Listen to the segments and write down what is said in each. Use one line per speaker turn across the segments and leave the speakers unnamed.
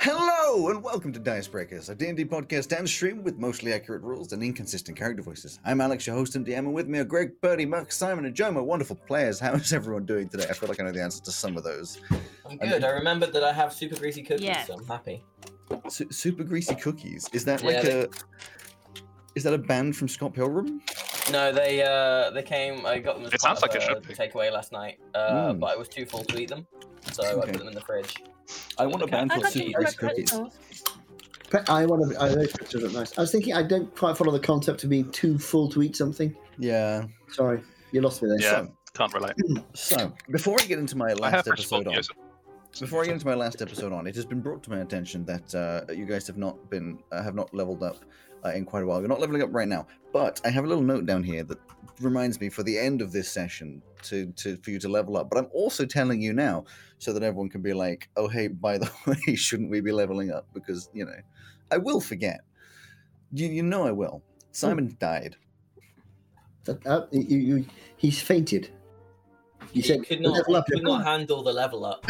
Hello and welcome to Dice Breakers, a D&D podcast and stream with mostly accurate rules and inconsistent character voices. I'm Alex, your host and DM, and with me are Greg, Birdie, Mark, Simon, and Joe, my wonderful players. How is everyone doing today? I feel like I know the answer to some of those.
I'm good. I remembered that I have super greasy cookies,
Yes.
so I'm happy.
Su- super greasy cookies. Is that like
Yeah.
a? Is that a band from Scott Pilgrim?
No, they uh they came. I got them as
It
part
sounds like
of
it
a
should be.
takeaway last night, uh,
Mm.
but I was too full to eat them, so I
Okay.
put them in the fridge.
I want a band
I
called
got
Super
you for my
Greasy Cookies.
pretzels.
Pe- I want to. I, those pictures look nice. I was thinking I don't quite follow the concept of being too full to eat something.
Yeah.
Sorry, you lost me there.
Yeah, can't relate.
So before I get into my
I have
last
principal
episode on,
views.
Before I get into my last episode on, it has been brought to my attention that uh, you guys have not been uh, have not leveled up uh, in quite a while. You're not leveling up right now, but I have a little note down here that reminds me for the end of this session to, to for you to level up. But I'm also telling you now so that everyone can be like, oh hey, by the way, shouldn't we be leveling up? Because you know, I will forget. You you know I will.
Hmm.
Simon died.
That- uh, you, you, he's fainted.
You
You said
could not,
level up
you
your
could not
card.
handle the level up.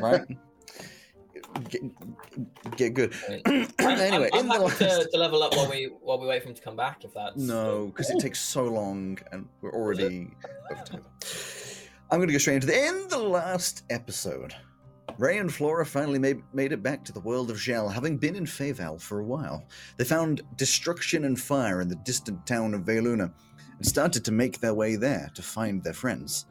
right? Get, get good.
I mean, I'm,
anyway,
I'm,
in
I'm
the
happy
last-
to, to level up while we while we wait for him to come back. If that's
No, because it takes so long, and we're already over time. I'm going to go straight into the in the last episode. Ray and Flora finally made, made it back to the world of Gel, having been in Faval for a while. They found destruction and fire in the distant town of Veluna, and started to make their way there to find their friends.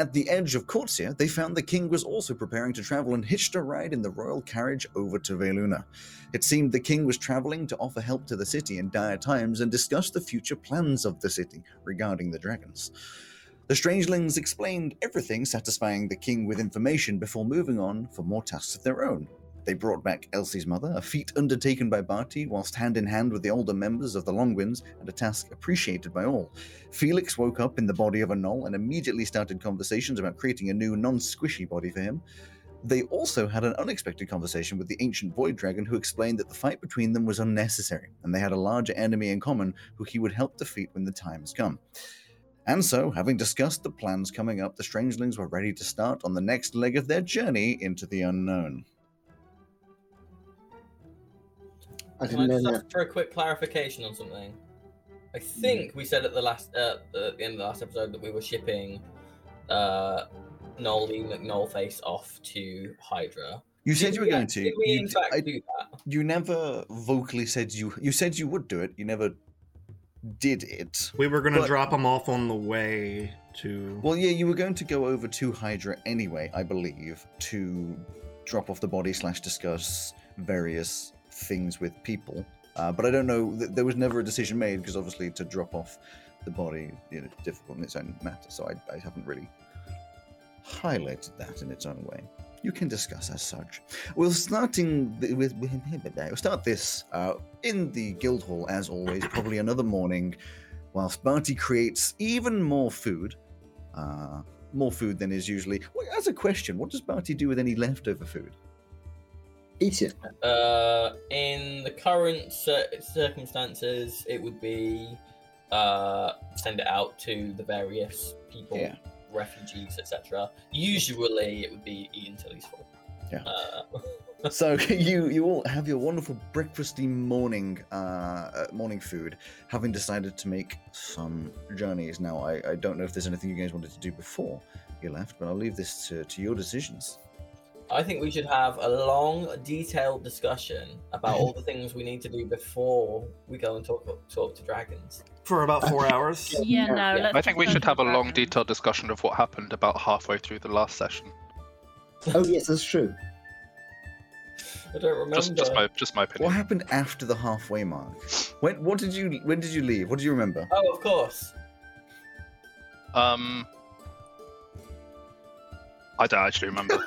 At the edge of Corsia, they found the king was also preparing to travel and hitched a ride in the royal carriage over to Veluna. It seemed the king was traveling to offer help to the city in dire times and discuss the future plans of the city regarding the dragons. The strangelings explained everything, satisfying the king with information before moving on for more tasks of their own. They brought back Elsie's mother, a feat undertaken by Barty, whilst hand in hand with the older members of the Longwinds, and a task appreciated by all. Felix woke up in the body of a knoll and immediately started conversations about creating a new non squishy body for him. They also had an unexpected conversation with the ancient void dragon, who explained that the fight between them was unnecessary, and they had a larger enemy in common who he would help defeat when the time has come. And so, having discussed the plans coming up, the Strangelings were ready to start on the next leg of their journey into the unknown.
I
Can I
didn't know
just
that.
ask for a quick clarification on something? I
Hmm.
think we said at the last uh, at the end of the last episode that we were shipping uh Nolly McNollface off to Hydra.
You
Did
said you were
we
going
act-
to.
Did we
you,
in
d-
fact
I-
do that?
you never vocally said you. You said you would do it. You never did it.
We were gonna
But-
drop him off on the way to.
Well, yeah, you were going to go over to Hydra anyway, I believe, to drop off the body slash discuss various things with people. Uh, but I don't know. Th- there was never a decision made because obviously to drop off the body, you know, difficult in its own matter. So I, I haven't really highlighted that in its own way. You can discuss as such. We'll starting th- with, with we'll start this uh, in the Guildhall as always, probably another morning, whilst Barty creates even more food uh, more food than is usually. Well, as a question, what does Barty do with any leftover food?
Eat it.
Uh, in the current cir- circumstances, it would be uh, send it out to the various people,
Yeah.
refugees, etc. Usually, it would be eaten till he's full.
Yeah.
Uh,
so you you all have your wonderful breakfasty morning uh, uh, morning food, having decided to make some journeys. Now I, I don't know if there's anything you guys wanted to do before you left, but I'll leave this to, to your decisions.
I think we should have a long, detailed discussion about all the things we need to do before we go and talk talk to dragons.
for about four hours.
Yeah, no.
Yeah.
Let's
I think we
go
should
to
have a
the
long,
bathroom.
detailed discussion of what happened about halfway through the last session.
Oh yes, that's true.
I don't remember.
Just, just my, just my
What
opinion.
happened after the halfway mark? When what did you when did you leave? What do you remember?
Oh, of course.
Um, I don't actually remember.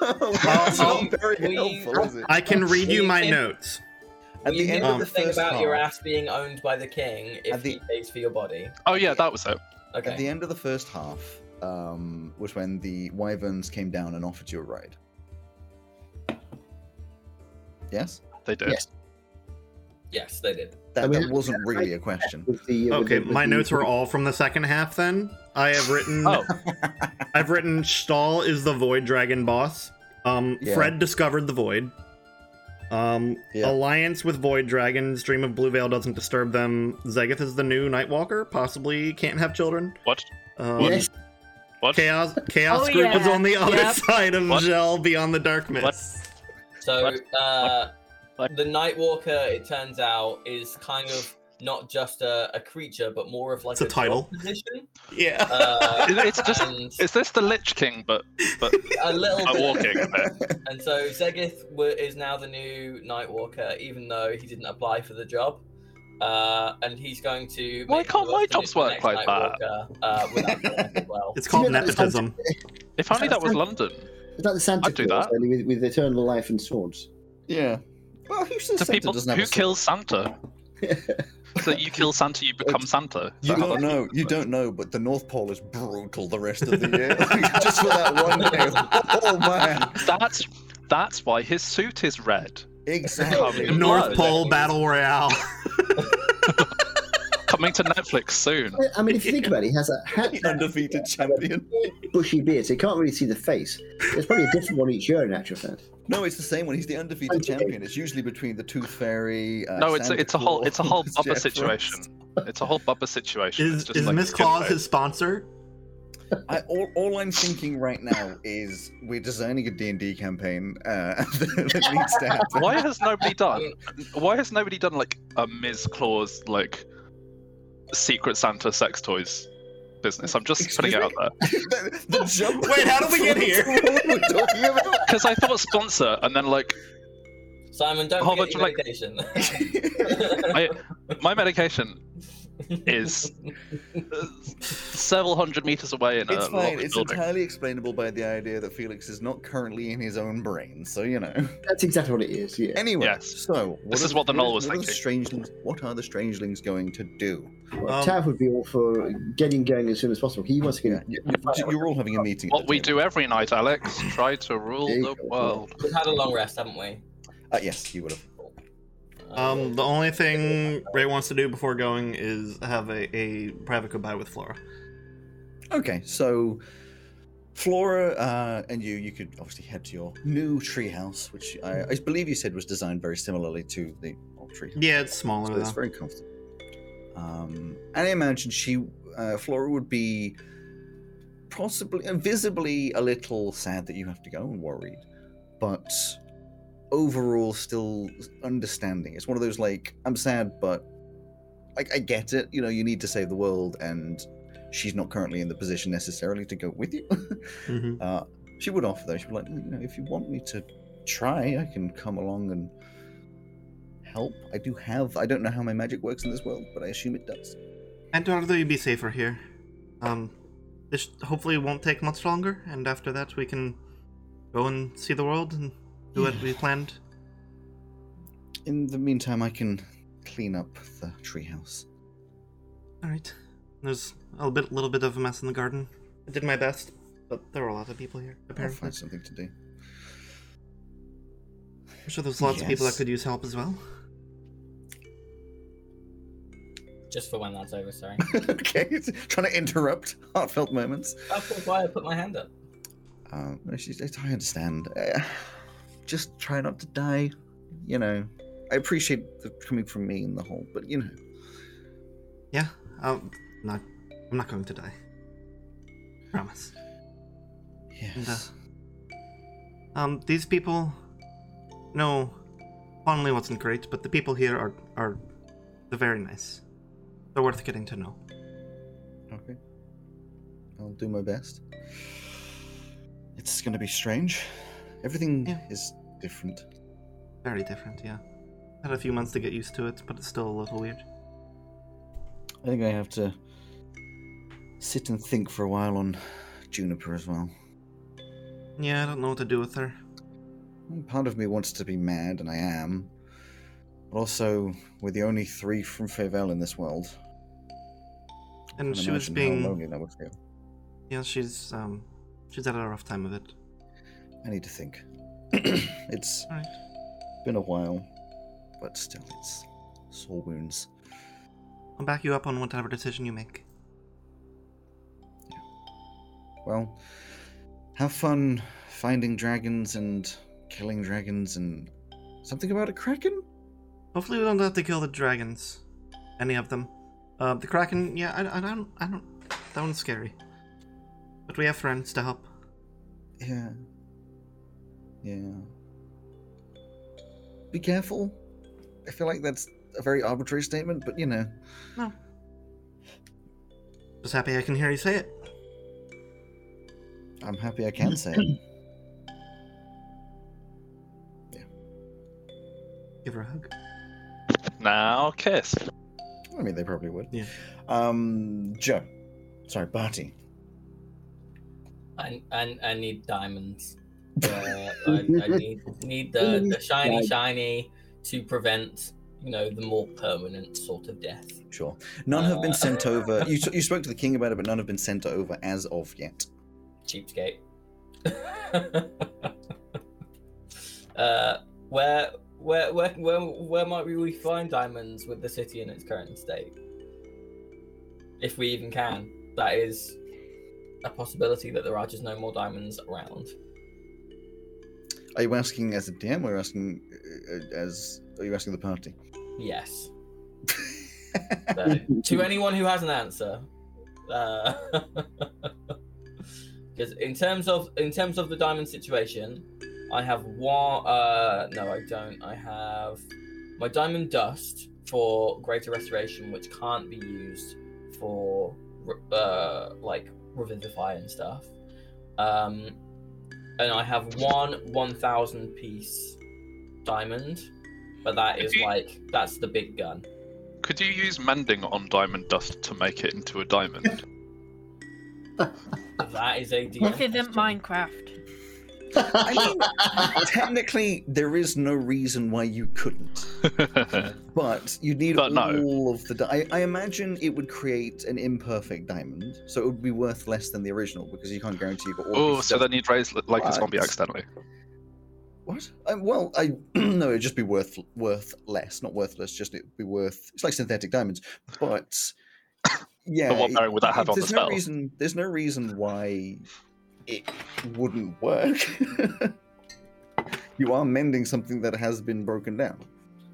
That's not very
we-
helpful, is it?
I can read you my
Sleeping.
notes.
At
We
the
knew
end of the
thing
first
about your
half-
ass being owned by the king
At
if
the-
he pays for your body.
oh yeah, that was it.
Okay.
At the end of the first half um, was when the wyverns came down and offered you a ride. Yes,
They did.
Yes.
Yes, they did.
that,
I mean,
that wasn't
yeah,
really a question.
With the, uh, with
Okay,
the- with
my
the-
notes were all from the second half. Then I have written.
Oh,
I've written. Stahl is the Void Dragon boss. Um,
Yeah.
Fred discovered the Void. Um,
Yeah.
Alliance with Void Dragons. Dream of Blue Veil doesn't disturb them. Zegith is the new Nightwalker. Possibly can't have children.
What?
Um,
Yes.
What?
Chaos Chaos
Oh,
Group
yeah.
is on the other
Yep.
side of
What?
Gel Beyond the Dark Mist.
What?
So
What?
Uh,
What?
the Nightwalker, it turns out, is kind of not just a, a creature, but more of like
It's a
job
title.
position.
Yeah.
Uh,
It- it's just-
and
Is this the Lich King, but but
a little
a
bit.
walking bit?
And so Zegith w- is now the new Nightwalker, even though he didn't apply for the job. Uh, and he's going to.
Why
make
can't
the
my
next
jobs work like that?
Nightwalker, Uh, without the as well.
it's called
Yeah, that-
nepotism.
If only that was London.
It's like the Santa
I'd do
Claus
that.
only with, with eternal life and swords.
yeah. Well, who says
To
Santa
people
doesn't have
who
a sword?
kills Santa. So you kill Santa, you become Santa. Is
You
that how
don't
that
know. You don't know, but the North Pole is brutal the rest of the year. Just for that one day. Oh man.
That's that's why his suit is red.
Exactly.
Come blood.
North Pole Battle Royale.
Coming to Netflix soon.
I mean, if you think about it, he has a hat,
Undefeated champion.
bushy beard, so you can't really see the face. There's probably a different one each year, in actual fact.
No, it's the same one. He's the undefeated
Okay.
champion. It's usually between the Tooth Fairy. Uh,
No, it's a,
Santa
it's a whole it's a whole
Claus,
bubba
Jeff
situation. It's a whole bubba situation.
Is
It's just
is
like
Miss
you can
Claus
vote.
his sponsor?
Ross. I, all, all I'm thinking right now is we're designing a D&D campaign uh, that needs to happen.
Why has nobody done? Why has nobody done like a Ms. Claus like secret Santa sex toys business? I'm just
Excuse
putting it
me?
out there
the, the jump.
Wait, how did we get here?
What we're talking about?
because I thought sponsor, and then like
Simon, don't
How
forget your
much, like-
medication.
I, my medication is uh, several hundred meters away in
It's fine.
a locked
It's
building.
entirely explainable by the idea that Felix is not currently in his own brain. So you know.
That's exactly what it is. Yeah.
Anyway,
Yes.
so what
This
are-
is what the
are-
Knoll was
what are the
thinking.
Strangelings, what are the Strangelings going to do?
Well,
Um,
Tav would be all for getting going as soon as possible. He wants to
Yeah,
get.
you- you're all having a meeting. at
What
the
we
table.
do every night, Alex, try to rule the world.
We've had a long rest, haven't we? Uh,
Uh, yes, you would have.
Um, the only thing Ray wants to do before going is have a, a private goodbye with Flora.
Okay, so Flora uh, and you, you could obviously head to your new treehouse, which I, I believe you said was designed very similarly to the old treehouse.
Yeah, it's smaller
So it's
though.
very comfortable. Um, and I imagine she, uh, Flora, would be possibly, uh, visibly a little sad that you have to go and worried, but overall still understanding. It's one of those like, I'm sad, but like I get it. You know, you need to save the world, and she's not currently in the position necessarily to go with you.
Mhm.
Uh, she would offer though. She'd be like, you know, if you want me to try, I can come along and help. I do have. I don't know how my magic works in this world, but I assume it does.
I'd rather you be safer here. Um, this hopefully won't take much longer, and after that we can go and see the world and do what we planned.
In the meantime, I can clean up the treehouse.
All right. There's a bit, little bit of a mess in the garden. I did my best, but there were a lot of people here.
I'll
Apparently,
find something to do.
I'm sure there's lots of people that
Yes.
could use help as well.
Just for when that's over, sorry.
okay, trying to interrupt heartfelt moments.
That's Oh, why I put my hand up.
Um, no, she's, I understand. Uh, just try not to die. You know, I appreciate the coming from me and the whole, but you know,
Yeah. Um. Not. I'm not going to die. Promise. uh,
yes.
Um, these people know Honley wasn't great, but the people here are are they're very nice. They're worth getting to know.
Okay. I'll do my best. It's going to be strange. Everything
Yeah.
is different.
Very different, yeah. Had a few months to get used to it, but it's still a little weird.
I think I have to sit and think for a while on Juniper as well.
Yeah, I don't know what to do with her.
And Part of me wants to be mad, and I am. But also, we're the only three from Favel in this world.
And
Can't
she was
imagine
being
How lonely that would feel.
yeah, she's um she's had a rough time of it.
I need to think. it's
Alright.
been a while, but still, it's sore wounds.
I'll back you up on whatever decision you make.
Well, have fun finding dragons and killing dragons and Something about a kraken?
Hopefully, we don't have to kill the dragons, any of them. Uh, the kraken, yeah, I, I don't, I don't. That one's scary. But we have friends to help.
Yeah. Yeah. Be careful. I feel like that's a very arbitrary statement, but you know.
Just happy I can hear you say it.
I'm happy I can say it.
Give her a hug.
Now kiss.
I mean, they probably would.
Yeah.
Um, Joe. Sorry, Barty.
I, I, I need diamonds. Uh, I, I need need the, the shiny shiny to prevent you know the more permanent sort of death.
Sure. None have been
Uh.
sent over. You, you spoke to the king about it, but none have been sent over as of yet.
Cheapskate. uh, where where where where where might we find diamonds with the city in its current state? If we even can, that is a possibility that there are just no more diamonds around.
Are you asking as a DM or are you asking uh, as. Are you asking the party?
Yes. So, to anyone who has an answer, because in terms of in terms of the diamond situation, I have one. Uh, no, I don't. I have my diamond dust for greater restoration, which can't be used for re- uh, like revivify and stuff. Um, and I have one one thousand piece diamond, but that is
If you-
like that's the big gun.
Could you use mending on diamond dust to make it into a diamond?
That is a DM.
If it isn't
question.
Minecraft.
I mean, technically, there is no reason why you couldn't. But you'd need
But no.
all of the. Di- I, I imagine it would create an imperfect diamond, so it would be worth less than the original because you can't guarantee you got all.
oh,
these
so
stuff.
then you'd raise li- like a zombie
What?
accidentally.
what? Um, well, I no, it'd just be worth worth less, not worthless. Just it'd be worth. It's like synthetic diamonds, but yeah.
But what bearing would that have on the
there's no
spell?
reason. There's no reason why it wouldn't work. you are mending something that has been broken down.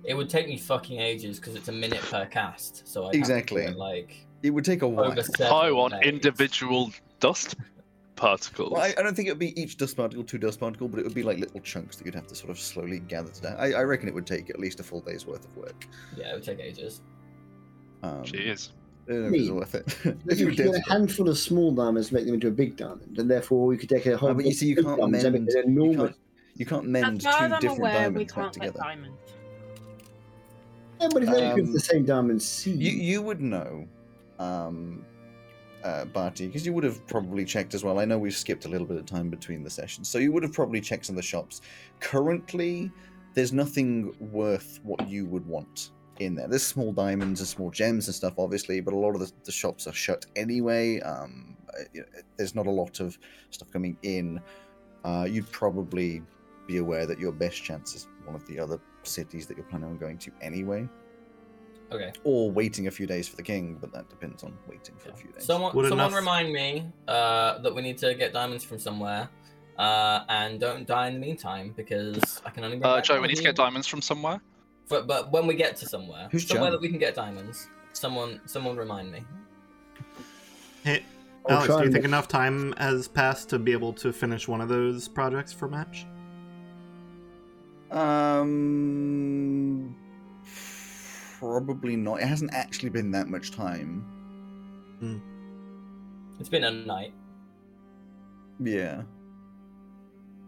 It would take me fucking ages because it's a minute per cast. So I
Exactly.
like
It would
Oh,
take a while.
over seven
Poe on
days.
individual dust particles.
Well, I, I don't think it would be each dust particle, two dust particle, but it would be like little chunks that you'd have to sort of slowly gather together. I, I reckon it would take at least a full day's worth of work.
Yeah, it would take ages.
Um,
Jeez.
I don't know if it's worth it. if
If
you
you
were
could get
desperate.
a handful of small diamonds, make them into a big diamond, and therefore we could take a whole.
Oh, but you see, you
big
can't
diamonds,
mend.
everything,
You
enormous.
can't, you can't mend
As
two
far as I'm
different
aware, we
diamonds back
can't make
together.
diamonds.
Yeah, but if they could
Um,
the same diamond seed,
You you would know, um, uh, Barty, because you would have probably checked as well. I know we've skipped a little bit of time between the sessions, so you would have probably checked some of the shops. Currently, there's nothing worth what you would want in there. There's small diamonds and small gems and stuff, obviously, but a lot of the, the shops are shut anyway. Um, uh, you know, there's not a lot of stuff coming in. Uh, you'd probably be aware that your best chance is one of the other cities that you're planning on going to anyway
Okay.
or waiting a few days for the king, but that depends on waiting for a few days.
Someone,
Would
someone
enough-
remind me uh, that we need to get diamonds from somewhere, uh, and don't die in the meantime because I can only. Bring
Uh,
back
Joe, we
one
need to get
here.
diamonds from somewhere.
But, but when we get to somewhere,
Who's
somewhere
Joe?
that we can get diamonds, someone, someone remind me.
Hey,
I'll try
Alex, do you
and
think
make-
enough time has passed to be able to finish one of those projects for Match?
Um, probably not. It hasn't actually been that much time.
It's been a night.
Yeah,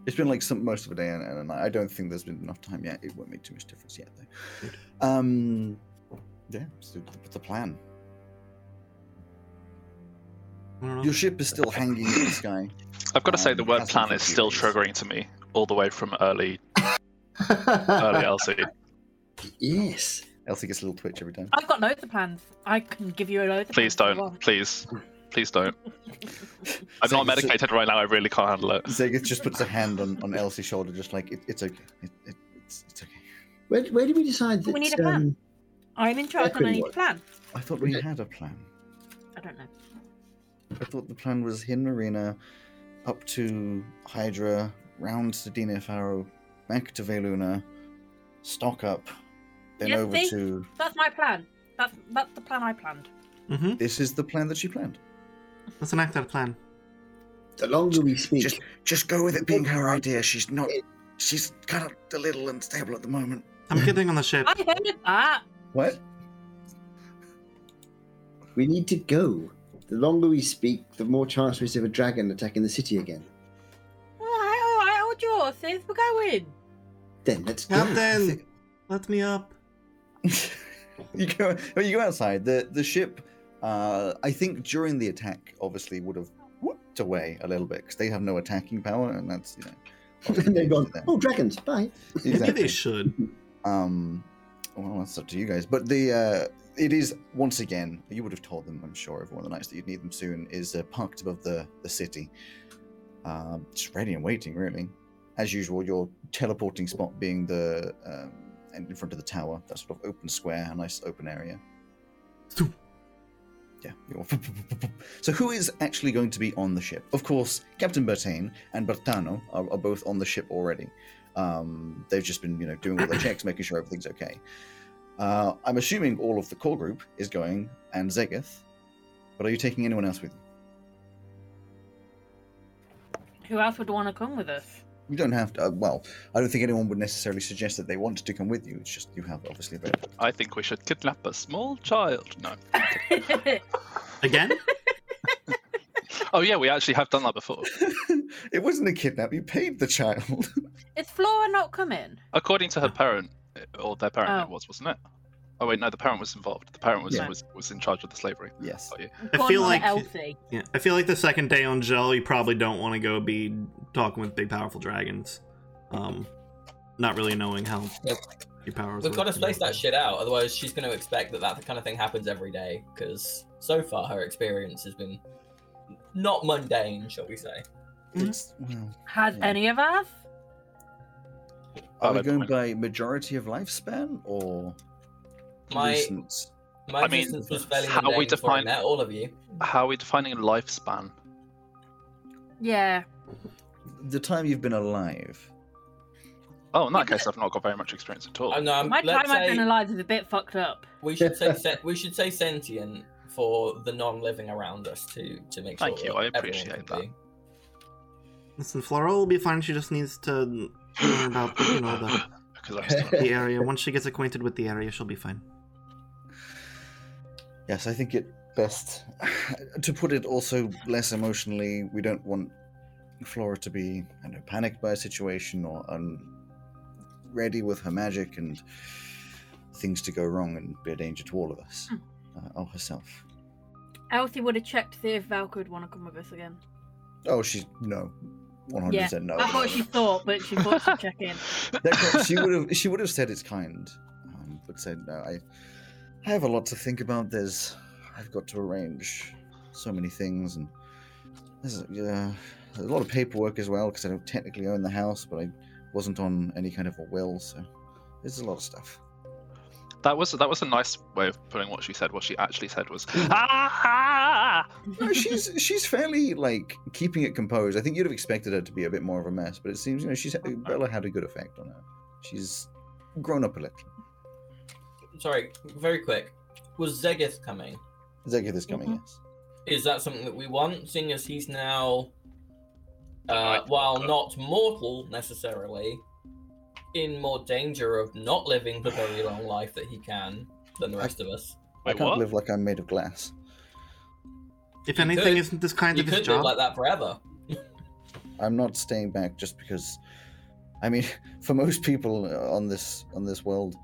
it's been like some most of a day and, and a night. I don't think there's been enough time yet. It won't make too much difference yet, though.
Good.
Um, yeah, so the, the plan.
I don't know.
Your ship is still hanging in the sky.
I've got to say the
Um,
word
hasn't
plan
for a
is
few
still
days.
triggering to me all the way from early early
can't.
LC.
yes.
Elsie gets a little twitch every time.
I've got loads of plans. I can give you a load of
Please
plans if you
don't.
want.
Please. Please don't. I'm
So- so-
not medicated right now. I really can't handle it.
Zegith just puts a hand on, on Elsie's shoulder, just like, it, it's okay. It, it, it's, it's okay.
Where, where do we decide that?
We need a plan.
um,
I'm in charge and I need a plan.
I thought we
Okay.
had a plan.
I don't know.
I thought the plan was Hin Marina, up to Hydra, round to Dina Farrow, back to Veluna, stock up, then
Yes,
over
see?
to.
That's my plan. That's that's the plan I planned.
Mm-hmm.
This is the plan that she planned.
Let's enact our plan.
The longer we speak,
Just, just go with it being her idea. She's not. She's kind of a little unstable at the moment.
I'm getting on the ship.
I heard that.
What?
we need to go. The longer we speak, the more chance we see of a dragon attacking the city again.
All right, all right, oh, hold your horses. We're going.
Then let's go.
Captain, let me up.
you go. Well, you go outside. the The ship. Uh, I think during the attack, obviously, would have whooped away a little bit because they have no attacking power, and that's you know.
and they've gone,
Exactly.
oh, dragons, bye.
Maybe they should.
Um, well, that's up to you guys. But the uh, it is once again. You would have told them, I'm sure, over one of the nights that you'd need them soon. Is uh, parked above the the city, uh, just ready and waiting, really. As usual, your teleporting spot being the um, and in front of the tower, that sort of open square, a nice open area.
Zoom.
Yeah. you're- So, who is actually going to be on the ship? Of course, Captain Bertain and Bertano are, are both on the ship already. Um, they've just been, you know, doing all their checks, making sure everything's okay. Uh, I'm assuming all of the core group is going, and Zegeth. But are you taking anyone else with you?
Who else would want to come with us?
You don't have to. Uh, well, I don't think anyone would necessarily suggest that they want to come with you. It's just you have obviously available.
I think we should kidnap a small child. No.
Again?
Oh yeah, we actually have done that before.
it wasn't a kidnap. You paid the child.
Is Flora not coming?
According to her parent, eh, or their parent, it
Oh.
was, wasn't it? Oh wait, no, the parent was involved. The parent was
Yeah.
was, was in charge of the slavery.
yes.
According
feel
to
like-
Elsie.
Yeah. I feel like the second day on Gel, you probably don't want to go be talking with big, powerful dragons. Um, not really knowing how
Yep.
your powers.
We've
work
got to
and
space that
everything.
shit out, otherwise she's going to expect that that kind of thing happens every day. Because so far her experience has been not mundane, shall we say?
Mhm.
It's well.
Has
Yeah.
any of us?
Are we
Valid
going
point.
by majority of lifespan or
My
recent?
my
I mean,
distance was fairly
how we
mundane before I
define-
met all of you.
How are we defining lifespan?
Yeah.
The time you've been alive.
Oh, in
Yeah,
that case, I've not got very much experience at all.
I know. I'm-
My
Um, let's
time I've
say-
been alive is a bit fucked up.
We should say sen- we should say sentient for the non-living around us to to make sure.
Thank you, I
everyone
appreciate
can
that.
be.
Listen, Flora will be fine. She just needs to learn about you know the,
because I'm still
the area. Once she gets acquainted with the area, she'll be fine.
Yes, I think it best to put it also less emotionally. We don't want Flora to be, I don't know, panicked by a situation or unready with her magic and things to go wrong and be a danger to all of us
Hmm.
uh, or herself.
Elsie would have checked to see if Valka would want to come with us again.
Oh, she's no, one hundred percent no.
That's what Oh, she thought, but she thought she'd check in.
That- she would have. She would have said it's kind, um, but said no. I, I have a lot to think about. There's, I've got to arrange so many things, and there's, uh, there's a lot of paperwork as well because I don't technically own the house, but I wasn't on any kind of a will, so there's a lot of stuff.
That was that was a nice way of putting what she said. What she actually said was,
Mm.
ah,
No, she's she's fairly like keeping it composed. I think you'd have expected her to be a bit more of a mess, but it seems you know she's Bella had a good effect on her. She's grown up a little.
Sorry, very quick. Was Zegith coming?
Zegith is coming,
Mhm.
yes.
Is that something that we want? Seeing as he's now, uh,
Right.
while not mortal necessarily, in more danger of not living the very long life that he can than the rest of
I
us.
wait,
can't
what?
live like I'm made of glass.
If
You
anything,
could-
isn't this kind
You
of his
could live
job?
like that forever.
I'm not staying back just because. I mean, for most people uh, on this on this world,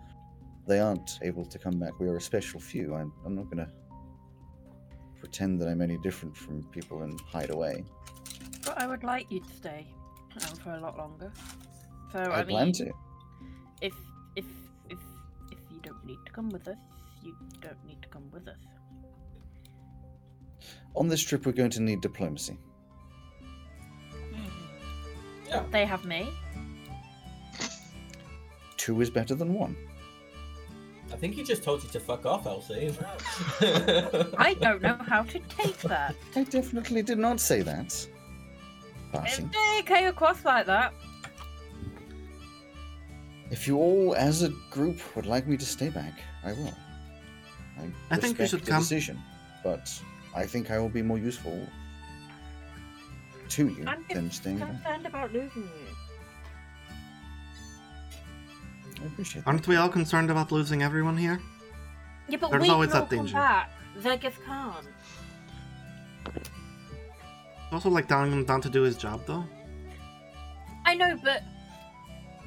they aren't able to come back. We are a special few. I'm I'm not gonna pretend that I'm any different from people and hide away.
But I would like you to stay um, for a lot longer. So
I,
I, mean,
plan to.
if if if if you don't need to come with us, you don't need to come with us.
On this trip, we're going to need diplomacy.
They have me.
Two is better than one.
I think he just told you to fuck off, Elsie.
I don't know how to take that.
I definitely did not say that.
If
Passing.
they came across like that,
If you all, as a group, would like me to stay back, I will. I,
I think you
respect
should
the
come.
decision, but I think I will be more useful to you
I'm con-
than staying back.
concerned about losing you.
I appreciate that.
Aren't we all concerned about losing everyone here?
Yeah, but
There's
we
always
can all
that danger.
come back. Vegas can't.
It's also like telling him down to do his job, though.
I know, but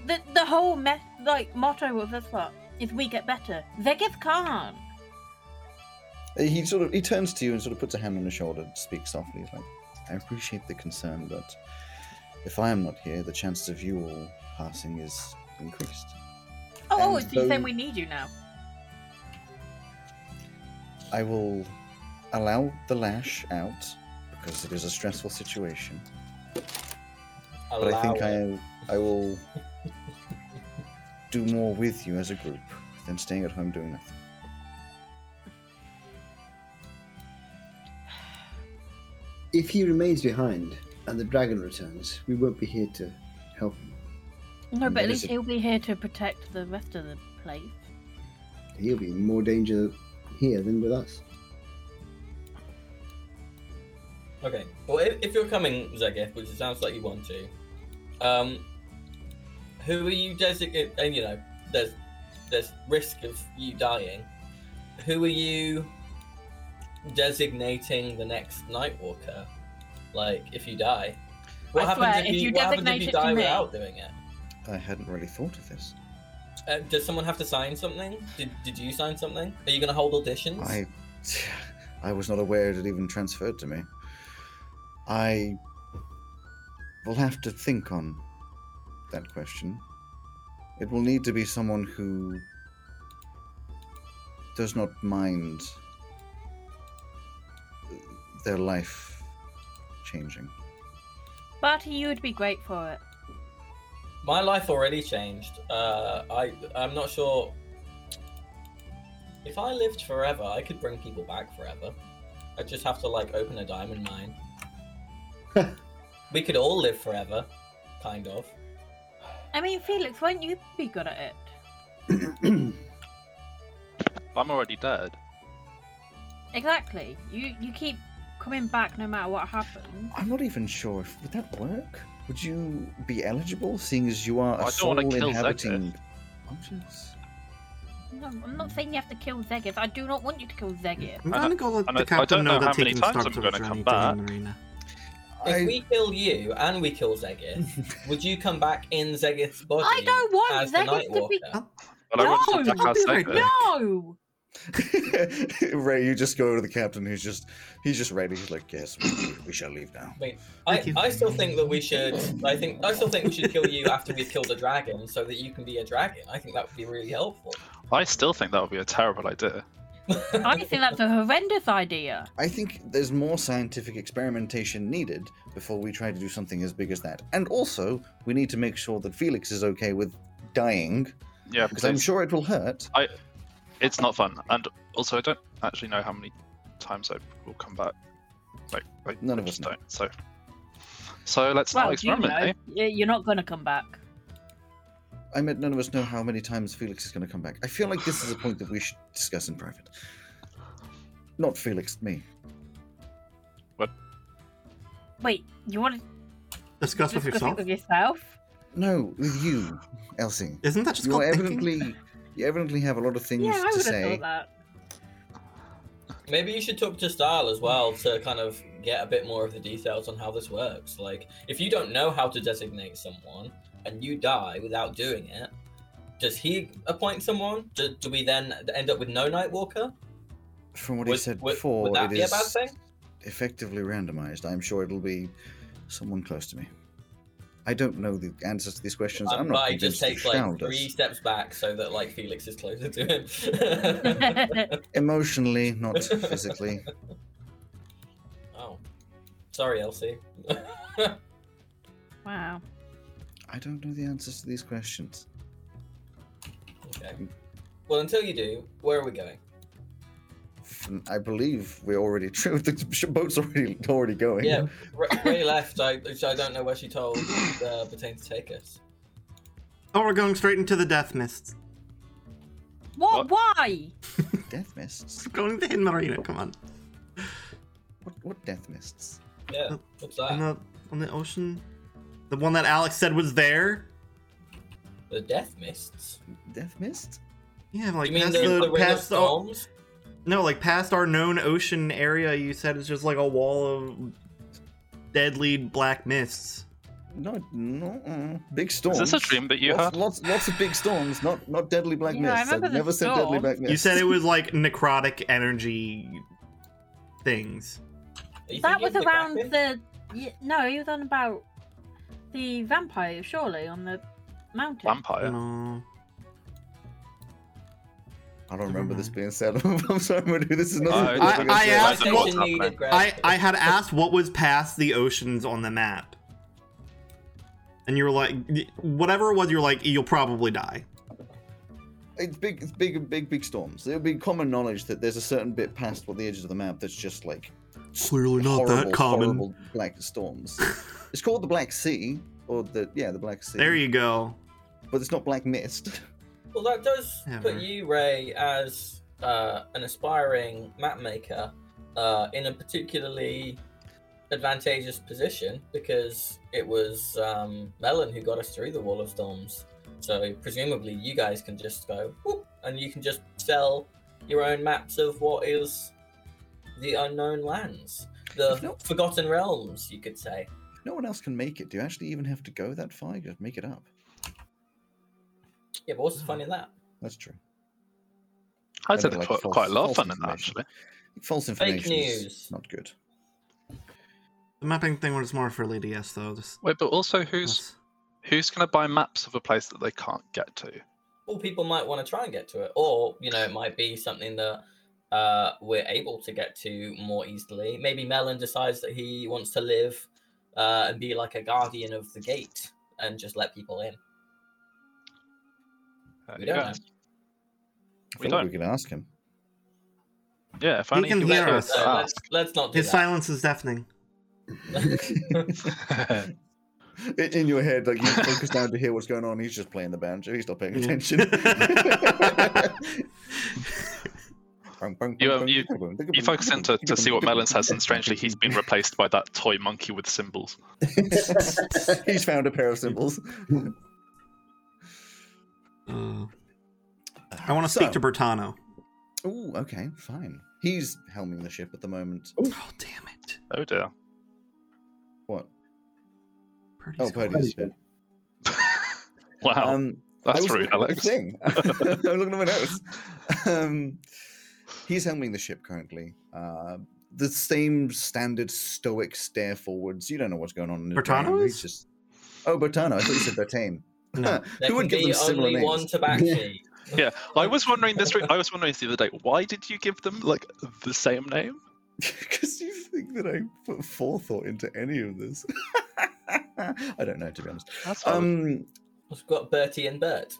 the the whole me- like motto of this lot is we get better. Vegas can't.
Uh, He sort of he turns to you and sort of puts a hand on his shoulder, speaks softly. He's like, "I appreciate the concern, but if I am not here, the chances of you all passing is increased."
Oh,
And
it's so...
though-
saying we need you now.
I will allow the lash out because it is a stressful situation. but I
Allow
think
it.
I I will do more with you as a group than staying at home doing nothing.
If he remains behind and the dragon returns, we won't be here to help him.
No,
And
but at
Vegas
least
is-
he'll be here to protect the rest of the place.
He'll be in more danger here than with us.
Okay. Well, if, if you're coming, Zegith, which it sounds like you want to, um, who are you designating? And you know, there's there's risk of you dying. Who are you designating the next Nightwalker? Like, if you die, what
I
happens
swear,
if
if
you,
you
what happens if
designate
you
it to
die
me-
without doing it?
I hadn't really thought of this.
Uh, does someone have to sign something? Did Did you sign something? Are you going to hold auditions?
I I was not aware it had even transferred to me. I will have to think on that question. It will need to be someone who does not mind their life changing.
Barty, you would be great for it.
My life already changed. Uh, I I'm not sure. If I lived forever, I could bring people back forever. I'd just have to like open a diamond mine. we could all live forever, kind of.
I mean, Felix, won't you be good at it?
I'm already dead.
Exactly. You you keep coming back no matter what happens.
I'm not even sure if would that work. Would you be eligible, seeing as you are a
I don't
soul
wanna kill
inhabiting objects?
No, I'm not saying you have to kill Zegith. I do not want you to kill Zegith.
I'm
I
gonna go let
and I-
the
I don't
captain
know
know
how
that he
many
can
times
start
I'm
the
gonna come
journey to Hidden
back.
Arena.
If
I-
we kill you and we kill Zegith, would you come back in Zegith's body?
I don't want
as the
Zegith to be.
Nightwalker?
But I want
No,
to attack
I'll
our
be right
savior.
back.
No.
Ray, you just go to the captain who's just he's just ready. He's like, Yes, we, we shall leave now.
Thank
I,
you.
I still think that we should. I think I still think we should kill you after we've killed a dragon, so that you can be a dragon. I think that would be really helpful.
I still think that would be a terrible idea.
I think that's a horrendous idea.
I think there's more scientific experimentation needed before we try to do something as big as that. And also, we need to make sure that Felix is okay with dying,
Yeah,
because I'm
it's-
sure it will hurt.
it's not fun. And also, I don't actually know how many times I will come back. Like, I
None of us
just
know.
don't. So, so let's
well,
not
you
experiment, eh?
know, y- you're not going to come back.
I meant none of us know how many times Felix is going to come back. I feel like this is a point that we should discuss in private. Not Felix, me.
Wait, you want to
Discuss with
discuss it
yourself.
with yourself?
No, with you, Elsie.
Isn't that just
You
called
are
thinking?
evidently, you evidently have a lot of things
Yeah, I
to
would have
say.
thought that.
Maybe you should talk to Style as well to kind of get a bit more of the details on how this works. Like, if you don't know how to designate someone and you die without doing it, does he appoint someone? Do, do we then end up with no Nightwalker?
From what he
would,
said
would-
before,
would that
it
be a bad
is
thing?
effectively randomized. I'm sure it'll be someone close to me. I don't know the answers to these questions. I'm,
Um, but
not
I
convinced
just take
you
like
shall does.
three steps back so that like Felix is closer to him.
Emotionally, not physically.
oh, sorry, Elsie.
Wow.
I don't know the answers to these questions.
okay.
Mm.
Well, until you do, where are we going?
F- I believe we're already true. The sh- boat's already already going.
Yeah, Ray- Ray left. I, which I don't know where she told uh, Pertain to take us.
Oh, we're going straight into the death mists.
What? Why?
Death mists.
Going to Hidden Marina, come on.
What, what death mists?
Yeah, what's
On
that?
the, on the ocean? The one that Alex said was there?
The death mists.
Death mist?
Yeah, like
you mean
past
the, the ring of
past the,
storms?
No, like past our known ocean area, you said it's just like a wall of deadly black mists.
No, no. mm. Big storms.
Is this a dream that you
lots,
had?
Lots, lots of big storms. Not, not deadly black
Yeah, I
mists.
remember
I've
the
never said deadly
storm.
black mists.
You said it was like necrotic energy things.
Are you
That
thinking
was
of the
around
Kraken?
the. y- No, he was on about the vampire, surely, on the mountain.
Vampire.
No.
I don't remember this being said. I'm sorry, Manu, this is not.
I-
something I'm gonna
I
say.
asked
Station
what-
needed
happening.
Greg.
I, I had asked what was past the oceans on the map. And you were like, whatever it was, you're like, you'll probably die.
It's big, it's big, big, big storms. It would be common knowledge that there's a certain bit past what the edges of the map that's just like
Clearly
horrible, horrible black storms. it's called the Black Sea, or the yeah, the Black Sea.
There you go.
But it's not black mist.
Well, that does
Never.
put you, Ray, as uh, an aspiring map maker uh, in a particularly advantageous position because it was um, Melon who got us through the Wall of Storms. So presumably, you guys can just go whoop, and you can just sell your own maps of what is the unknown lands, the
If not-
forgotten realms, you could say.
No one else can make it. Do you actually even have to go that far? You just make it up.
Yeah, but what's the fun in that?
That's true.
I'd say
I don't
there's
like
quite,
false-
quite a lot of
false
fun in that,
information.
actually.
False
Fake
information. is
news.
Not good.
The mapping thing was more for Lady S, though. Just
Wait, but also, who's
let's-
who's going to buy maps of a place that they can't get to? Uh,
Well, people might want to try and get to it, or you know, it might be something that uh, we're able to get to more easily. Maybe Melon decides that he wants to live uh, and be like a guardian of the gate and just let people in.
There
We
you
don't
go.
know.
I
We
feel like we
don't.
could ask him.
Yeah, if
He
only
can
he was
hear
here
us.
to
So let's,
ask.
let's not do
His
that.
silence is deafening.
In, in your head, like you focus down to hear what's going on. He's just playing the banjo. He's not paying
Yeah.
attention.
You, um, You focus in to, to see what Melon says, and strangely, he's been replaced by that toy monkey with symbols.
he's found a pair of symbols.
Uh, I want to
So-
speak to Bertano.
Ooh, okay, fine. He's helming the ship at the moment.
Oh, damn it.
Oh dear.
What?
Purdy's
Oh,
gone.
Purdy's dead.
Wow,
Um, I
that's
was
rude,
looking at the
Alex.
Thing. I'm looking at my notes. Um, he's helming the ship currently. Uh, the same standard stoic stare forwards. You don't know what's going on. in his brain.
Bertano
He's
is?
just. Oh, Bertano. I thought you said Bertane.
No.
There
Who would
can
give
be
them similar
only
names?
one Tabaxi.
I was wondering this. Re- I was wondering this the other day. Why did you give them like the same name?
Because you think that I put forethought into any of this. I don't know, to be honest.
That's valid.
Um,
We've got Bertie and Bert.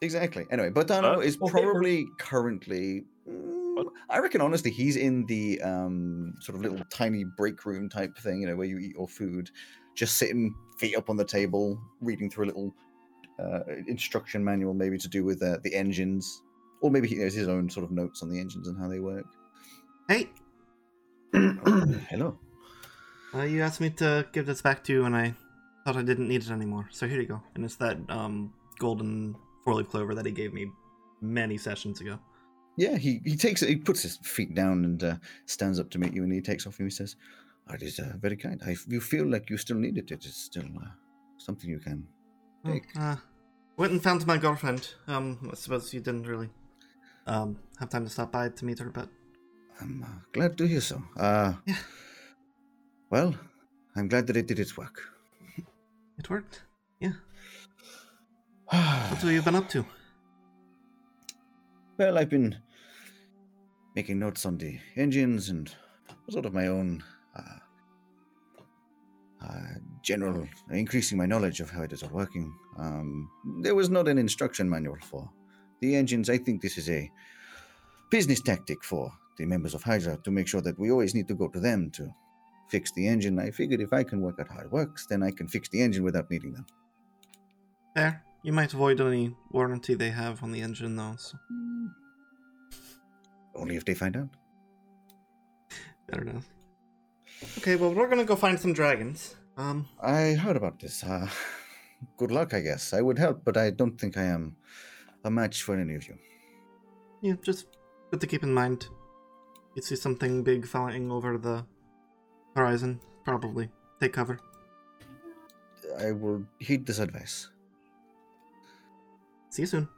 exactly. Anyway, Bertano
Uh,
is
okay, Bert-
probably currently. mm,
What?
I reckon, honestly, he's in the um, sort of little tiny break room type thing, you know, where you eat your food, just sitting feet up on the table, reading through a little uh, instruction manual, maybe to do with uh, the engines, or maybe he knows his own sort of notes on the engines and how they work.
Hey,
Hello.
uh, you asked me to give this back to you, and I thought I didn't need it anymore. So here you go. And it's that um, golden four leaf clover that he gave me many sessions ago.
Yeah, he, he takes it, he puts his feet down and uh, stands up to meet you, and he takes off and he says, "That is uh, very kind. I, you feel like you still need it. It is still uh, something you can."
Oh,
Dick.
uh, went and found my girlfriend. Um, I suppose you didn't really um, have time to stop by to meet her, but
I'm uh, glad to hear so. Uh,
Yeah.
Well, I'm glad that it did its work.
it worked. What have you been up to?
well, I've been making notes on the engines and sort of my own uh, uh, general increasing my knowledge of how it is all working. Um, there was not an instruction manual for the engines. I think this is a business tactic for the members of Hydra to make sure that we always need to go to them to fix the engine. I figured if I can work out how it works, then I can fix the engine without needing them.
There. You might avoid any warranty they have on the engine, though. So
Only if they find out.
better know. Okay, well, we're gonna go find some dragons. Um,
I heard about this. Uh, good luck, I guess. I would help, but I don't think I am a match for any of you.
yeah, just good to keep in mind. You see something big flying over the horizon, probably. Take cover.
I will heed this advice.
See you soon.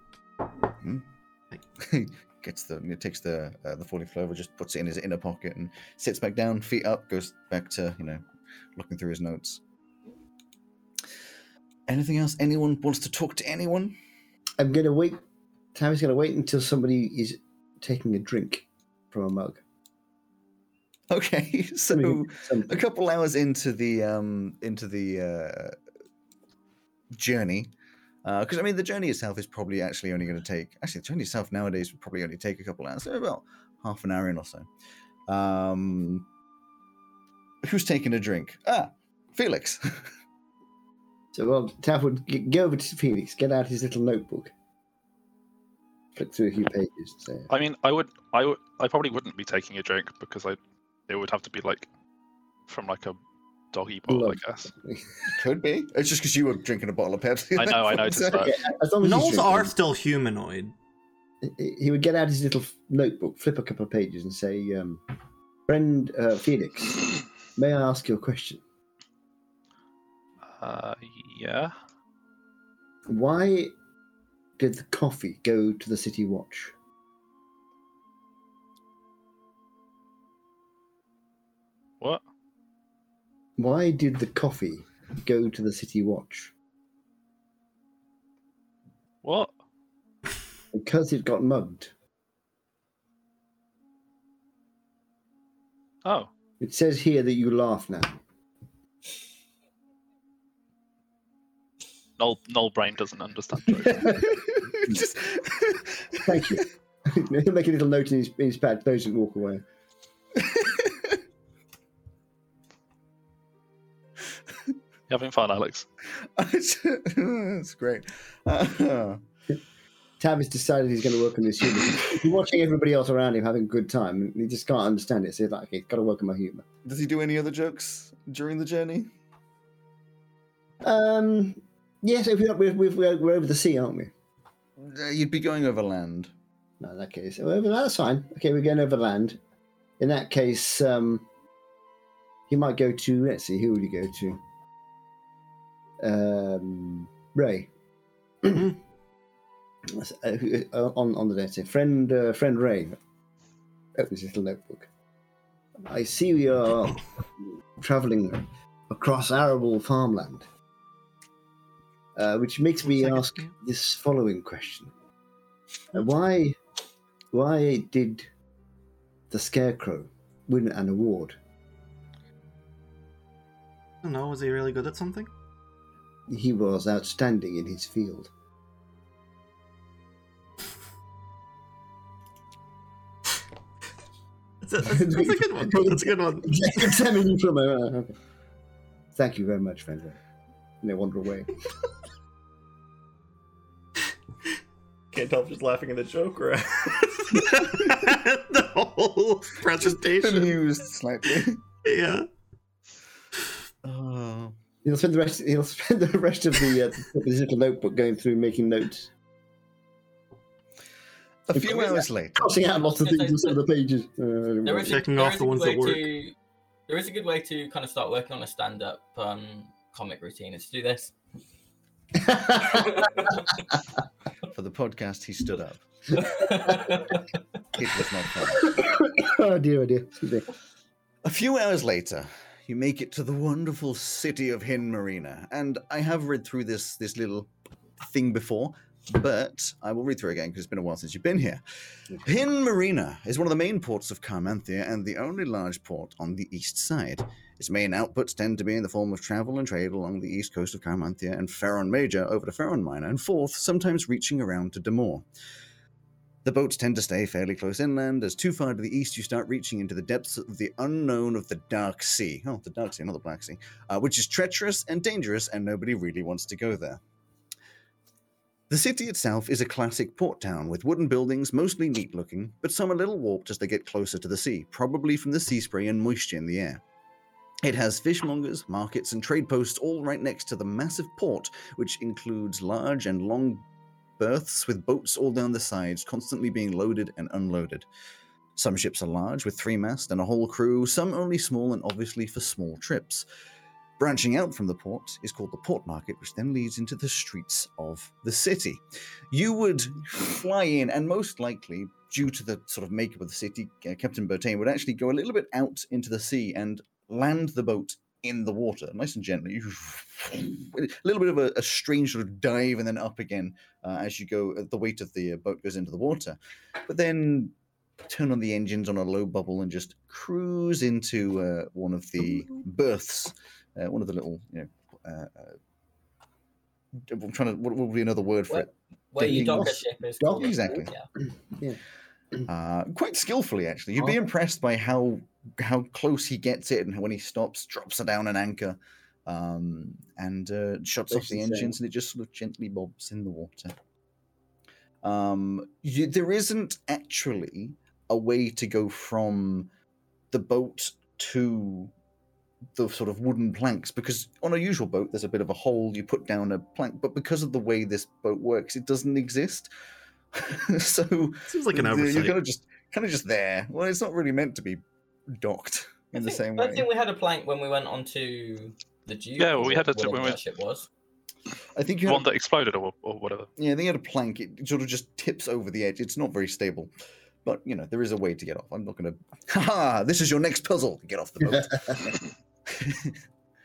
Gets the he takes the uh, the falling flower, just puts it in his inner pocket, and sits back down, feet up, goes back to you know looking through his notes. Anything else? Anyone wants to talk to anyone?
I'm gonna wait. Tammy's gonna wait until somebody is taking a drink from a mug.
Okay,
I
so
mean, some-
a couple hours into the um into the uh journey because i mean the journey itself is probably actually only going to take actually the journey itself nowadays would probably only take a couple hours so about half an hour in or so um who's taking a drink ah felix
So, well, Taff would g- go over to Felix, get out his little notebook, flick through a few pages. and Say,
I mean, I would, I would, I probably wouldn't be taking a drink because I, it would have to be like, from like a doggy bowl,
Love.
I guess.
could be it's just because you were drinking a bottle of pepsi
I know, I
that's
noticed
all.
that.
as long as Oh, he's
Gnolls are
drinking,
still humanoid.
he- he would get out his little f- notebook, flip a couple of pages, and say, um, "Friend uh, Felix, may I ask you a question?
Uh, yeah.
Why did the coffee go to the city watch?"
What?
Why did the coffee go to the city watch?
What?
Because it got mugged.
Oh,
It says here that you laugh now.
null, null brain doesn't understand jokes.
Just-
Thank you. He'll make a little note in his, in his pad, notes and walk away.
you having fun, Alex?
that's great Uh,
Tab has decided he's going to work on his humor. he's watching everybody else around him having a good time, and he just can't understand it. So he's like, okay, got to work on my humor.
does he do any other jokes during the journey
Um, yes, if we're, not, we're, we're, we're over the sea, aren't we?
Uh, you'd be going over land
No, in that case, well, that's fine. Okay, we're going over land. In that case, um, he might go to. Let's see, who would he go to? Um, Ray. That's- uh, who- uh, on on the letter, friend uh, friend Ray. Oh, Opens his little notebook. I see we are traveling across arable farmland, uh, which makes me
Second.
ask this following question: Uh, Why, why did the Scarecrow win an award?
I don't know, was he really good at something?
He was outstanding in his field.
That's a, that's, that's a good one. That's a good one.
Examine you from a- uh, okay. Thank you very much, friend Ray. And they wander away.
Can't tell if she's laughing at the joke or the whole presentation.
bemused slightly.
Yeah.
Oh,
He'll spend the rest. He'll spend the rest of the uh, his little notebook going through, making notes,
a
Of
few
course.
hours later.
crossing out lots of
Yes,
things
I-
on some of the pages. Uh,
There is a-
Checking
there
off
is
the
a
ones
good
that
way to- there is a good way to kind of start working on a stand-up um, comic routine. Is to do this.
For the podcast, he stood up. It was not fun.
oh dear, oh dear. Excuse me.
A few hours later, you make it to the wonderful city of Hin Marina, and I have read through this this little thing before, but I will read through again because it's been a while since you've been here. Hin Marina is one of the main ports of Carmanthia and the only large port on the east side. Its main outputs tend to be in the form of travel and trade along the east coast of Carmanthia and Ferron Major over to Ferron Minor, and forth, sometimes reaching around to Damore. The boats tend to stay fairly close inland, as too far to the east you start reaching into the depths of the unknown of the Dark Sea. Oh, the Dark Sea, not the Black Sea, uh, which is treacherous and dangerous, and nobody really wants to go there. The city itself is a classic port town with wooden buildings, mostly neat looking, but some a little warped as they get closer to the sea, probably from the sea spray and moisture in the air. It has fishmongers, markets, and trade posts all right next to the massive port, which includes large and long berths with boats all down the sides, constantly being loaded and unloaded. Some ships are large, with three masts and a whole crew, some only small and obviously for small trips. Branching out from the port is called the port market, which then leads into the streets of the city. You would fly in, and most likely, due to the sort of makeup of the city, uh, Captain Bertain would actually go a little bit out into the sea and land the boat in the water, nice and gently. A little bit of a, a strange sort of dive and then up again uh, as you go. The weight of the uh, boat goes into the water, but then turn on the engines on a low bubble and just cruise into uh, one of the berths, uh, one of the little, you know. Uh, uh, I'm trying to. What what would be another word for
Where,
it?
where you
Digging
dock a
lost-
ship is
dock,
called a-
exactly.
Yeah.
uh, quite skillfully actually. You'd be
Oh.
impressed by how how close he gets it, and when he stops, drops her down an anchor, um, and uh, shuts off
That's
the
insane.
engines, and it just sort of gently bobs in the water. Um, you, there isn't actually a way to go from the boat to the sort of wooden planks because on a usual boat there's a bit of a hole you put down a plank but because of the way this boat works it doesn't exist so
Seems like an
the- You're
oversight.
kind of just kind of just there. Well, it's not really meant to be docked in
I
the
think-
same
I
way.
think we had a plank when we went onto the Duke.
Yeah,
or
we had a-
whatever
when we-
that ship was.
I think
The
you
one
had,
that exploded or, or whatever.
yeah, they had a plank. It sort of just tips over the edge. It's not very stable, but you know there is a way to get off. I'm not going to. Ha ha! This is your next puzzle. Get off the boat.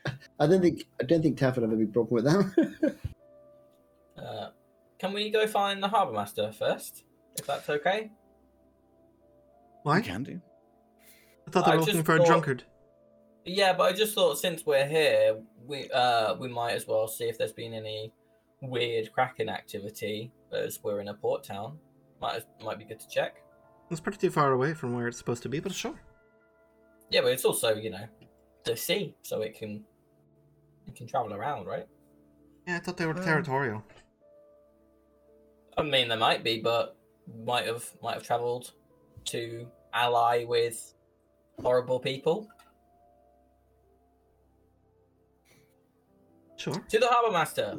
I don't think I don't think Taffin have any problem with that.
Uh, can we go find the harbour master first, if that's okay?
Why?
You can do.
I thought they
I
were looking
just
for a
thought-
drunkard.
Yeah, but I just thought since we're here, we uh we might as well see if there's been any weird cracking activity as we're in a port town. Might might be good to check.
It's pretty far away from where it's supposed to be, but sure.
Yeah, but it's also you know the sea, so it can it can travel around, right?
Yeah, I thought they were
Um,
territorial.
I mean, there might be, but might have might have travelled to ally with horrible people.
Sure.
To the harbour master.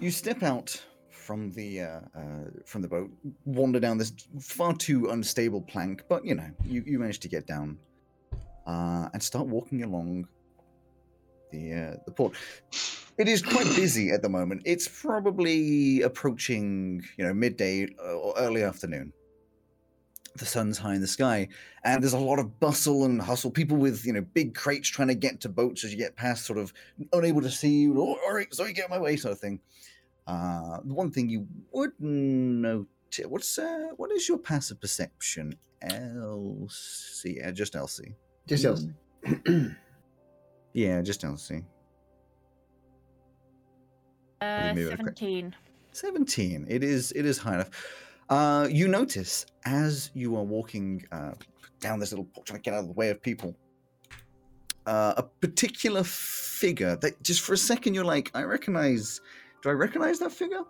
You step out from the uh, uh, from the boat, wander down this far too unstable plank, but you know you, you manage to get down uh, and start walking along the uh, the port. It is quite busy at the moment. It's probably approaching you know midday uh, or early afternoon. The sun's high in the sky, and there's a lot of bustle and hustle. People with you know big crates trying to get to boats as you get past, sort of unable to see you. Oh, all right, sorry, get out of my way, sort of thing. Uh, the one thing you would note what's uh, what is your passive perception, Elsie? Yeah, just Elsie.
Just else.
Yeah, just Elsie.
Uh,
maybe I've got-
17.
17 it is it is high enough uh, you notice as you are walking uh, down this little porch trying to get out of the way of people uh, a particular figure that just for a second you're like i recognize do i recognize that figure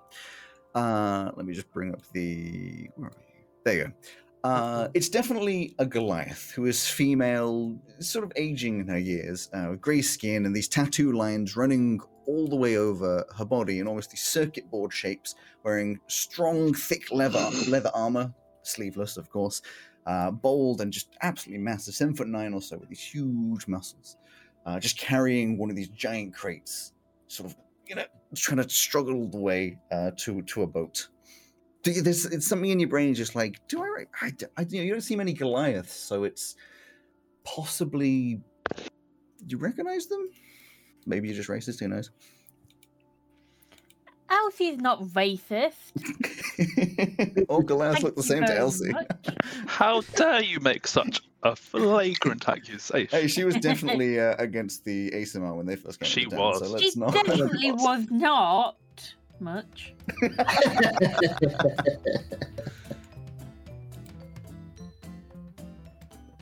uh, let me just bring up the where are you? there you go uh, it's definitely a Goliath who is female, sort of aging in her years, uh, with grey skin and these tattoo lines running all the way over her body in almost these circuit board shapes, wearing strong, thick leather leather armor, sleeveless, of course, uh, bold and just absolutely massive, seven foot nine or so, with these huge muscles, uh, just carrying one of these giant crates, sort of, you know, trying to struggle the way uh, to to a boat. Do you, there's it's something in your brain just like, do I? re- I, d- I- you, know, you don't see many Goliaths, so it's possibly you recognize them. Maybe you're just racist. Who knows?
Elsie's not racist.
All Goliaths
Thank
look the
you
same to
very
Elsie.
much.
How dare you make such a flagrant accusation?
Hey, she was definitely uh, against the ASMR when they first came.
She
into town,
was.
So
She
let's not.
definitely was not much.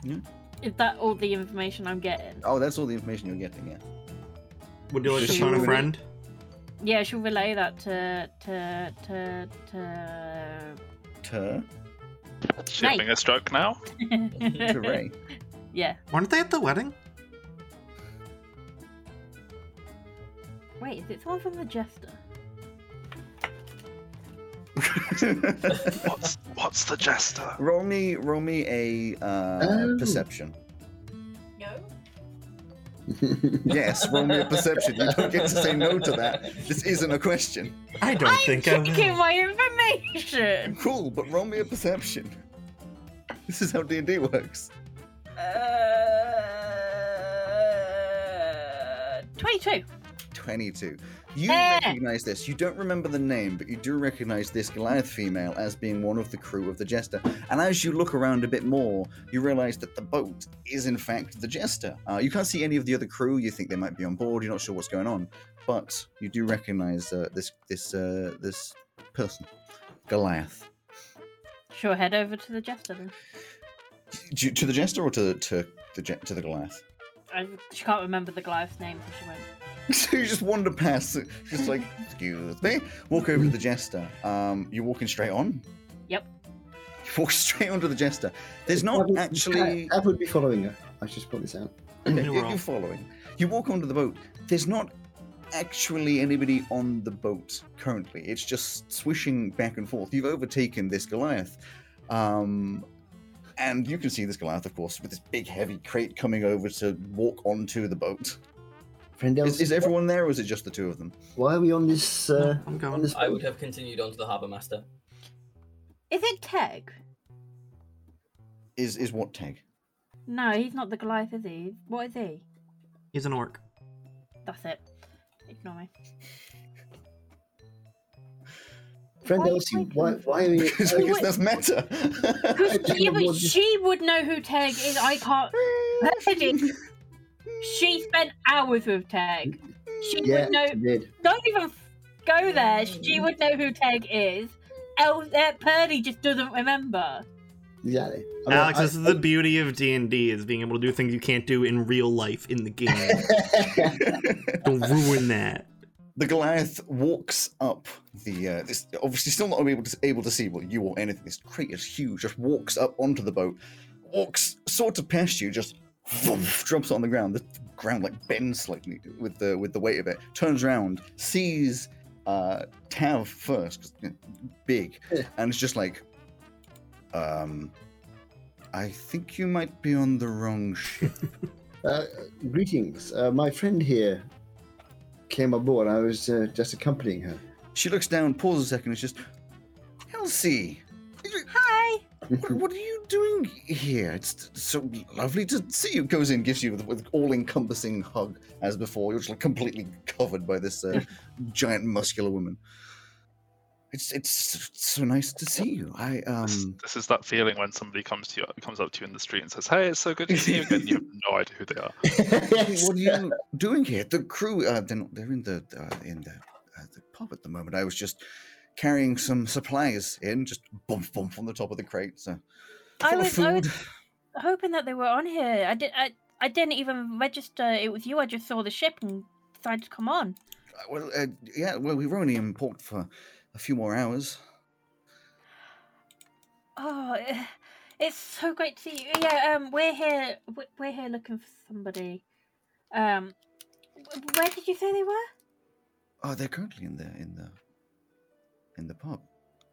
Yeah.
Is that all the information I'm getting?
oh, that's all the information you're getting. Yeah.
Would you like to
She
phone a
would-
friend?
Yeah, she'll relay that to to to to.
To,
She having a stroke now?
to Ray.
yeah.
Weren't they at the wedding?
Wait, is it someone from the Jester?
What's what's the jester?
roll me, roll me a uh,
Oh.
perception.
No.
Yes, roll me a perception. You don't get to say no to that. This isn't a question.
I don't think I
I'm checking my information.
Cool, but roll me a perception. This is how D and D works.
Uh, Twenty-two.
22. You
Eh.
recognize this. You don't remember the name, but you do recognize this Goliath female as being one of the crew of the Jester. And as you look around a bit more, you realize that the boat is, in fact, the Jester. Uh, you can't see any of the other crew. You think they might be on board. You're not sure what's going on. But you do recognize uh, this, this, uh, this person, Goliath.
Sure, head over to the Jester then.
Do you- to the Jester or to, to, the, Je- to the Goliath?
I, she can't remember the Goliath's name, so she won't.
So you just wander past, just like, excuse me, walk over to the jester. Um, you're walking straight on?
Yep.
You walk straight onto the jester. There's not
Ab-
actually.
Ab would be following her. I should just point this out.
Okay,
New
you're,
world.
you're following. You walk onto the boat. There's not actually anybody on the boat currently. It's just swishing back and forth. You've overtaken this Goliath. Um, and you can see this Goliath, of course, with this big heavy crate coming over to walk onto the boat.
Friend
Is,
Elsie,
is everyone there or is it just the two of them?
Why are we on this? Uh,
I'm
on
going.
this
I would have continued on to the harbour master.
Is it Teg?
is is what tag?
No, he's not the Goliath, is he? What is he?
He's an orc.
That's it. Ignore me.
friend
why are you
Elsie,
pointing?
why? Why are we?
Because I
why-
guess that's meta.
Because yeah,
I don't know
but
what this-
she would know who Teg is. I can't. Mercedes, she spent hours with Teg. She
yeah,
would know.
she did.
Don't even f- go there. She would know who Teg is. El- uh, Purdy just doesn't remember.
Exactly. I mean,
Alex,
I-
this is the beauty of D and D is being able to do things you can't do in real life in the game. Don't ruin that.
the Goliath walks up the uh, this obviously still not able to able to see well you or anything. This crate is huge. Just walks up onto the boat, walks sort of past you, just vroomf, drops it on the ground. The ground like bends slightly with the with the weight of it. Turns around, sees uh, Tav first, 'cause, you know, big,
Yeah.
and it's just like, um, I think you might be on the wrong ship.
Uh, greetings. Uh, my friend here came aboard. I was uh, just accompanying her.
She looks down, pauses a second, and it's just, Elsie,
Hi.
what, what are you doing here? It's so lovely to see you. Goes in, gives you with, with all encompassing hug as before. You're just like completely covered by this uh, giant muscular woman. It's it's so nice to see you. I
This,
Hmm.
um
this is that feeling when somebody comes to you, comes up to you in the street and says, "Hey, it's so good to see you again." You have no idea who they are.
Hey, what are you doing here? The crew, uh, they're, not, they're in the uh, in the, uh, the pub at the moment. I was just carrying some supplies in, just bump bump on the top of the crate. So,
I
full of
was- I was- Hoping that they were on here. I did. I, I didn't even register it was you. I just saw the ship and decided to come on.
Uh, Well, uh, yeah. Well, we were only in port for a few more hours.
Oh, eh, it's so great to see you. Yeah, um, we're here. we- We're here looking for somebody. Um, wh- where did you say they were?
Oh, they're currently in the in the in the pub.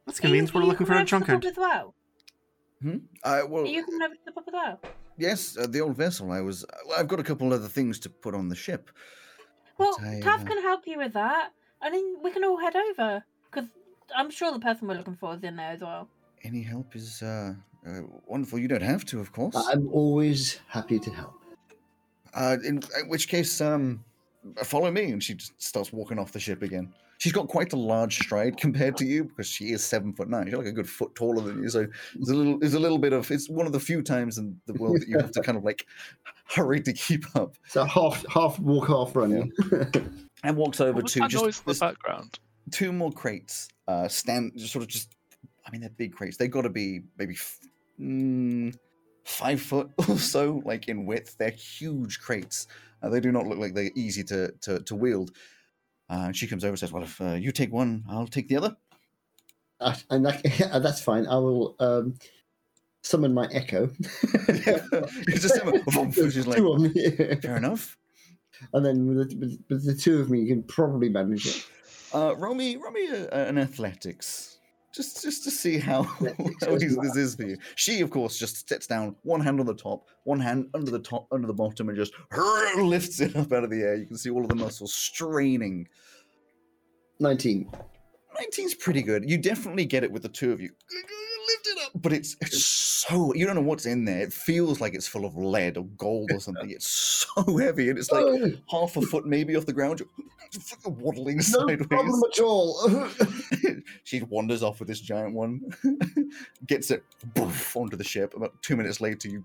That's
Are you-
convenient.
are
We're
you
looking for
coming
a
over to the pub
drunkard.
as well.
Uh, well,
Are you coming over to the pub as well?
yes, uh, the old vessel. I was. Well, I've got a couple other things to put on the ship.
Well,
I,
Tav
uh,
can help you with that, and then we can all head over because I'm sure the person we're looking for is in there as well.
Any help is uh, uh, wonderful. You don't have to, of course.
I'm always happy to help.
Uh, in, in which case, um, follow me, and she just starts walking off the ship again. She's got quite a large stride compared to you because she is seven foot nine. She's like a good foot taller than you, so there's a little, there's a little bit of. It's one of the few times in the world that you have to kind of like hurry to keep up.
So half half walk, half running.
And walks over
What was
to
that
just
noise in the
there's
background?
two more crates. Uh, stand just sort of just. I mean, they're big crates. They got to be maybe f- mm, five foot or so, like in width. They're huge crates. Uh, they do not look like they're easy to to, to wield. Uh, and she comes over and says, Well, if uh, you take one, I'll take the other.
Uh, and that, uh, that's fine. I will um, summon my echo.
It's just him, vroom,
There's
she's like,
two of me.
Fair enough.
and then with the, with, with the two of me, you can probably manage it.
Uh, roll me, roll me uh, an athletics, just just to see how,
Athletics
how
is
easy this is for you. She, of course, just sits down, one hand on the top, one hand under the top, under the bottom, and just lifts it up out of the air. You can see all of the muscles straining.
Nineteen.
19's pretty good. You definitely get it with the two of you. Lift it up, but it's it's so you don't know what's in there. It feels like it's full of lead or gold or something. It's so heavy, and it's like
Oh,
half a foot maybe off the ground. You're waddling
no
sideways.
problem at all.
she wanders off with this giant one, gets it boof, onto the ship. About two minutes later, you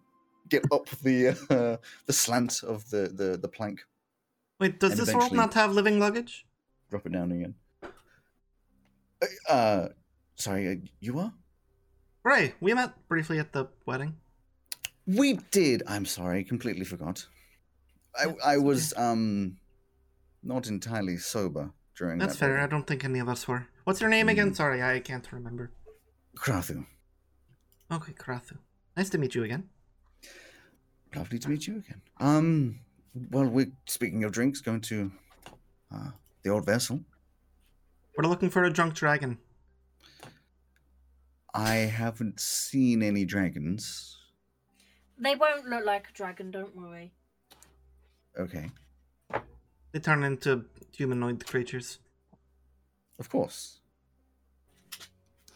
get up the uh, the slant of the, the the plank,
Wait, does
And
this world
eventually-
not have living luggage?
drop it down again. Uh, Uh, sorry, uh, you are.
Ray, we met briefly at the wedding.
We did. I'm sorry, completely forgot. I I was um not entirely sober during
That's
that.
fair. I
wedding. Mm.
don't think any of us were. What's your name again? Sorry, I can't remember.
Krathu,
Okay, Karathu. Nice to meet you again.
lovely to meet you again. Um, well, we're speaking of drinks, going to uh, the old vessel.
We're looking for a drunk dragon.
I haven't seen any dragons.
They won't look like a dragon, don't worry.
Okay,
They turn into humanoid creatures.
of course.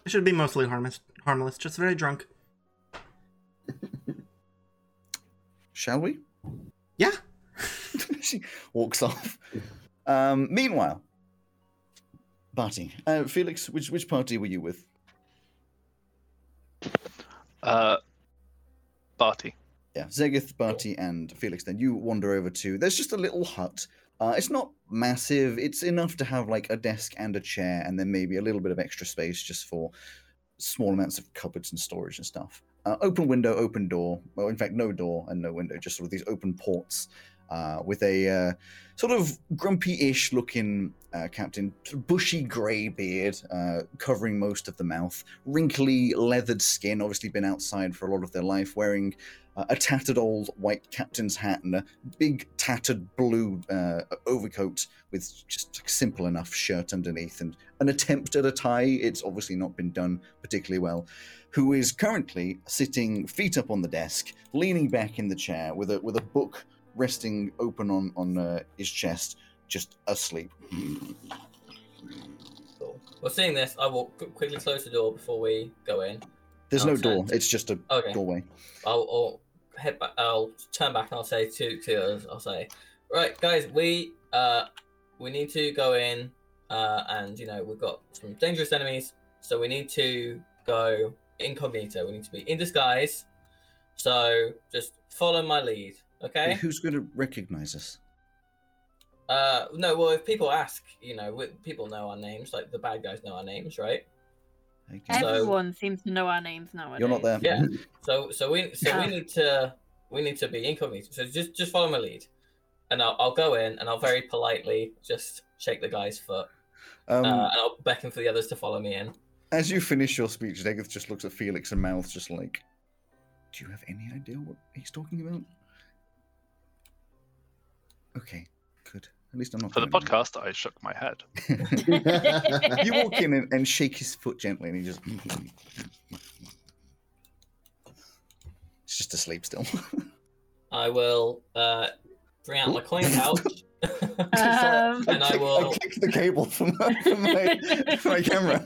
They should be mostly harmless, harmless, just very drunk.
Shall we?
Yeah.
she walks off. Um, meanwhile, Barty, uh, Felix, which which party were you with?
Uh, Barty.
yeah, Zegith, Barty, and Felix. Then you wander over to. There's just a little hut. Uh, it's not massive. It's enough to have like a desk and a chair, and then maybe a little bit of extra space just for small amounts of cupboards and storage and stuff. Uh, open window, open door. Well, in fact, no door and no window. Just sort of these open ports uh, with a uh, sort of grumpy-ish looking uh, captain, sort of bushy grey beard uh, covering most of the mouth, wrinkly leathered skin. Obviously, been outside for a lot of their life, wearing uh, a tattered old white captain's hat and a big tattered blue uh, overcoat with just a simple enough shirt underneath and an attempt at a tie. It's obviously not been done particularly well. Who is currently sitting feet up on the desk, leaning back in the chair with a with a book resting open on on uh, his chest, just asleep.
Cool. Well, seeing this, I will qu- quickly close the door before we go in.
There's no door.
Outside.
It's just a
Okay.
doorway.
I'll, I'll head back. I'll turn back and I'll say to to us. I'll say, right, guys, we uh we need to go in, uh, and you know we've got some dangerous enemies, so we need to go incognito. We need to be in disguise. So just follow my lead, okay?
Who's going to recognize us?
Uh, no, well, if people ask, you know, we, people know our names. Like the bad guys know our names, right?
I guess.
So-
Everyone seems to know our names nowadays.
You're not there.
Yeah. So so we so
Ah.
we need to we need to be incognito. So just just follow my lead, and I'll I'll go in and I'll very politely just shake the guy's foot,
Um,
uh, and I'll beckon for the others to follow me in.
As you finish your speech, Degith just looks at Felix and mouths just like, Do you have any idea what he's talking about? Okay, good. At least I'm not.
For
Hmm.
the
doing it.
podcast, I shook my head.
you walk in and, and shake his foot gently, and he just. He's just asleep still.
I will uh, bring out my coin pouch.
Um,
I,
And I
click-
will-
clicked the cable from my, from my, from my camera.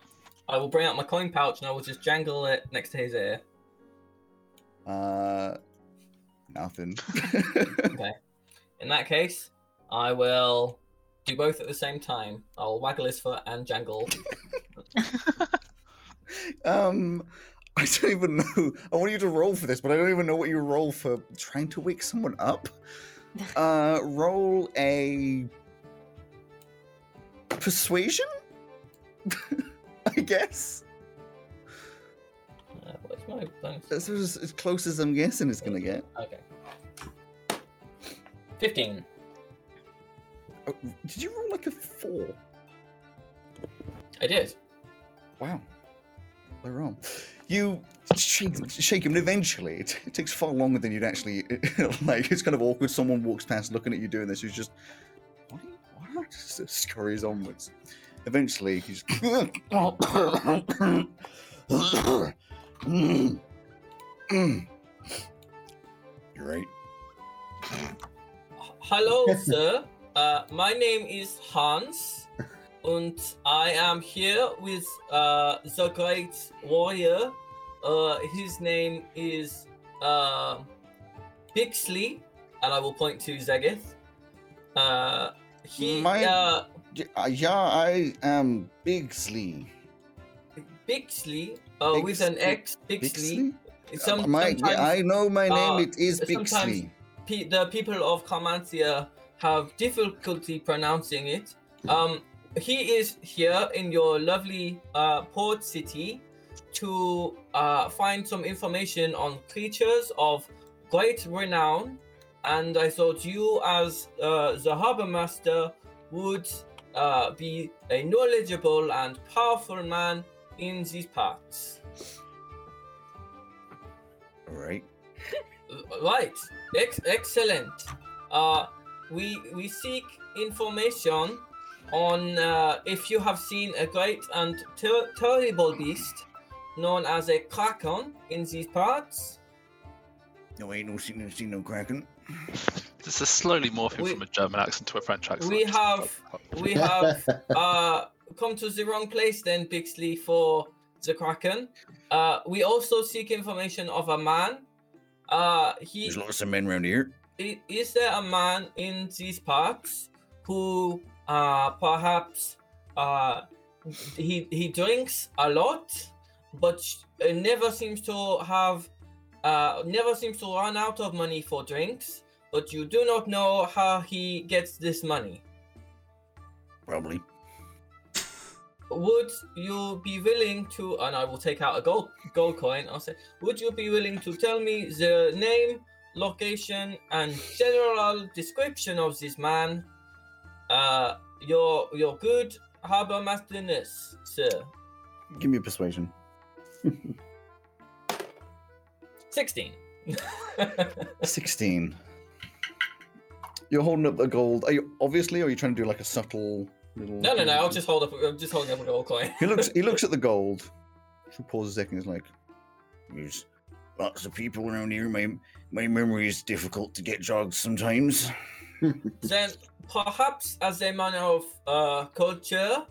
I will bring out my coin pouch and I will just jangle it next to his ear.
Uh, nothing.
In that case, I will do both at the same time. I'll waggle his foot and jangle.
Um, I don't even know. I want you to roll for this, but I don't even know what you roll for trying to wake someone up. Uh, roll a persuasion, I guess.
Uh, what's my bonus?
That's as, as close as I'm guessing it's gonna get.
Okay. Fifteen.
Oh, did you roll like a four?
I did.
Wow. They're wrong. You shake, shake him, and eventually it, it takes far longer than you'd actually like. It's kind of awkward. Someone walks past looking at you doing this, who's just, what? Are you, what? Just scurries onwards. Eventually, he's. You're right.
Hello, sir. Uh, my name is Hans, and I am here with uh, the great warrior. Uh, his name is uh, Bixley, and I will point to Zegith. Uh, he,
My-
uh,
Y- uh, Yeah, I am Bigsley.
Bixley, uh, with an X, Bixley.
Bixley?
Some,
my, yeah,
sometimes-
I know my name.
uh,
it is
sometimes-
Bixley.
pe- the people of Carmanthia have difficulty pronouncing it. Um, he is here in your lovely uh, port city to uh, find some information on creatures of great renown, and I thought you, as uh, the harbor master, would uh, be a knowledgeable and powerful man in these parts.
All right.
Right. Ex- excellent. Uh, we we seek information on uh, if you have seen a great and ter- terrible beast known as a kraken in these parts.
No, ain't no seen, seen no kraken.
This is slowly morphing
We-
from a German accent to a French accent.
We have we have uh, come to the wrong place then, Bixley, for the kraken. Uh, we also seek information of a man. Uh, he
There's lots of men around here.
I- is there a man in these parks who uh, perhaps uh, he he drinks a lot but uh, never seems to have uh, never seems to run out of money for drinks but you do not know how he gets this money
Probably.
would you be willing to and i will take out a gold gold coin i'll say would you be willing to tell me the name location and general description of this man uh your your good harbor masterness sir
Give me a persuasion.
16
Sixteen. You're holding up a gold. Are you obviously? Or are you trying to do like a subtle little?
no no no i'll just hold up i'm just holding up a gold coin
He looks. He looks at the gold. She pauses a second. Is like, there's lots of people around here. My my memory is difficult to get jogged sometimes.
then perhaps as a man of uh, culture,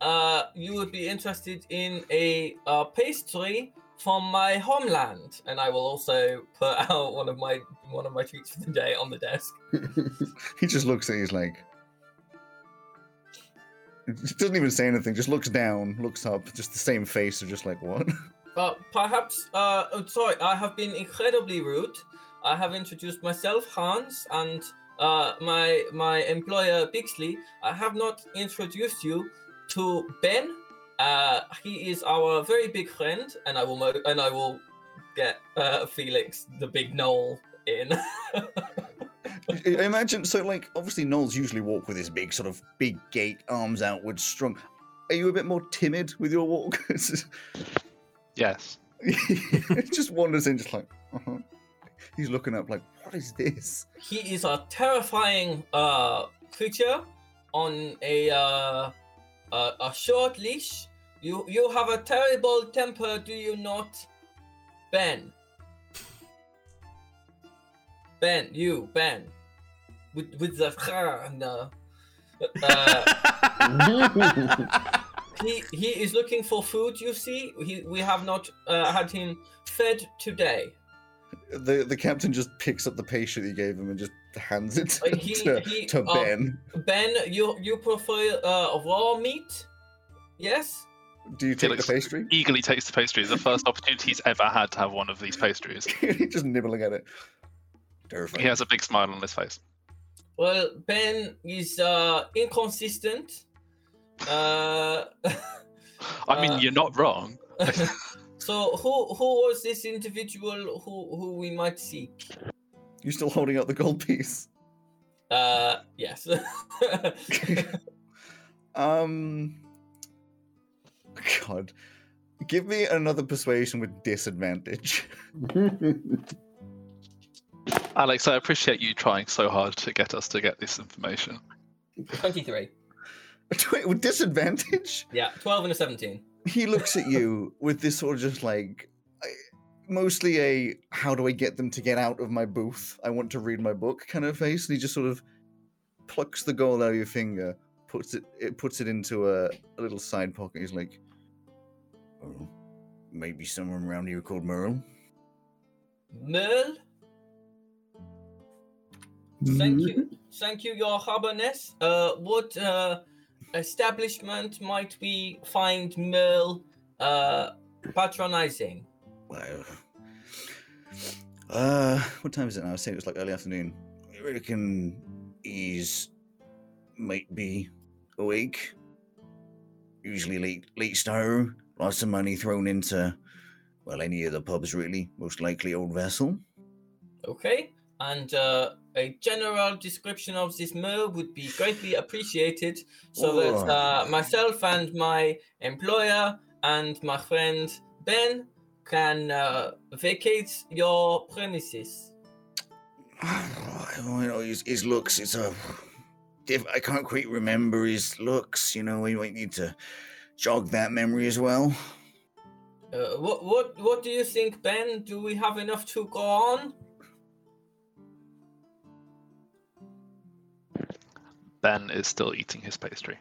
uh, you would be interested in a uh, pastry from my homeland, and I will also put out one of my one of my treats for the day on the desk.
He just looks at. you, He's like. Doesn't even say anything. Just looks down, looks up. Just the same face of just like what?
But perhaps, uh, oh, sorry, I have been incredibly rude. I have introduced myself, Hans, and uh, my my employer Bixley. I have not introduced you to Ben. Uh, he is our very big friend, and I will mo- and I will get uh, Felix the big knoll in.
I- I imagine so. Like obviously, gnolls usually walk with this big sort of big gait, arms outwards, strong. Are you a bit more timid with your walk? It's just-
Yes.
It just wanders in, just like uh-huh. he's looking up, like what is this?
he is a terrifying uh, creature on a, uh, a a short leash. You you have a terrible temper, do you not, Ben? Ben, you Ben, with with the and uh, uh, he he is looking for food. You see, he, we have not uh, had him fed today.
The the captain just picks up the patient he gave him and just hands it
Uh,
to,
he-
to,
he,
to
uh,
Ben.
Ben, you you prefer uh, raw meat? Yes.
Do you take
looks-
the pastry?
Eagerly takes the pastry. The first opportunity he's ever had to have one of these pastries.
He's just nibbling at it. Terrifying.
He has a big smile on his face.
Well, Ben is uh, inconsistent. Uh,
I mean,
Uh,
you're not wrong.
so who who was this individual who who we might seek?
You're still holding out the gold piece.
Uh, yes.
Um. God. Give me another persuasion with disadvantage.
Alex, I appreciate you trying so hard to get us to get this information.
23.
Wait, with disadvantage?
Yeah, 12 and a 17.
He looks at you with this sort of just like. I- Mostly a how do I get them to get out of my booth? I want to read my book kind of face, and he just sort of plucks the gold out of your finger, puts it, it puts it into a, a little side pocket. He's like, "Oh, maybe someone around here called Merle."
Merl, thank you. Thank you, Your Harberness. Uh, what uh, establishment might we find Merl uh, patronizing?
Well, uh, what time is it now? I say it was like early afternoon. I reckon he's might be awake. Usually late, late star. Lots of money thrown into, well, any of the pubs really. Most likely Old Vessel.
Okay. And uh, a general description of this mill would be greatly appreciated
Oh.
so that uh, myself and my employer and my friend Ben can uh, vacate your premises.
I don't know his, his looks. It's a. Diff- I can't quite remember his looks. You know, we might need to jog that memory as well.
Uh, what, what, what do you think, Ben? Do we have enough to go on?
Ben is still eating his pastry.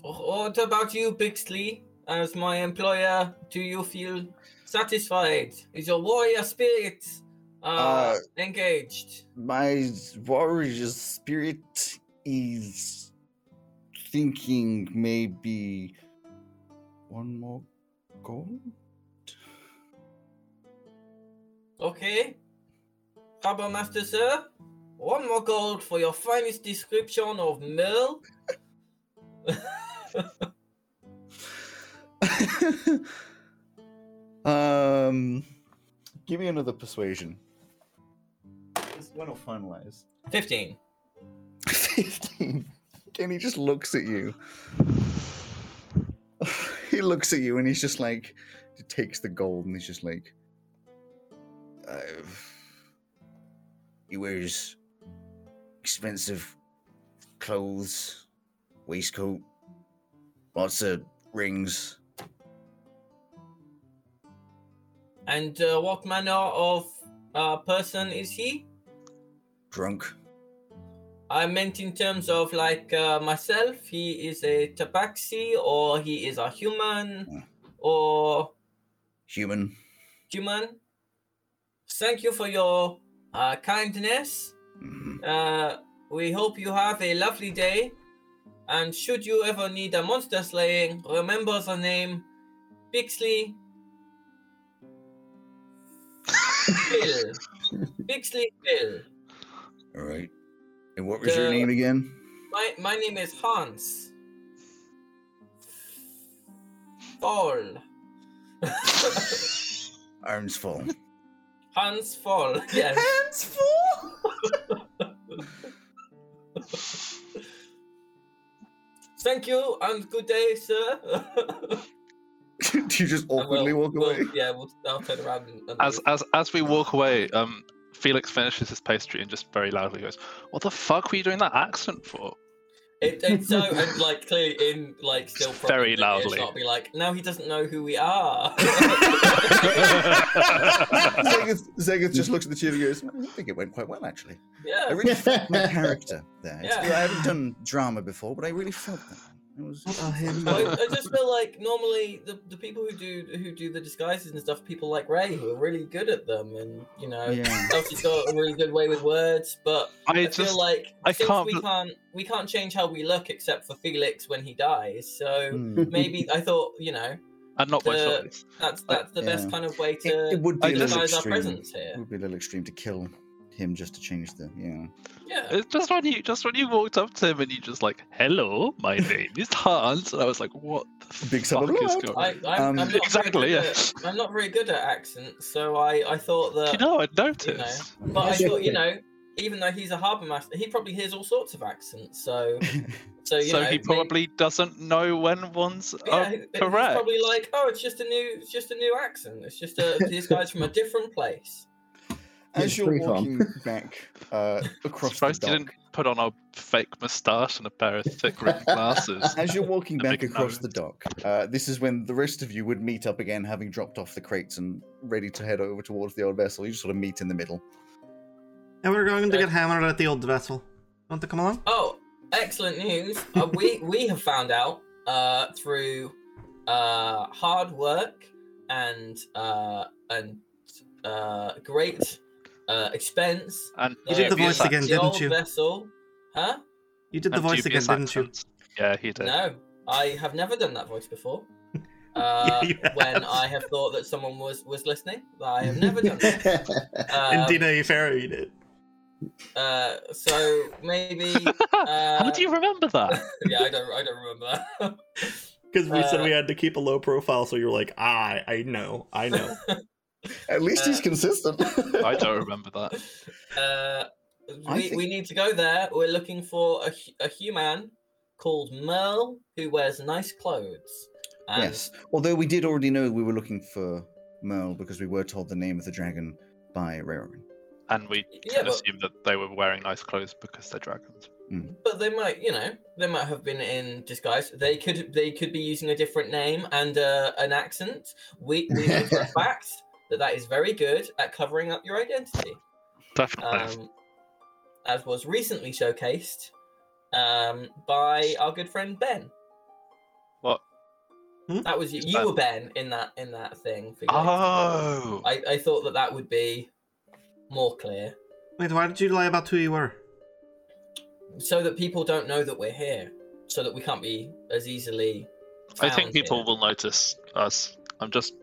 What about you, Bixley? As my employer, do you feel satisfied? Is your warrior spirit
Uh,
uh, engaged?
my warrior spirit is thinking maybe one more goal.
Okay. Harbour Master, sir, one more gold for your finest description of Merl.
um, give me another persuasion. This one will finalize.
15.
Fifteen. And he just looks at you. he looks at you and he's just like, he takes the gold and he's just like, uh, he wears expensive clothes, waistcoat, lots of rings.
And uh, what manner of uh, person is he?
Drunk.
I meant in terms of like uh, myself, he is a tabaxi or he is a human or
Human.
human. Thank you for your uh, kindness.
Mhm.
Uh, we hope you have a lovely day. And should you ever need a monster slaying, remember the name Bixley. Bill. Bixley Bill.
All right. And what was your
Uh,
name again?
My, my name is Hans. Fall.
Arms full.
Hans Fall. Yes.
Hands full?
Thank you and good day, sir.
Do you just
And we'll-
awkwardly walk
we'll-
away?
yeah, we'll, I'll turn around and, and
As
leave.
as as we walk away, um, Felix finishes his pastry and just very loudly goes, "What the fuck were you doing that accent for?"
It, it's so and like clearly in like still
Just very
proper British,
loudly.
Not be like now he doesn't know who we are.
Zegith, Zegith just looks at the two of you and goes, "Hmm, I think it went quite well, actually. I
yeah,
really felt my character there. It's-
Yeah.
I haven't done drama before, but I really felt that. It was,
What are him?
I, I just feel like normally the, the people who do who do the disguises and stuff, people like Ray who are really good at them, and you know,
yeah.
Elsie's got a really good way with words, but
I
I
just
feel like
I
since
can't
we
bel-
can't we can't change how we look except for Felix when he dies. So
Hmm.
maybe I thought you know
and not my
the-
choice.
that's
I-
that's the best
yeah.
kind of way
It, it
to
would be
I
a
just- Mm.
little
disguise our
extreme.
presence
It
here.
would be a little extreme to kill him just to change the. Yeah.
Yeah.
It's just when you just when you walked up to him and you just like, "Hello, my name is Hans," and I was like, "What the
Big sub
fuck
of
is
blood.
going?"
I, I'm,
Um,
I'm not very
Exactly,
good
yeah.
At, I'm not very good at accents, so I, I thought
Do
that.
you know, I noticed.
But I thought, you know, even though he's a harbour master, he probably hears all sorts of accents. So, so you
so
know,
he
may-
probably doesn't know when one's
yeah,
Oh,
up.
he- he's
correct.
probably like, oh, it's just a new, it's just a new accent. It's just a these guys from a different place.
As
Yes,
you're
free farm.
walking back uh, across the
Surprised you
dock,
didn't put on a fake moustache and a pair of thick rimmed glasses.
as you're walking
A
back
big
across
nose.
the dock, uh, this is when the rest of you would meet up again, having dropped off the crates and ready to head over towards the old vessel. You just sort of meet in the middle.
And we're going to
Okay.
get hammered at the old vessel. Want to come along?
Uh, Oh, excellent news! uh, we we have found out uh, through uh, hard work and uh, and uh, great uh, expense. Uh,
And
You did the
dubious
voice again,
ac-
the
didn't
old
you?
Vessel, huh?
You did the
and
voice again,
dubious
didn't you?
accents. Yeah, he did.
No, I have never done that voice before. Uh,
you
when
have.
I have thought that someone was was listening, I have never done that. Um,
Indeed, you fair you did.
Uh, so maybe. uh,
How do you remember that?
yeah, I don't. I don't remember.
Because we said
Uh,
we had to keep a low profile, so you were like, ah, I know, I know.
At least he's
Uh,
consistent.
I don't remember that.
Uh,
I
we,
think-
we need to go there. We're looking for a, hu- a human called Merle who wears nice clothes. And
Yes. Although we did already know we were looking for Merle because we were told the name of the dragon by Rarin.
And we
Yeah,
can
but,
assume that they were wearing nice clothes because they're dragons.
but they might, you know, they might have been in disguise. They could they could be using a different name and uh, an accent. We we know for a fact that that is very good at covering up your identity.
Definitely.
Um, as was recently showcased um, by our good friend Ben.
What?
Hmm?
That was you. You
Ben?
were Ben in that in that thing. For
oh.
I, I thought that that would be more clear,
Wait, why did you lie about who you were?
so that people don't know that we're here, so that we can't be as easily.
I think
found
people
here.
will notice us. I'm just.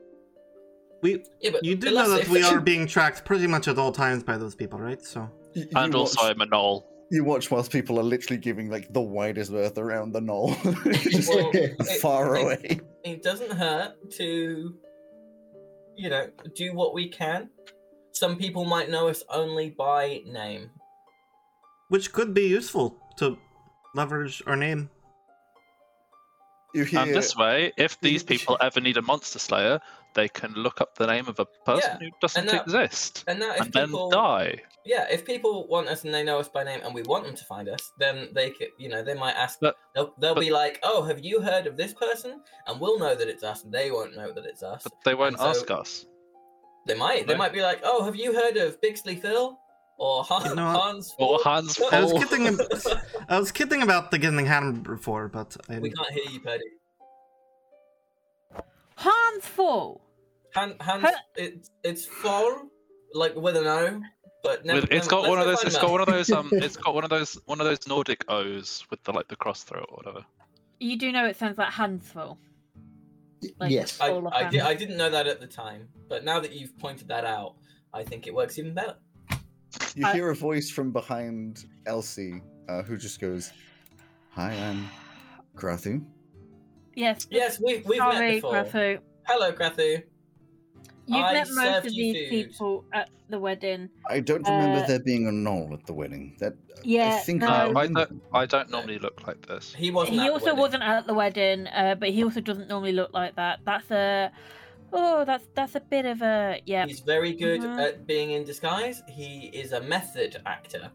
We,
Yeah, but
you do
unless
know that
if-
we are being tracked pretty much at all times by those people, right? So
You, you
And also,
watch,
I'm a knoll.
you watch whilst people are literally giving like the widest berth around the knoll, just
Well,
far
it-
away.
it doesn't hurt to you know do what we can some people might know us only by name
which could be useful to leverage our name.
You hear
And this way, if these people ever need a monster slayer, they can look up the name of a person who doesn't
that-
exist
and that if
and then
people
die.
yeah if people want us and they know us by name and we want them to find us then they could you know they might ask
But-
they'll, they'll
but-
be like oh have you heard of this person and we'll know that it's us and they won't know that it's us
But they won't
And so-
ask us.
they might they
Right.
might be like oh have you heard of bixley phil or Han-
You know what?
hans
Or
Phil?"
Hans
I was
Oh.
kidding. ab- I was kidding about the getting hammered before, but I
we can't hear you Purdy.
Hans Fall.
Han, Hans,
Huh?
it's it's full, like with an O, but never,
With,
never-
it's got one of
let's
those. It's
go
got
find
one of those. Um, it's got one of those. One of those Nordic O's with the like the cross through it or whatever.
You do know it sounds like handful. Like,
yes.
All of
I, I,
them.
di- I didn't know that at the time, but now that you've pointed that out, I think it works even better.
You
I-
hear a voice from behind Elsie, uh, who just goes, "Hi, I'm Krathu."
Yes.
Yes, we, we've met
Sorry,
before.
Grafu.
Hello, Grathu.
You've
I
met most
served
of
you
these
food.
people at the wedding.
I don't remember
Uh,
there being a knoll at the wedding. That
Yeah,
I think
no.
I
No, I
remember.
don't. I don't normally look like this.
He wasn't. at
He
the
also
wedding.
wasn't at the wedding, uh, but he also doesn't normally look like that. That's a, oh, that's that's a bit of a yeah.
He's very good
Mhm.
at being in disguise. He is a method actor,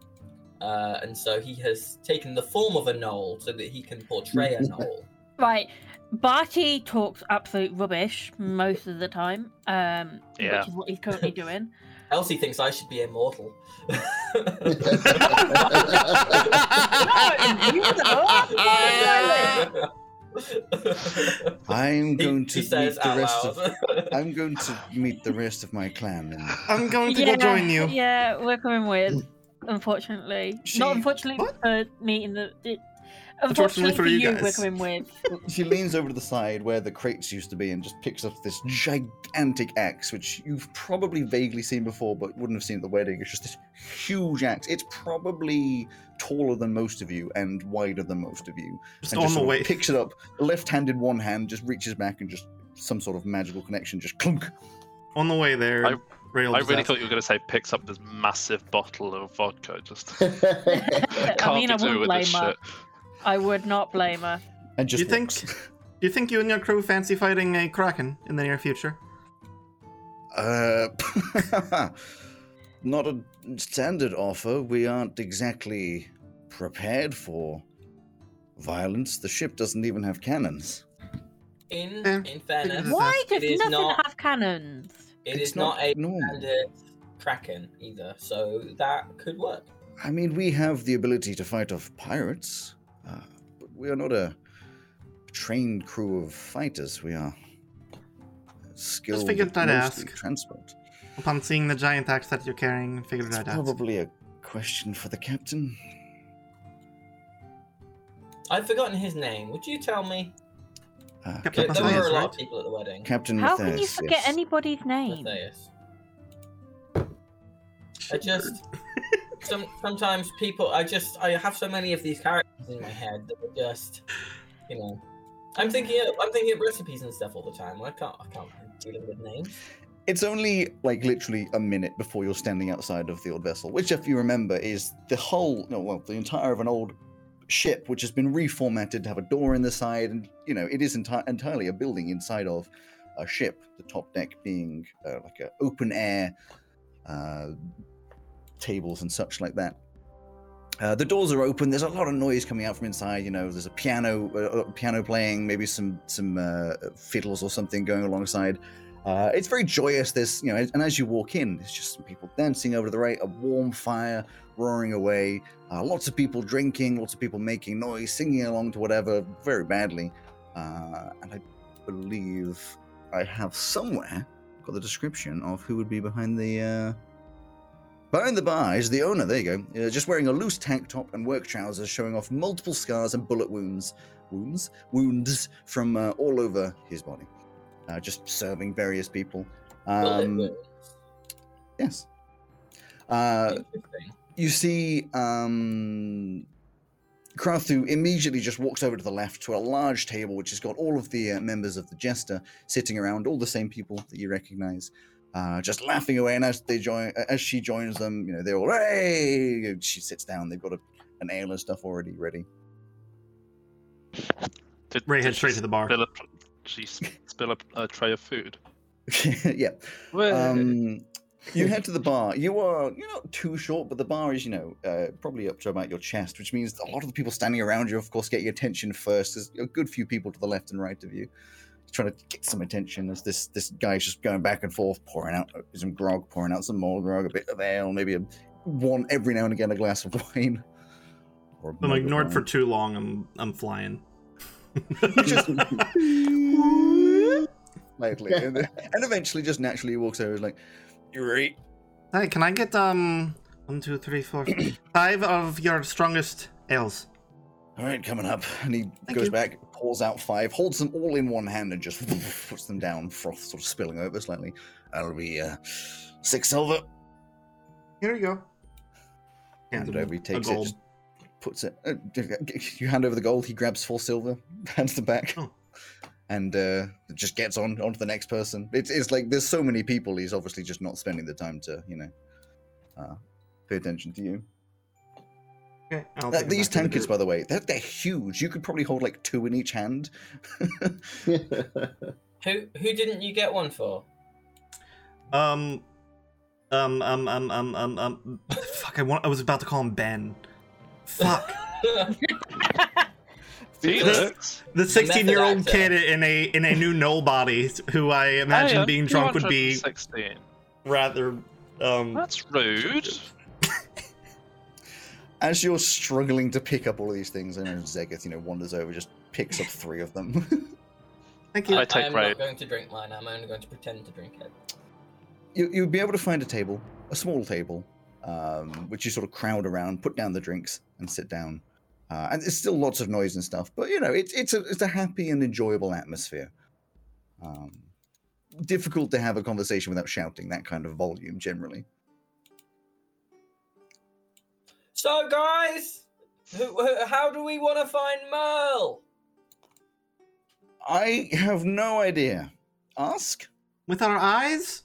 uh, and so he has taken the form of a knoll so that he can portray a knoll.
Right. Barty talks absolute rubbish most of the time, um,
Yeah.
which is what he's currently doing.
Elsie thinks I should be immortal.
I'm
He-
going
he
to meet
says
the
out
rest of.
loud.
I'm going to meet the rest of my clan. And...
I'm going to
yeah,
go join you. Mm.
Yeah, we're coming with. Unfortunately,
She-
not unfortunately
what?
for me and the. It,
Unfortunately
unfortunately
for
for
you
you, we're
guys.
coming with.
She leans over to the side where the crates used to be and just picks up this gigantic axe, which you've probably vaguely seen before, but wouldn't have seen at the wedding. It's just this huge axe. It's probably taller than most of you and wider than most of you.
Just
And
on
just
the
sort of
way.
Picks it up, left-handed one hand, just reaches back and just some sort of magical connection, just clunk.
On the way there,
I-
Rail
I really
disaster.
thought you were going to say picks up this massive bottle of vodka. Just
I
can't
I mean,
be
I
doing
wouldn't
with
blame
this
her.
shit.
I would not blame her.
And just
You think-
walks.
Do you think you and your crew fancy fighting a kraken in the near future?
Uh, not a standard offer. We aren't exactly prepared for violence. The ship doesn't even have cannons.
In
Eh,
Yeah.
in fairness,
What?
Why does
It is
nothing
not-
have cannons?
it is not, a
normal.
standard kraken either, so that could work.
I mean, we have the ability to fight off pirates, uh, but we are not a trained crew of fighters. We are skilled.
figured I'd
mostly
ask.
Transport.
Upon seeing the giant axe that you're carrying, figure
It's
that out.
probably a question for the captain.
I've forgotten his name. Would you tell me?
Uh,
There,
Captain
there were
Matthias,
a lot
right?
of people at the wedding.
Captain
How can you
Matthias,
forget
yes.
anybody's name?
Matthias. I just some sometimes people. I just I have so many of these characters in my head that are just you know. I'm thinking of, I'm thinking of recipes and stuff all the time. I can't I can't deal with names.
It's only like literally a minute before you're standing outside of the old vessel, which, if you remember, is the whole, no, well, the entire of an old ship, which has been reformatted to have a door in the side, and you know, it is enti- entirely a building inside of a ship. The top deck being uh, like an open air uh, tables and such like that. Uh, the doors are open. There's a lot of noise coming out from inside. You know, there's a piano, uh, uh, piano playing, maybe some some uh, fiddles or something going alongside. Uh, it's very joyous. There's you know, and as you walk in, there's just some people dancing over to the right, a warm fire roaring away, uh, lots of people drinking, lots of people making noise, singing along to whatever, very badly. Uh, and I believe I have somewhere got the description of who would be behind the. Uh, Behind the bar is the owner, there you go, uh, just wearing a loose tank top and work trousers, showing off multiple scars and bullet wounds, wounds, wounds from uh, all over his body. Uh, just serving various people.
Bullet
Um,
wounds.
yes. Uh,
Interesting.
you see um Krathu immediately just walks over to the left to a large table which has got all of the uh, members of the jester sitting around all the same people that you recognize uh, just laughing away and as they join as she joins them you know they're all hey and she sits down they've got a, an ale and stuff already ready
Did,
Ray
did
heads
she
straight to the bar.
Spill a, she s- spill a, a tray of food.
yeah um, you head to the bar. You are you're not too short, but the bar is you know uh, probably up to about your chest, which means a lot of the people standing around you, of course, get your attention first. There's a good few people to the left and right of you, trying to get some attention. As this this guy's just going back and forth, pouring out some grog, pouring out some more grog, a bit of ale, maybe a, one every now and again a glass of wine. Or a
I'm
mug of
ignored for
uh,
wine.
too long. I'm I'm flying.
lightly, and, then- and eventually just naturally walks over, and is like, "You're right."
Hey, can I get um one, two, three, four, five of your strongest ales?
All right, coming up. And he
Thank
goes
you.
back, pours out five, holds them all in one hand, and just puts them down, froth sort of spilling over slightly. That'll be uh, six silver.
Here you go.
And
him
over he takes
a
it,
gold.
just puts it. Uh, you hand over the gold. He grabs four silver, hands them back,
Oh.
and uh, just gets on onto the next person. It's it's like there's so many people. He's obviously just not spending the time to you know uh, pay attention to you.
Okay, I'll
Uh,
take
these
it back to the
tankards,
group.
by the way, they're, they're huge. You could probably hold like two in each hand.
Who who didn't you get one for?
Um, um, um, um, um, um, um. Fuck! I want. I was about to call him Ben. Fuck!
Felix,
The sixteen-year-old
actor.
kid in a in a new null body who I imagine
Hiya,
being
uh, you
drunk
are
would be
16.
rather. Um,
That's rude.
As you're struggling to pick up all of these things, and Zegeth, you know, wanders over, just picks up three of them.
thank you.
I take
I'm
Ray.
not going to drink mine. I'm only going to pretend to drink it.
you, you'd be able to find a table, a small table, um, which you sort of crowd around, put down the drinks, and sit down. Uh, and there's still lots of noise and stuff, but you know, it's it's a it's a happy and enjoyable atmosphere. Um, difficult to have a conversation without shouting that kind of volume generally.
So guys, who, who, how do we want to find Merle?
I have no idea. Ask.
With our eyes.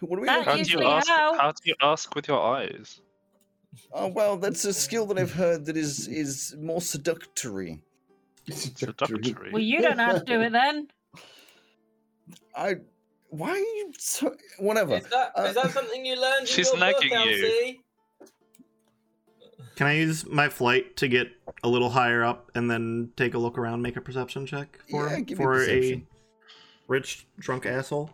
What are we
That
looking
How do
Usually
you ask?
how?
How do you ask with your eyes?
Oh well, that's a skill that I've heard that is is more seductory.
Seductory.
Well, you don't have to do it then.
I. Why are you so? Whatever.
Is that, is
Uh,
that something you learned in
She's
your book,
nagging you.
Elsie?
Can I use my flight to get a little higher up and then take a look around, make a perception check for
Yeah,
him-
give me
for a
perception.
rich drunk asshole?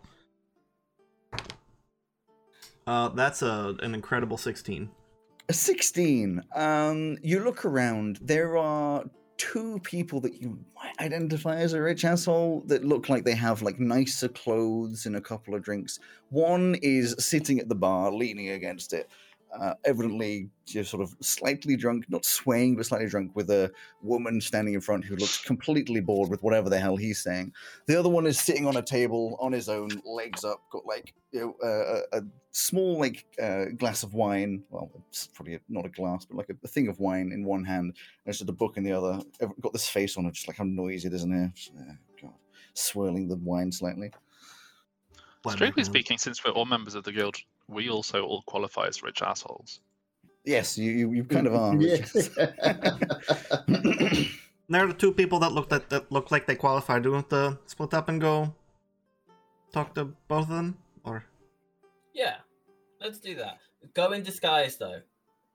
Uh, that's a an incredible sixteen.
A 16. Um, you look around. There are two people that you might identify as a rich asshole that look like they have like nicer clothes and a couple of drinks. One is sitting at the bar, leaning against it, uh, evidently just sort of slightly drunk, not swaying, but slightly drunk, with a woman standing in front who looks completely bored with whatever the hell he's saying. The other one is sitting on a table on his own, legs up, got like you know, uh, a, a small like uh, glass of wine. Well, it's probably not a glass, but like a, a thing of wine in one hand, and it's just a book in the other. Ev- Got this face on it, just like how noisy it is in here. Just, uh, God, swirling the wine slightly.
Strictly speaking, since we're all members of the guild, we also all qualify as rich assholes.
Yes, you you, you kind of are.
Yes.
there are two people that look that, that look like they qualify. Do you want to split up and go talk to both of them, or
Yeah, let's do that. Go in disguise though,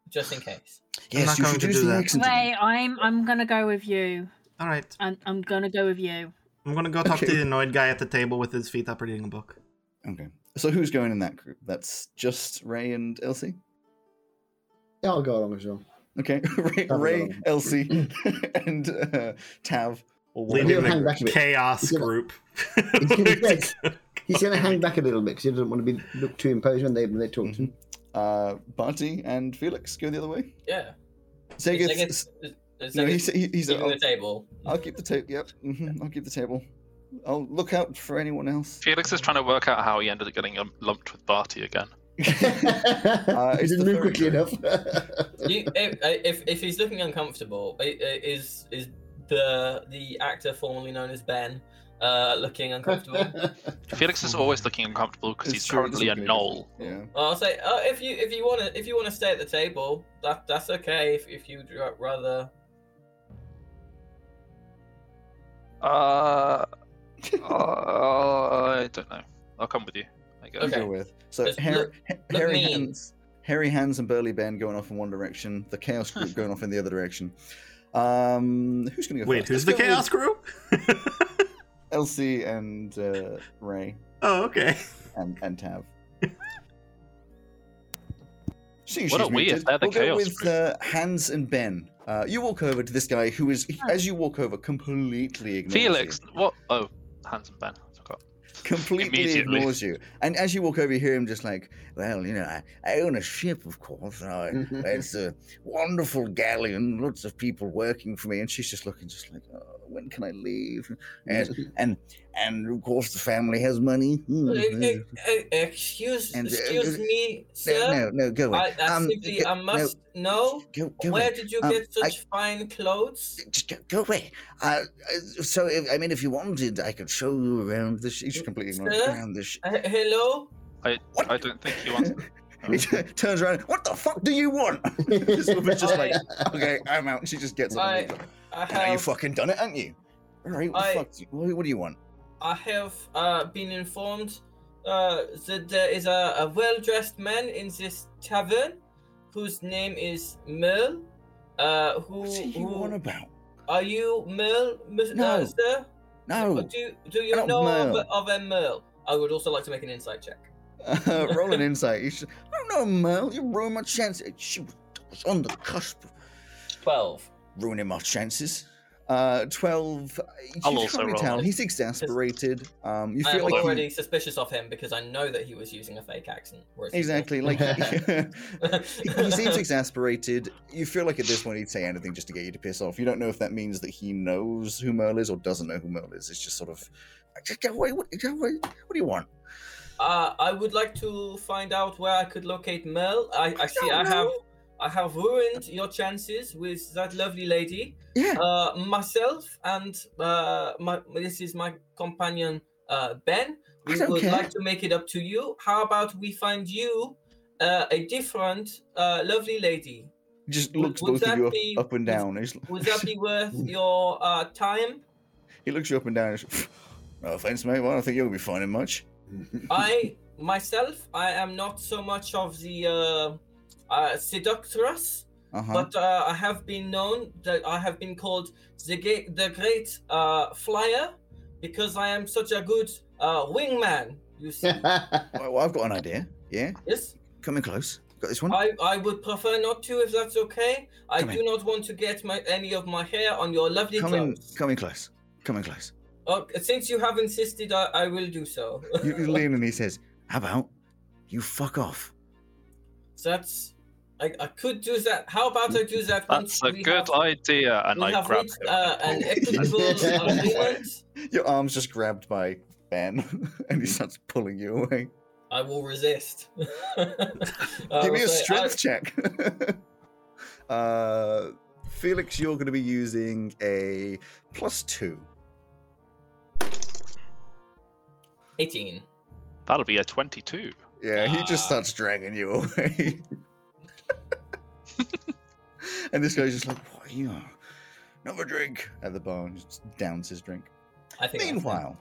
just in case.
yes,
not
you
going
should
to
use
do
the
that.
accent.
Wait, I'm I'm gonna go with you.
all right?
I'm I'm gonna go with you.
I'm gonna go talk to
Okay.
the annoyed guy at the table with his feet up reading a book.
Okay, so who's going in that group? That's just Ray and Elsie.
yeah, I'll Oh, go along as well.
Okay, Ray,
Tav
Ray
alone.
Elsie, and uh, Tav. Or
Leading
Leading
whatever.
the hang back a
the
bit.
chaos
He's gonna-
group.
He's gonna, yes, he's gonna hang back a little bit because he doesn't want to be look too imposing when they when they talk to him.
Uh, Barty and Felix go the other way.
Yeah.
Segith, no, he's, he, he's
He's at
I'll,
the table.
I'll keep the table. Yep, hmm I'll keep the table. I'll look out for anyone else.
Felix is trying to work out how he ended up getting um, lumped with Barty again.
he
Mm-hmm. Uh, it's the
didn't move
third
quickly
guy.
enough.
You- if, uh, if if he's looking uncomfortable, i- i- is is the the actor formerly known as Ben uh, looking uncomfortable?
Felix is always looking uncomfortable because
It's
he's
true, it doesn't
currently a
look any different. Yeah.
knoll.
Well, I'll say uh, if you if you want to if you want to stay at the table, that that's okay. If if you'd ra- rather,
Uh, uh, I don't know. I'll come with you. I guess.
you
Okay.
Go with. So
Just
Harry,
look- look
Harry
mean.
hands, Harry hands, and Burly Ben going off in one direction. The Chaos Group going off in the other direction. Um, who's gonna go
Wait,
first?
who's the
Let's go with
chaos group?
Elsie and uh, Ray
oh, okay.
and and Tav. See,
What a
she's
weird-
muted.
they're the
we'll go
chaos
with
group.
uh, Hans and Ben. Uh, you walk over to this guy who is, he- as you walk over, completely ignores
Felix,
you.
what? Oh, Hans and Ben. I forgot.
Completely
immediately.
ignores you. And as you walk over, you hear him just like, well, you know, I, I own a ship, of course. and I,
Mm-hmm.
it's a wonderful galleon, lots of people working for me. And she's just looking, just like, oh, when can I leave?
Mm-hmm.
And, and, and of course, the family has money.
Uh,
Mhm.
e- e- excuse
And, uh,
excuse
uh,
me,
No, no,
sir.
no, go away.
I, I
Um,
simply
go-
I must know
No, go, go
where
away.
did you
Um,
get
I-
such fine clothes?
Just go, go away. Uh, uh, so, if, I mean, if you wanted, I could show you around the. Sh- he's completely ignoring
Sir?
around the. Sh-
Uh, hello.
I,
What?
I don't think he wants.
he turns around. What the fuck do you want? this woman's just like, okay, I'm out. She just gets up.
I-
and leaves.
I
Now you
have
fucking done it, haven't you? All right, what the
I-
fuck? do you- What, what do you want?
I have uh, been informed uh, that there is a, a well-dressed man in this tavern whose name is Merle. Uh, who,
What are you
who-
on about?
Are you Merle, Mr.
No.
Uh, sir? Uh,
No.
Do, do
I'm
you
not
know of,
Merle.
of a Merle? I would also like to make an insight check.
Uh, roll an insight. You should, I don't know, Merle. You ruined my chance. She was was on the cusp of
12.
ruining my chances. Uh, twelve. You
I'll
can
also
probably
roll
tell
it.
he's exasperated. Um, you
I
feel
am
like he-
already suspicious of him because I know that he was using a fake accent. whereas he
exactly like he, he seems exasperated. You feel like at this point he'd say anything just to get you to piss off. You don't know if that means that he knows who Merle is or doesn't know who Merle is. It's just sort of just get away. What, get away. what do you want?
Uh, I would like to find out where I could locate Mel. I, I see.
don't
I have.
know.
I have ruined your chances with that lovely lady.
Yeah.
Uh, myself and uh, my this is my companion Uh, ben, we
I don't
would
care.
like to make it up to you. How about we find you uh, a different uh, lovely lady?
He Just
Would-
looks
would
both of
that
you up,
be-
up and
would-
down. He's-
Would that be worth your uh, time?
he looks you up and down. and he's- no offense, mate, but I don't think you'll be finding much.
I myself, I am not so much of the uh, uh, seductress,
Uh huh.
but uh, I have been known that I have been called the ga- the great uh, flyer because I am such a good uh, wingman. You see,
Well, I've got an idea. Yeah,
yes.
come in close. Got this one.
I, I would prefer not to, if that's okay. I
Come
do not want to get my any of my hair on your lovely
Come in,
clothes.
come in close. Come in close.
Oh, since you have insisted, I, I will do so.
You, you lean and he says, "How about you fuck off?"
that's I, I could do that. How about I do that?
That's
once
a
we
good
have-
idea, and
we
I
have
grab
reached,
him.
uh, an equitable uh,
Yeah.
agreement.
Your arm's just grabbed by Ben, and he starts pulling you away.
I will resist. Uh, I
Give me a
will say,
strength check. uh, Felix, you're going to be using a plus two.
I- 18.
That'll be a 22.
Yeah, he
Ah.
just starts dragging you away. and this guy's just like, what are you? Another drink at the bar and just downs his drink.
I think. that's-
Meanwhile,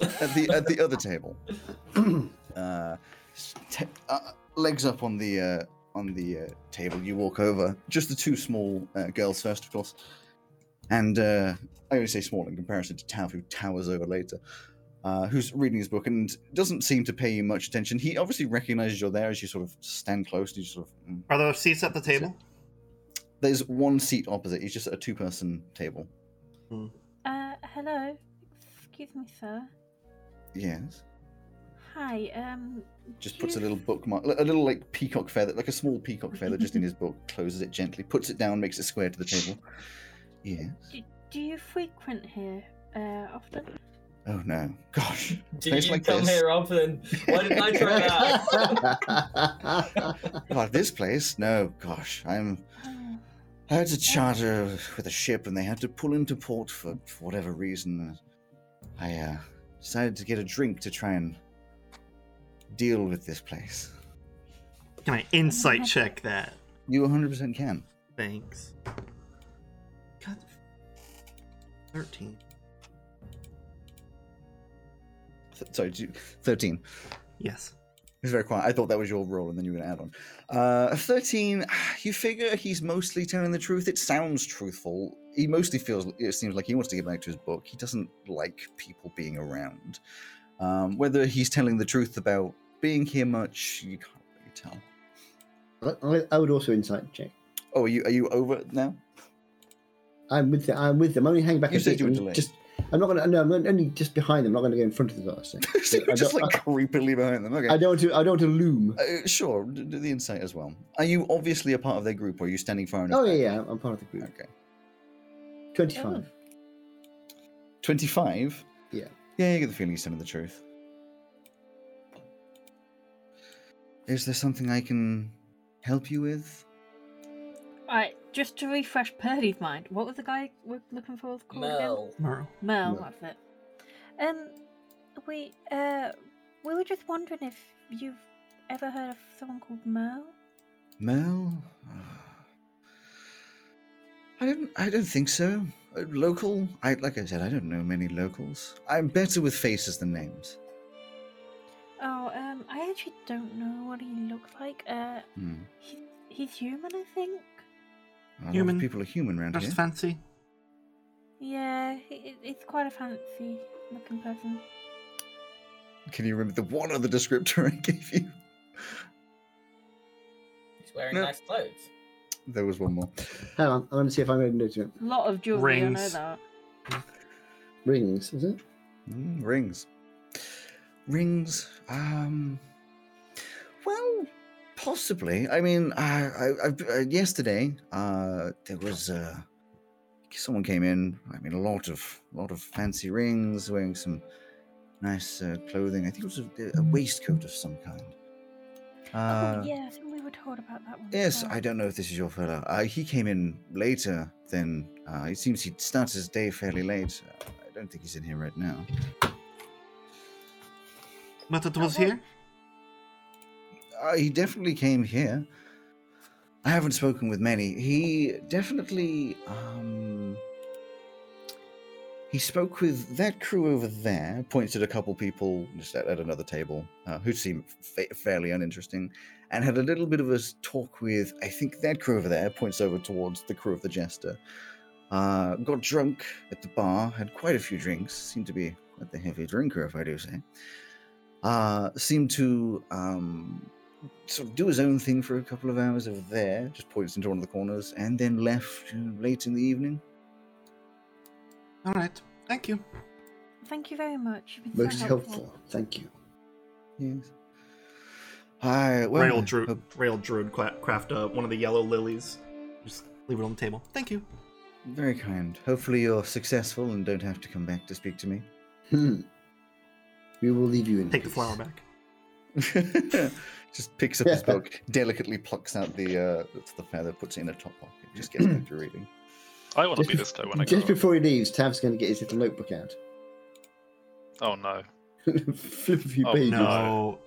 at the at the other table, uh, s- te- uh, legs up on the uh, on the uh, table, you walk over. Just the two small uh, girls first, of course, and uh, I only say small in comparison to Tav, who towers over later. Uh, who's reading his book and doesn't seem to pay you much attention. He obviously recognizes you're there as you sort of stand close and you sort of. mm.
Are there seats at the table?
There's one seat opposite. It's just a two-person table.
Uh, hello. Excuse me, sir.
Yes.
Hi. Um.
just
do
puts a
you-
little bookmark, a little like peacock feather, like a small peacock feather, just in his book. Closes it gently, puts it down, makes it square to the table. Yeah.
Do you frequent here uh, often?
Oh no, gosh.
Did
Place
you
like
come
this.
here often? Why didn't I try that?
Like Oh, this place? No, gosh. I'm.
Oh,
I had to charter with a ship, and they had to pull into port for, for whatever reason. I uh, decided to get a drink to try and deal with this place.
Can I insight check that?
You 100% can.
Thanks. God. 13.
Th- sorry, do you- 13.
Yes.
He's very quiet. I thought that was your role, and then you were going to add on. Uh, 13, you figure he's mostly telling the truth. It sounds truthful. He mostly feels, it seems like he wants to get back to his book. He doesn't like people being around. Um, whether he's telling the truth about being here much, you can't really tell.
I, I would also insight check.
Oh, are you, are you over now?
I'm with them. I'm with them. I only hang back
You
a
said
bit
you were
and
delayed.
Just, I'm not gonna. No, I'm only just behind them. I'm not gonna go in front of the so
so
I
you're just
don't-
like creepily behind them. Okay.
I don't want to. I don't want to loom.
uh, sure, d- do the insight as well. Are you obviously a part of their group, or are you standing far enough?
Oh yeah,
back?
yeah. I'm part of the group.
Okay.
Twenty-five.
25?
Yeah.
Yeah, you get the feeling he's telling the truth. Is there something I can help you with?
Alright, just to refresh Purdy's mind, what was the guy we're looking for called again?
Mel.
Merle.
Mel,
Mel.
that's it. Um, we, uh, we were just wondering if you've ever heard of someone called Mel?
Mel? I don't I don't think so. Uh, Local? I like I said, I don't know many locals. I'm better with faces than names.
Oh, um, I actually don't know what he looks like. Uh,
Hmm.
he, he's human, I think.
A lot of
Human.
people are human around
Just
here.
fancy.
Yeah, he, he's quite a fancy looking person.
Can you remember the one other descriptor I gave you?
He's wearing
No.
nice clothes.
There was one more.
Hang on. I'm gonna see if I'm going to do it.
lot of jewelry, I know
Rings.
that.
Rings, is it?
Mm, rings. Rings. Um. Well, possibly. I mean, I, I, I, uh, yesterday uh, there was uh, someone came in. I mean, a lot of lot of fancy rings, wearing some nice uh, clothing. I think it was a, a waistcoat of some kind. Uh,
oh, yeah, I think we were told about that one. as
Yes,
well.
I don't know if this is your fella. Uh, he came in later than. Uh, it seems he starts his day fairly late. Uh, I don't think he's in here right now.
But it was
Okay.
here?
Uh, he definitely came here. I haven't spoken with many. He definitely um he spoke with that crew over there. Points at a couple people just at, at another table uh, who seem fa- fairly uninteresting, and had a little bit of a s- talk with I think that crew over there. Points over towards the crew of the jester. Uh, got drunk at the bar. Had quite a few drinks. Seemed to be quite the heavy drinker, if I do say uh, seemed to um, sort of do his own thing for a couple of hours over there, just points into one of the corners, and then left uh, late in the evening.
All right. Thank you.
Thank you very much. You've been
Most
so helpful.
helpful. Thank you.
Yes. I well,
Rail
uh,
druid, rail druid cla- craft uh, one of the yellow lilies. Just leave it on the table. Thank you.
very kind. Hopefully, you're successful and don't have to come back to speak to me.
Hmm. We will leave you in.
Take the
peace.
flower back.
just picks up his book, delicately plucks out the uh, the feather, puts it in a top pocket, just gets back to reading.
I want to
Just
be this guy when I grow
Just
up.
before he leaves, Tav's going to get his little notebook out.
Oh no.
Flip a few
Oh,
pages.
No.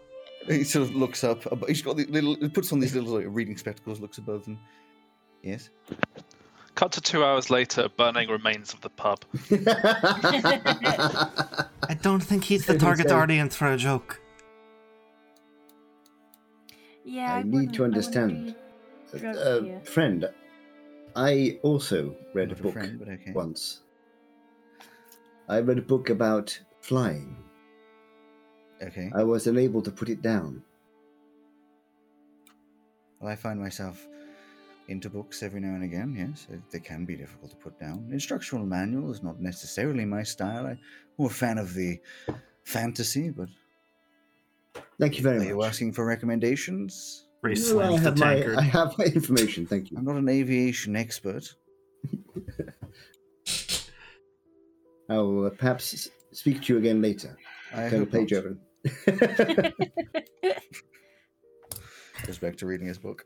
He sort of looks up. abo- He's got the little. He puts on these little like, reading spectacles. Looks above them. Yes.
Cut to two hours later, burning remains of the pub.
I don't think he's the
Didn't
target
say.
audience for a joke.
Yeah,
I
I, wouldn't-
need to
I wouldn't
understand.
be- Drugs
uh,
here.
friend, I also read
Not
a book
friend, but okay.
once. I read a book about flying.
Okay.
I was unable to put it down.
Well, I find myself into books every now and again. Yes, Uh, they can be difficult to put down. Instructional manual is not necessarily my style. I'm more a fan of the fantasy, but
Thank you very
are
much.
you asking for recommendations?
Ray
No, I,
slams the
have my,
tankard.
I have my information, thank
I'm
you.
not an aviation expert.
I will uh, perhaps s- speak to you again later.
I
Turn the
hope
page
not.
over. uh,
Goes back to reading his book.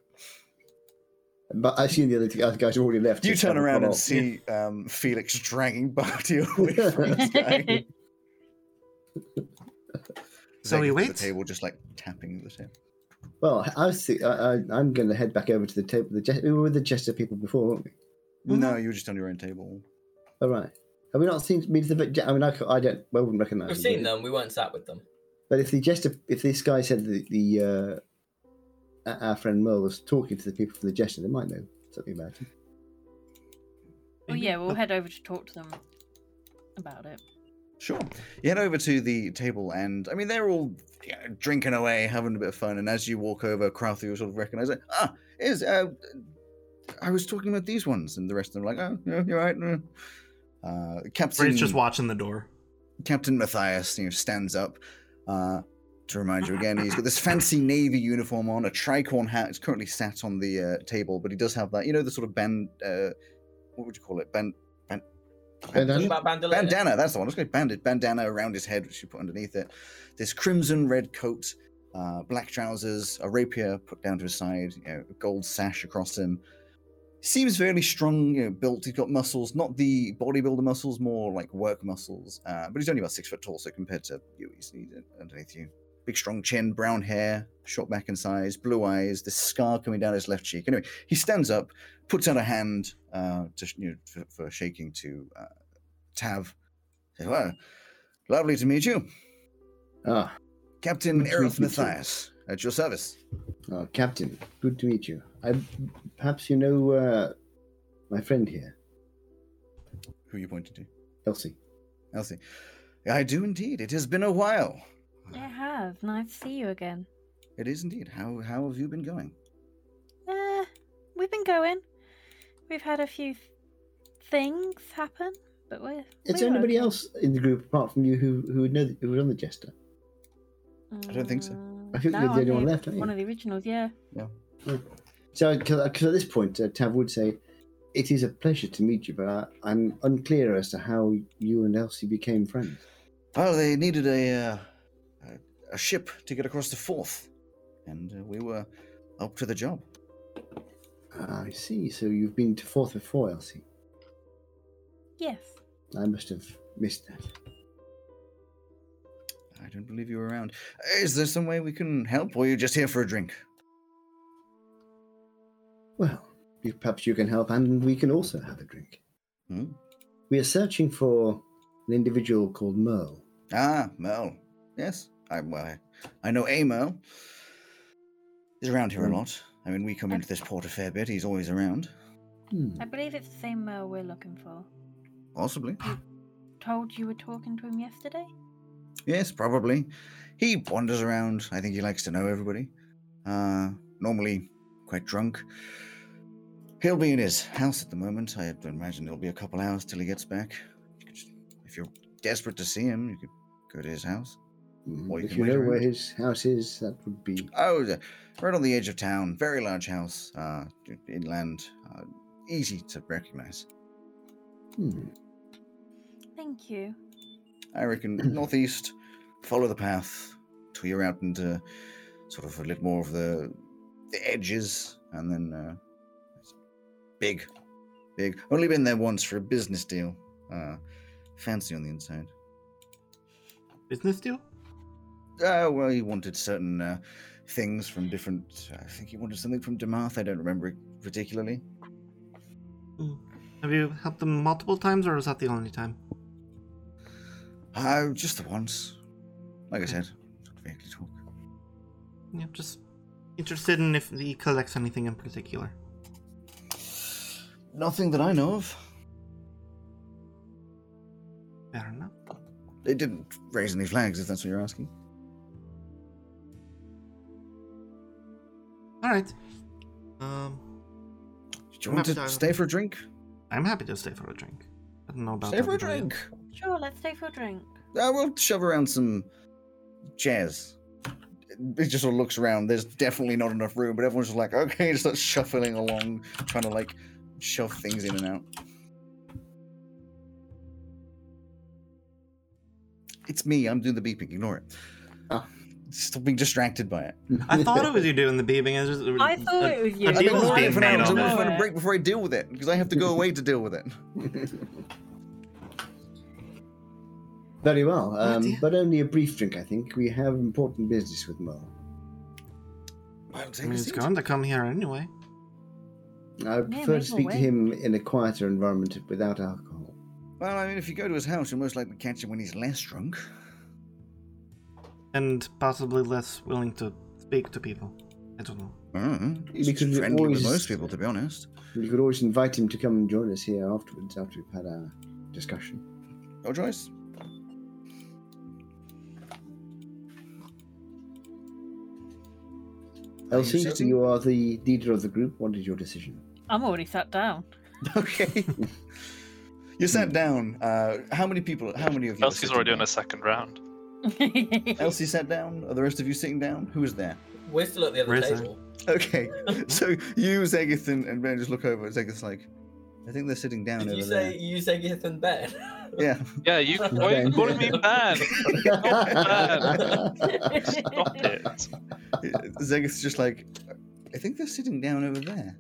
but I've seen the other two- other guys have already left.
You
so
turn
I've
around
gone
and
off.
see um, Felix dragging Barty away from this guy.
So
Zagging
he
to
waits?
The table just like tapping the table.
Well, I was th- I, I, I'm going to head back over to the table. The Je- we were with the Jester people before, weren't we?
Mhm.
No, you were just on your own table.
All right. Have we not seen me to the? Je- I mean, I, c- I don't. Well, wouldn't recognise.
We've
them,
seen
but-
them. We weren't sat with them.
But if the Jester, if this guy said that the uh, our- our friend Merle was talking to the people from the Jester, they might know something about him.
well,
Maybe.
Oh, yeah, we'll
But
head over to talk to them about it.
Sure. You head over to the table, and I mean, they're all you know, drinking away, having a bit of fun. And as you walk over, Crowther will sort of recognize it. Ah, is uh, I was talking about these ones, and the rest of them are like, oh, yeah, you're right. mm." Uh, Captain
Ray's just watching the door.
Captain Matthias, you know, stands up. Uh, to remind you again, he's got this fancy navy uniform on, a tricorn hat. It's currently sat on the uh, table, but he does have that, you know, the sort of band. Uh, what would you call it? Band. band
Bandana?
Talking about Bandolero.
bandana. That's the one. Let's go banded bandana around his head, which you put underneath it. This crimson red coat, uh, black trousers, a rapier put down to his side, you know, a gold sash across him. Seems fairly strong, you know, built. He's got muscles, not the bodybuilder muscles, more like work muscles. Uh, but he's only about six foot tall, so compared to you, he's, he's underneath you. Big strong chin, brown hair, short back and size, blue eyes, this scar coming down his left cheek. Anyway, he stands up, puts out a hand uh, to, sh- you know, for, for shaking to uh, Tav. Says, well, lovely to meet you.
Ah,
Captain
Good to meet
Aerith
you too.
Matthias, at your service.
oh, Captain, good to meet you. I perhaps you know uh, my friend here,
Who you pointed to?
Elsie.
Elsie. I do indeed. It has been a while.
I have. Nice to see you again.
It is indeed. How how have you been going?
Uh, we've been going. We've had a few th- things happen, but we're.
Is
we're
there anybody
Oh, okay.
else in the group apart from you who who would know that who was on the Jester?
I don't think so.
Mm,
I think
no,
you're the
I'm
only one
the-
left, aren't you?
One of the originals, yeah.
So, because at this point, uh, Tav would say, "It is a pleasure to meet you, but I, I'm unclear as to how you and Elsie became friends."
Well, they needed a uh, a, a ship to get across the Forth, and uh, we were up to the job.
Ah, I see. So you've been to Forth before, Elsie.
Yes.
I must have missed that.
I don't believe you were around. Is there some way we can help, or are you just here for a drink?
Well, you- perhaps you can help, and we can also have a drink.
Hmm?
We are searching for an individual called Merle.
Ah, Merle. Yes, I well, I, I know a Merle. He's around here a
Hmm.
lot. I mean, we come into this port a fair bit. He's always around.
Hmm.
I believe it's the same Merle we're looking for.
Possibly.
Told you were talking to him yesterday?
Yes, probably. He wanders around. I think he likes to know everybody. Uh, normally quite drunk. He'll be in his house at the moment. I imagine it'll be a couple hours till he gets back. You could just- if you're desperate to see him, you could go to his house.
Mm,
Or you
if
can
you
wait
know
around.
where his house is, that would be.
Oh, yeah, right on the edge of town. Very large house, uh, inland. Uh, easy to recognize.
Hmm.
Thank you.
I reckon northeast, follow the path till you're out into sort of a little more of the, the edges, and then uh, it's big, big. Only been there once for a business deal. Uh, fancy on the inside.
Business deal?
Uh, well, he wanted certain uh, things from different. I think he wanted something from Demath. I don't remember it particularly.
Have you helped them multiple times, or is that the only time?
Uh, just the once. Like I said, don't vaguely talk.
Yeah, just interested in if he collects anything in particular.
Nothing that I know of.
Fair enough.
It didn't raise any flags, if that's what you're asking.
All right. Um,
Do you want to
Perhaps I-
stay for a drink?
I'm happy to stay for a drink. I don't know about
Stay for a
everybody
drink.
else.
Sure, let's stay for a drink.
I will shove around some chairs. It just sort of looks around. There's definitely not enough room, but everyone's just like, okay, just starts shuffling along, trying to like shove things in and out. It's me. I'm doing the beeping. Ignore it.
Ah.
Stop being distracted by it.
I thought it was you doing the beeping. I, just,
I thought it was you. I
A
I've been
deal was
ignoring it
thought
being
for
an
made
now.
hour,
so I'm
on
gonna
it.
find a break before I deal with it because I have to go away to deal with it.
Very well,
Oh,
um,
dear.
but only a brief drink, I think. We have important business with Merle.
Well,
I
take
mean,
a
he's
seat.
going to come here anyway.
I would
Yeah, make
prefer to
him
speak to
awake.
him in a quieter environment without alcohol.
Well, I mean, if you go to his house, you'll most likely catch him when he's less drunk.
And possibly less willing to speak to people. I don't know.
I don't know. Mm-hmm. He's
Because
just
you
friendly with
always-
most people, to be honest.
You could always invite him to come and join us here afterwards, after we've had our discussion.
No choice.
Elsie,
sitting?
you are the leader of the group. What is your decision?
I'm already sat down.
Okay. you sat down. Uh, how many people? How many of you? are
Elsie's
sitting
already on
down?
a second round.
Elsie sat down. Are the rest of you sitting down? Who is there?
We're still at the other
Where's that?
table.
Okay. so you, Zegith, and, and Ben just look over. and Zegith's like, I think they're sitting down
Did
over
you say you say Gith and Ben?
there. Yeah.
Yeah, you. Why are you calling me man?
Oh,
Stop it.
Uh,
Zegith's Uh, just like, I think they're sitting down over there.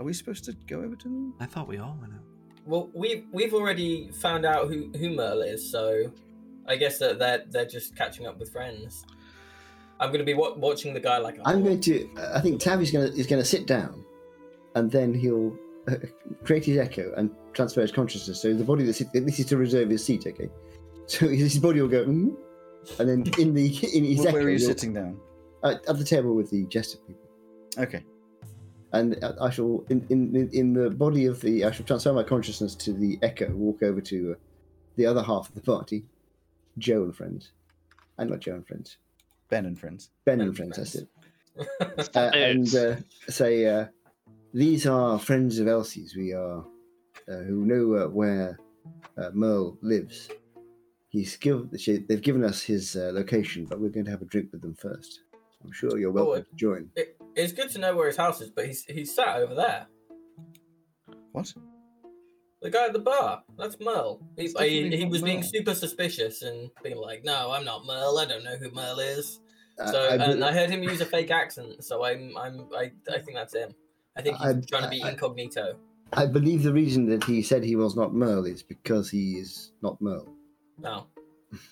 Are we supposed to go over to them?
I thought we all went out.
Well, we've we've already found out who who Merle is, so I guess that they're they're just catching up with friends. I'm gonna be wa- watching the guy like a
I'm
hawk.
going to. I think Tavi's going to is going to sit down, and then he'll uh, create his echo and transfer his consciousness. So the body that's this is to reserve his seat. Okay, so his body will go, mm, and then in the in his
Where
echo
are you
you'll-
sitting down?
at, at the table with the jester people.
Okay.
And I- I shall, in, in in- in the body of the, I shall transfer my consciousness to the echo. Walk over to uh, the other half of the party, Joe and friends, and not Joe and friends,
Ben and friends.
Ben
Ben
and
and
friends.
friends.
That's it. uh, and
Yes.
uh, say, uh, "These are friends of Elsie's. We are uh, who know uh, where uh, Merle lives. He's give, she, they've given us his uh, location, but we're going to have a drink with them first. I'm sure you're welcome
Oh, uh,
to join.
It, it's good to know where his house is, but he's he's sat over there.
What?
The guy at the bar. That's Merle. He's,
It's
he,
definitely
he
not
was being
Merle.
super suspicious and being like, "No, I'm not Merle. I don't know who Merle is."
Uh,
So,
I-
and I heard him use a fake accent. So I'm I'm I, I think that's him. I think he's
I-
trying to be
I-
incognito.
I believe the reason that he said he was not Merle is because he is not Merle.
No.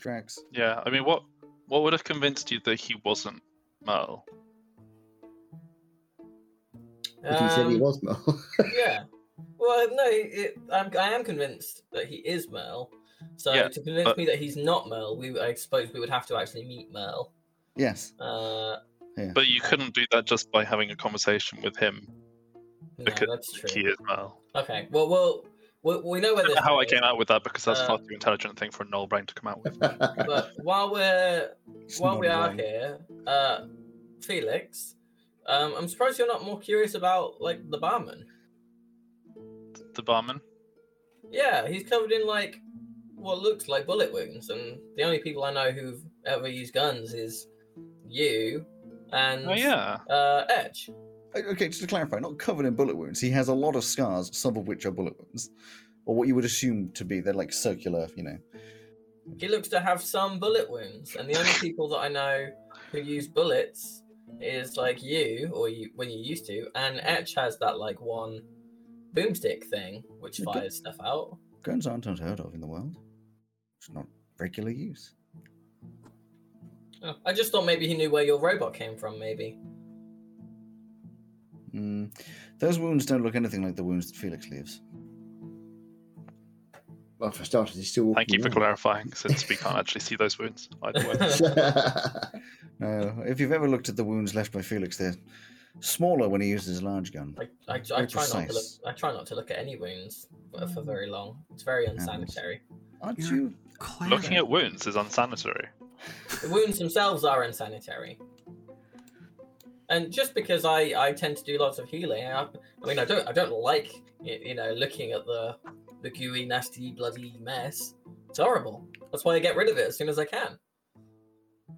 Drax.
Yeah, I mean, what What would have convinced you that he wasn't Merle?
If you said he
Um,
was Merle.
yeah. Well, no, it, I'm, I am convinced that he is Merle. So
Yeah,
to convince
but-
me that he's not Merle, we I suppose we would have to actually meet Merle.
Yes.
Uh,
But you couldn't do that just by having a conversation with him.
no,
Because
that's true.
He is Merle.
Okay. Well, well, we, we know
I
where
don't
this
know how I
goes,
came out with that because that's far
Um,
too intelligent thing for a null brain to come out with.
But while we're
It's
while
not
we
a
are
brain.
here, uh, Felix, um, I'm surprised you're not more curious about like the barman.
The barman?
Yeah, he's covered in like what looks like bullet wounds, and the only people I know who've ever used guns is you and
Oh, yeah.
uh, Edge.
O- Okay, just to clarify, not covered in bullet wounds. He has a lot of scars, some of which are bullet wounds, or what you would assume to be. They're like circular, you know.
He looks to have some bullet wounds, and the only people that I know who use bullets is like you, or you when you used to, and Etch has that like one boomstick thing which
Yeah, but-
fires stuff out.
Guns aren't unheard of in the world. It's not regular use.
I just thought maybe he knew where your robot came from. Maybe
Mm. Those wounds don't look anything like the wounds that Felix leaves.
well, for starters, he's still walking.
Thank you for clarifying, since we can't actually see those wounds. Either way.
clarifying.
No, if you've ever looked at the wounds left by Felix, they're smaller when he uses his large gun.
I I, I
Very
try not to look.
precise.
I try not to look at any wounds for- for very long. It's very unsanitary.
Aren't
You're-
you?
Clara.
Looking at wounds is unsanitary.
The wounds themselves are insanitary. And just because I, I tend to do lots of healing, I, I mean I don't I don't like y- you know looking at the the gooey nasty bloody mess. It's horrible. That's why I get rid of it as soon as I can,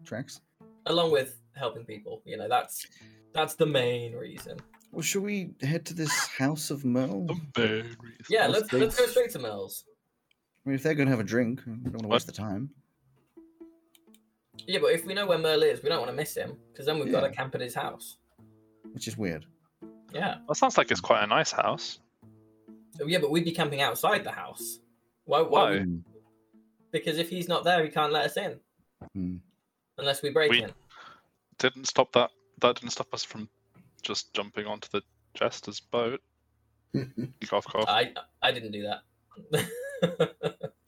Tracks.
along with helping people. You know that's that's the main reason.
Well, should we head to this house of Merle?
Oh,
I
Yeah,
Well,
let's let's go straight to Mills.
mean, if they're going to have a drink, I don't want to waste the time.
Yeah, but if we know where Merle is, we don't want to miss him because then we've got to
Yeah.
camp at his house.
Which is weird.
Yeah. Oh,
That sounds like it's quite a nice house.
Yeah, but we'd be camping outside the house. Why? Why?
Why?
would- Because if he's not there, he can't let us in
Hmm.
unless we break
We-
in.
Didn't stop that. That didn't stop us from just jumping onto the jester's boat. cough, cough.
I I didn't do that.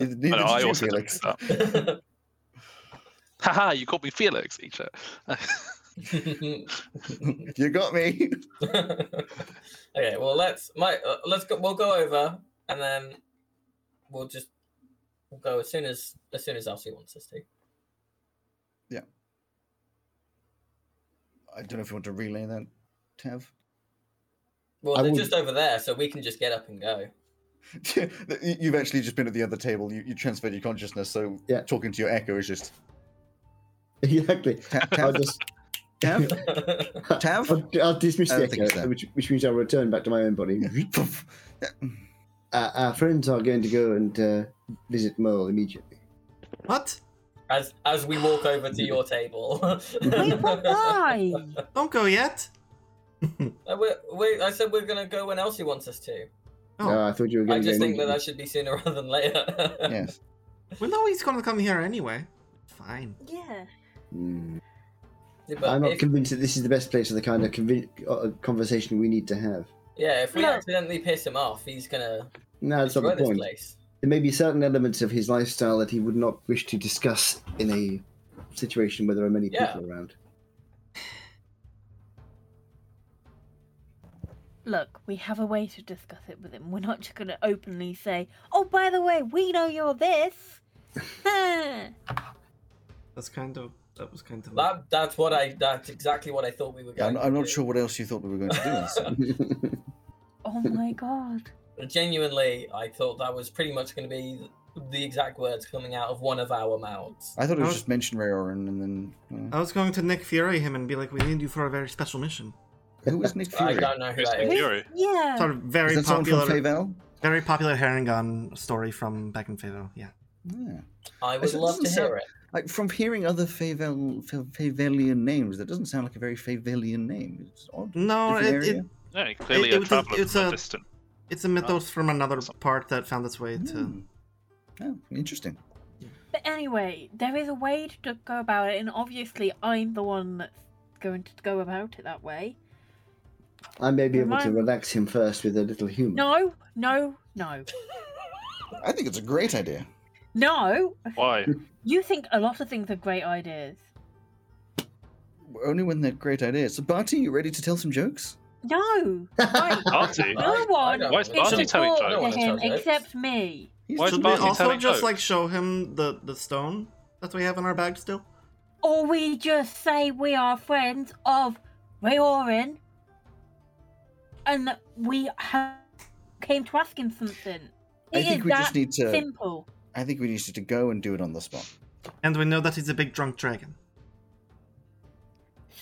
Neither
No,
did
I
you,
also didn't
Felix.
do that. Haha, you called me Felix, Each
you got me.
okay, well let's my uh, let's go. We'll go over and then we'll just we'll go as soon as as soon as Elsie wants us to.
I don't know if you want to relay that, Tev.
Well,
I
they're
would-
just over there, so we can just get up and go.
You- You've actually just been at the other table. You, you transferred your consciousness, so
Yeah.
talking to your echo is just
exactly.
Tev,
I'll
Tev,
just.
Tev, Tev.
I'll, I'll dismiss
I
the
don't think
echo,
so.
which, which means I'll return back to my own body.
Poof.
Uh, our friends are going to go and uh, visit Merle immediately.
What?
as as we walk over to your table.
Wait, but why?
Don't go yet.
Uh, we we I said we're gonna go when Elsie wants us to.
Oh,
Uh, I thought you were
I
going to
just
go
think that
immediately.
that should be sooner rather than later.
yes.
we know he's gonna come here anyway. Fine.
Yeah.
Hmm.
Yeah, but
I'm not
if-
convinced that this is the best place for the kind of convi- uh, conversation we need to have.
yeah, if we
No.
accidentally piss him off, he's gonna
No, that's not
destroy
the
this
point.
place.
There may be certain elements of his lifestyle that he would not wish to discuss in a situation where there are many
Yeah.
people around.
Look, we have a way to discuss it with him. We're not just going to openly say, "Oh, by the way, we know you're this."
That's kind of. That was kind of.
That that's what I that's exactly what I thought we were
Yeah,
going.
I'm, I'm not sure what else you thought we were going to do. Elsie.
oh my god.
sure. Genuinely, I thought that was pretty much going to be the exact words coming out of one of our mouths.
I thought it
I
was
was-
just mention Rayoran, and then
I was going to Nick Fury him and be like, "We need you for a very special mission."
uh, who was Nick
I
Fury?
don't know who
Who's
that
Nick
is.
Fury?
Who's- Yeah.
Sort of Oh, very
Is that someone
popular,
from Favel?
very popular Herringon story from back in Favel. Yeah.
Yeah.
I would
It's- it
love to
doesn't
hear it.
Like from hearing other Favel Fa- Favelian names, that doesn't sound like a very Favelian name. It's odd.
No, it,
Different
it,
area?
Yeah, clearly
it
a
was a-
traveller
it's
from a
a-
distant.
uh, it's a mythos from another part that found its way to.
Hmm. Oh, Hmm. interesting.
But But anyway, there is a way to go about it, and obviously I'm the one that's going to go about it that way.
I may be able to
Remind-
relax him first with a little humour.
No, no, no,
I think it's a great idea.
no.
Why?
You think a lot of things are great ideas.
Only when they're great ideas. So, Barty, you ready to tell some jokes?
No, I-
Barty?
No one
don't
Why is
know.
it's
Barty telling
important
jokes?
to him
Jokes.
except me.
He's
Why
just-
is
Should we
Barty
also
telling
just
jokes?
like show him the the stone that we have in our bag still?
Or we just say we are friends of Rayorin, and we ha- came to ask him something. It
I
is
think we
that
just need to.
simple.
I think we need to go and do it on the spot.
And we know that he's a big drunk dragon.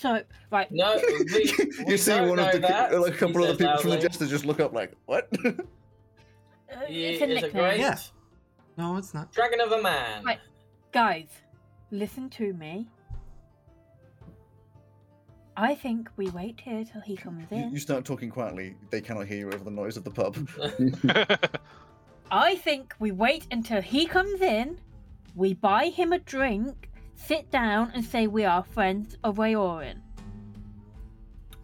So right,
No, we, we
you see
don't
one
know
of the
that.
like, a couple
He
of the
says
people from the
loudly.
jester just look up like what?
uh,
He
it's a
is
nickname.
great
Yeah. No, it's not.
dragon of a man.
Right. Guys, listen to me. I think we wait here till he comes
you,
in.
you start talking quietly. They cannot hear you over the noise of the pub.
I think we wait until he comes in, we buy him a drink, sit down, and say we are friends of Rayorin.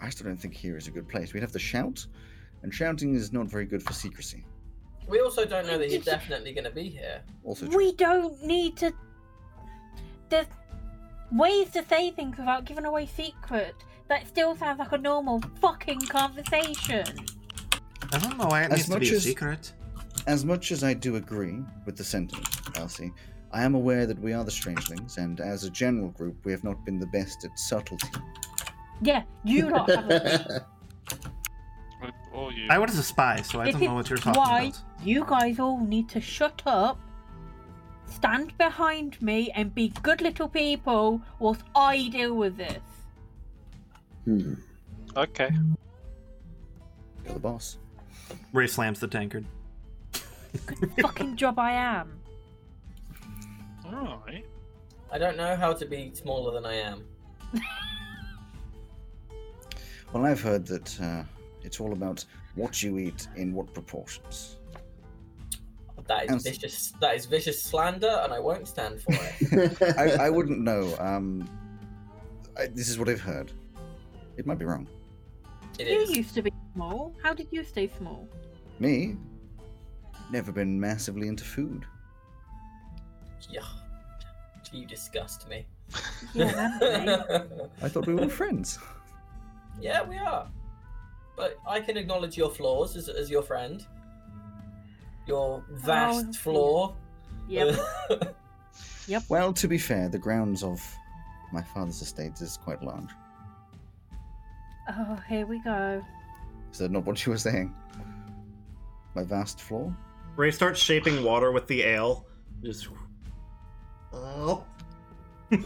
I still don't think here is a good place. We'd have to shout, and shouting is not very good for secrecy.
We also don't know that he's definitely going to be here.
Also, true.
We don't need to. There's ways to say things without giving away secret. That still sounds like a normal fucking conversation.
I don't know why it
As
needs to be
much
a
as-
secret.
as much as I do agree with the sentiment, Elsie, I am aware that we are the strangelings, and as a general group, we have not been the best at subtlety.
Yeah, you lot haven't.
or you.
I was a spy, so I
This
don't
is
know what you're talking
why
about.
You guys all need to shut up, stand behind me, and be good little people whilst I deal with this.
Hmm.
Okay.
You're the boss.
Ray slams the tankard.
fucking job I am.
Alright.
I don't know how to be smaller than I am.
Well, I've heard that uh, it's all about what you eat in what proportions.
That
And-
is vicious. That is vicious slander, and I won't stand for it.
I, I wouldn't know. Um, I, this is what I've heard. It might be wrong.
It
you
is.
used to be small. How did you stay small?
Me? Never been massively into food.
Yeah. You disgust me.
Yeah, that's
I thought we were friends.
yeah, we are. But I can acknowledge your flaws as, as your friend. Your vast
Oh,
flaw.
yep.
Well, to be fair, the grounds of my father's estate is quite large.
Oh, here we go.
Is that not what you were saying? My vast floor?
Ray starts shaping water with the ale. Just. Oh.
would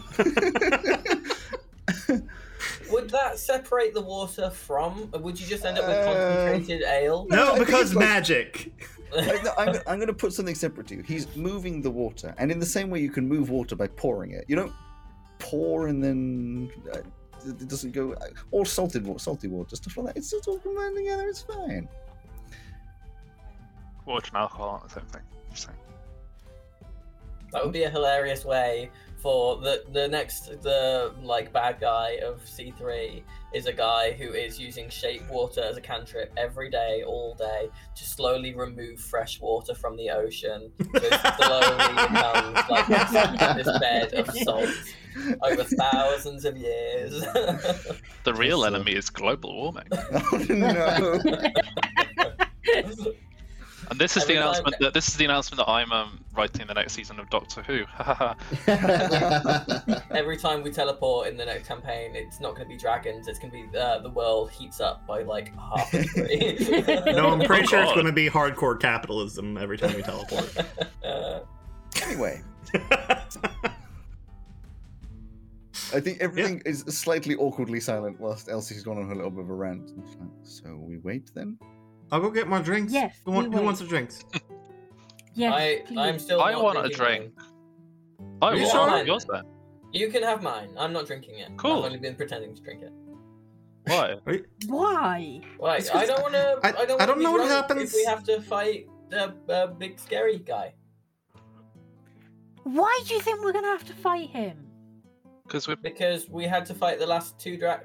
that separate the water from? Would you just end up with
Uh,
concentrated ale?
No,
No,
I think
because
it's like-
magic.
Like, no, I'm, I'm going to put something separate to you. He's moving the water, and in the same way you can move water by pouring it. You don't pour and then uh, it it doesn't go. Or salted water, salty water, stuff like that. It's just all combined together. It's fine.
Water and alcohol aren't the same thing. Just saying.
That would be a hilarious way for the the next the like bad guy of C three is a guy who is using shape water as a cantrip every day, all day, to slowly remove fresh water from the ocean. So it slowly becomes like this bed of salt over thousands of years.
The real
uh,
Also-
enemy is global warming.
Oh, no.
And this is
Every
the
time-
announcement that this is the announcement that I'm um, writing the next season of Doctor Who.
every time we teleport in the next campaign, it's not going to be dragons. It's going to be uh, the world heats up by like half a degree.
No, I'm pretty
Oh,
sure it's
God.
going to be hardcore capitalism every time we teleport.
Uh,
anyway, I think everything is slightly awkwardly silent whilst Elsie's gone on her little bit of a rant. And she's like, so we wait then?
I'll go get my drinks.
Yes,
Who,
want- we who will. wants
the drinks?
Yes,
I
please.
I'm still.
I
not
want a
drinking
drink.
mine.
I
You
will.
sure?
have yours then.
You can have mine. I'm not drinking it.
Cool.
I've only been pretending to drink it.
Why?
Why?
Right.
It's
I
'cause
don't want to.
I-
I, don't.
I
wanna
don't
be
know what
drunk If
happens-
we have to fight the uh, big scary guy.
Why do you think we're gonna have to fight him?
Because we're
Because we had to fight the last two dra-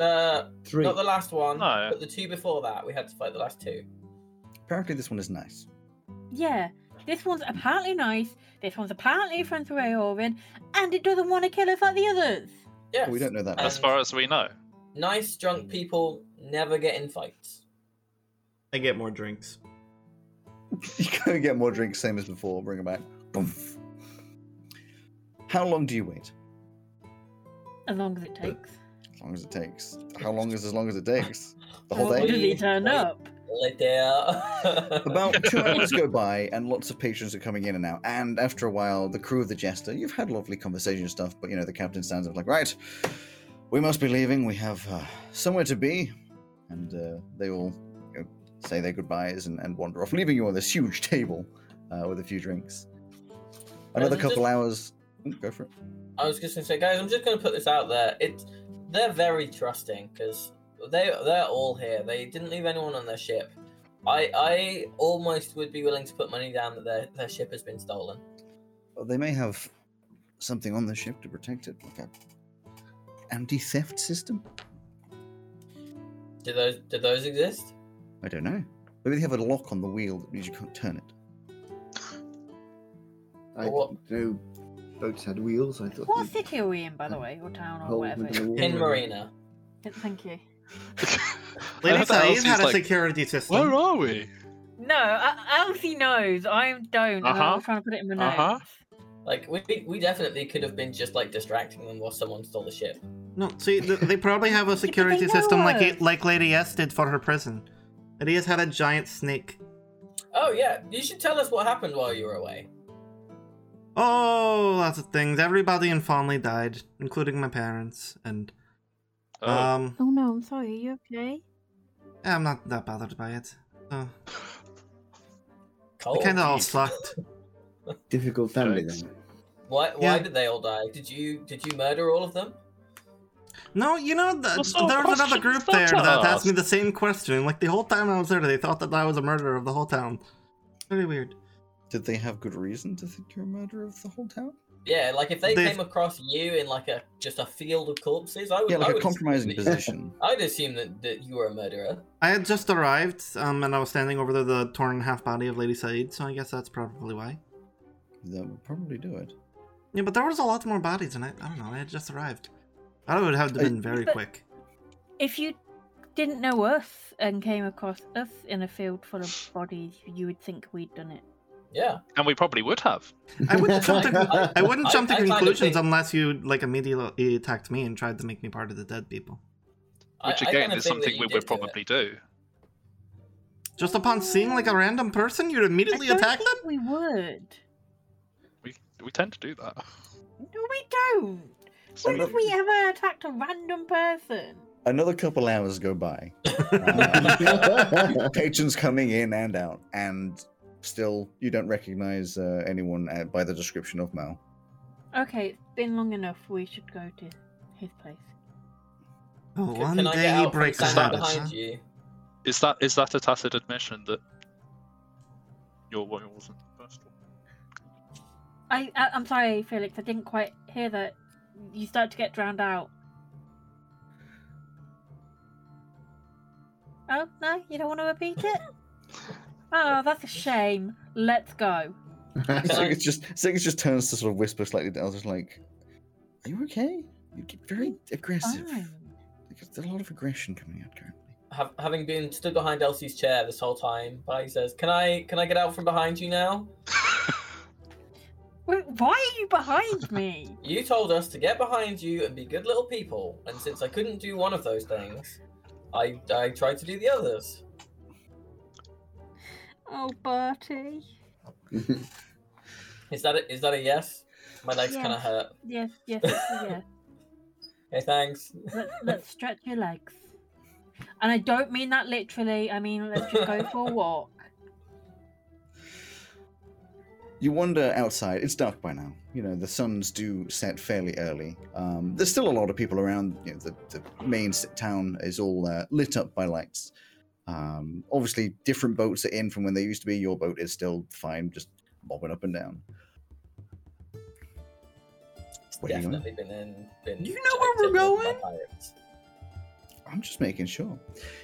uh
Three.
not the last one,
No.
but the two before that. We had to fight the last two.
Apparently, this one is nice.
Yeah, this one's apparently nice. This one's apparently friends with Aorin, and it doesn't want to kill us like the others.
Yes.
we don't know that.
Uh,
much.
as far as we know.
Nice drunk people never get in fights.
I get more drinks.
you go get more drinks, same as before. Bring them back. Boomf. How long do you wait?
As long as it takes.
As long as it takes. How long is as long as it takes? The whole
Well,
day.
does he turn
Wait.
up?
Later.
About two hours go by, and lots of patrons are coming in and out. And after a while, the crew of the Jester, you've had lovely conversation and stuff, but you know, the captain stands up like, right, we must be leaving. We have uh, somewhere to be. And uh, they all you know, say their goodbyes and, and wander off, leaving you on this huge table uh, with a few drinks. Another
Doesn't
couple
just-
hours. Ooh, Go for it.
I was just gonna say, guys, I'm just gonna put this out there. It, they're very trusting because they they're all here. They didn't leave anyone on their ship. I I almost would be willing to put money down that their, their ship has been stolen.
Well, they may have something on the ship to protect it, like a anti-theft system.
Do those do those exist?
I don't know. Maybe they have a lock on the wheel that means you can't turn it.
I
What?
didn't know boats had wheels. I thought.
What
they
city are we in, by the way, or town, or
rolled
whatever?
into the water.
Mm.
In Marina.
Thank you.
Lady
I heard that
Saeed had a
Elsie's like,
security system.
Where are we?
No, I- Elsie knows. I don't. and I
Uh-huh.
was trying to put it in my notes.
Uh-huh.
Like we we definitely could have been just like distracting them while someone stole the ship.
No, see, th- they probably have a security
know
system like
us.
it, like Lady S did for her prison. Lady S had a giant snake.
Oh yeah, you should tell us what happened while you were away.
Oh, lots of things. Everybody in Fonley died, including my parents. And
Oh,
um,
Oh no, I'm sorry. Are you okay?
yeah, I'm not that bothered by it. Uh,
Cold.
Oh,
it kind of all sucked.
Difficult family
Jokes.
then.
Why why
Yeah.
did they all die? Did you did you murder all of them?
No, you know, th-
What sort of
there was another
questions
group there
that
that
asked?
asked me the same question. Like the whole time I was there, they thought that I was a murderer of the whole town. Very weird.
Did they have good reason to think you're a murderer of the whole town?
Yeah, like if they
They've-
came across you in like a just a field of corpses, I would.
Yeah,
I
like a
would
compromising
assume that-
position.
I'd assume that, that you were a murderer.
I had just arrived, um, and I was standing over the, the torn half body of Lady Said, so I guess that's probably why.
That would probably do it.
Yeah, but there was a lot more bodies, and I, I don't know. I had just arrived. That would have been very
But-
quick.
If you didn't know us and came across us in a field full of bodies, you would think we'd done it.
Yeah,
and we probably would have.
I wouldn't jump to, I wouldn't
I-
jump to
I kind of
conclusions
think-
unless you like immediately attacked me and tried to make me part of the dead people.
I-
Which
I
again
kinda
is
think that
something
you
we
did
would
do it.
probably do.
Just upon seeing like a random person, you'd
I
immediately
don't
attack
think
them.
we would.
We we tend to do that.
No, we don't.
So-
When have we ever attacked a random person?
Another couple hours go by. Uh, patrons coming in and out, and still you don't recognize uh, anyone uh, by the description of Mal.
Okay, it's been long enough. We should go to his place.
Oh,
C-
one
can I get
day
out
he
from
breaks his
standing
habit,
behind
habits. Huh?
you?
Is that is that a tacit admission that your royal wasn't the first one?
I, I I'm sorry, Felix. I didn't quite hear that. You start to get drowned out. Oh no, you don't want to repeat it. Oh, that's a shame. Let's go.
So
I-
it's just so it just turns to sort of whisper slightly down. Just like, "Are you okay? You get very aggressive.
Fine.
Like, There's a lot of aggression coming out currently."
Have, having been stood behind Elsie's chair this whole time, Bai says, "Can I can I get out from behind you now?
Wait, why are you behind me?
You told us to get behind you and be good little people, and since I couldn't do one of those things, I I tried to do the others.
Oh, Bertie.
Is that a, is that a yes? My legs kind of
Yes.
hurt.
Yes, yes, yes.
Hey, thanks.
Let's, let's stretch your legs. And I don't mean that literally. I mean let's just go for a walk.
You wander outside. It's dark by now. You know, the suns do set fairly early. Um, there's still a lot of people around. You know, the, the main s- town is all uh, lit up by lights. Um, obviously, different boats are in from when they used to be. Your boat is still fine, just bobbing up and down. Where are you going?
definitely been in. Been
You know where we're
taken over by
going?
pirates.
I'm just making sure.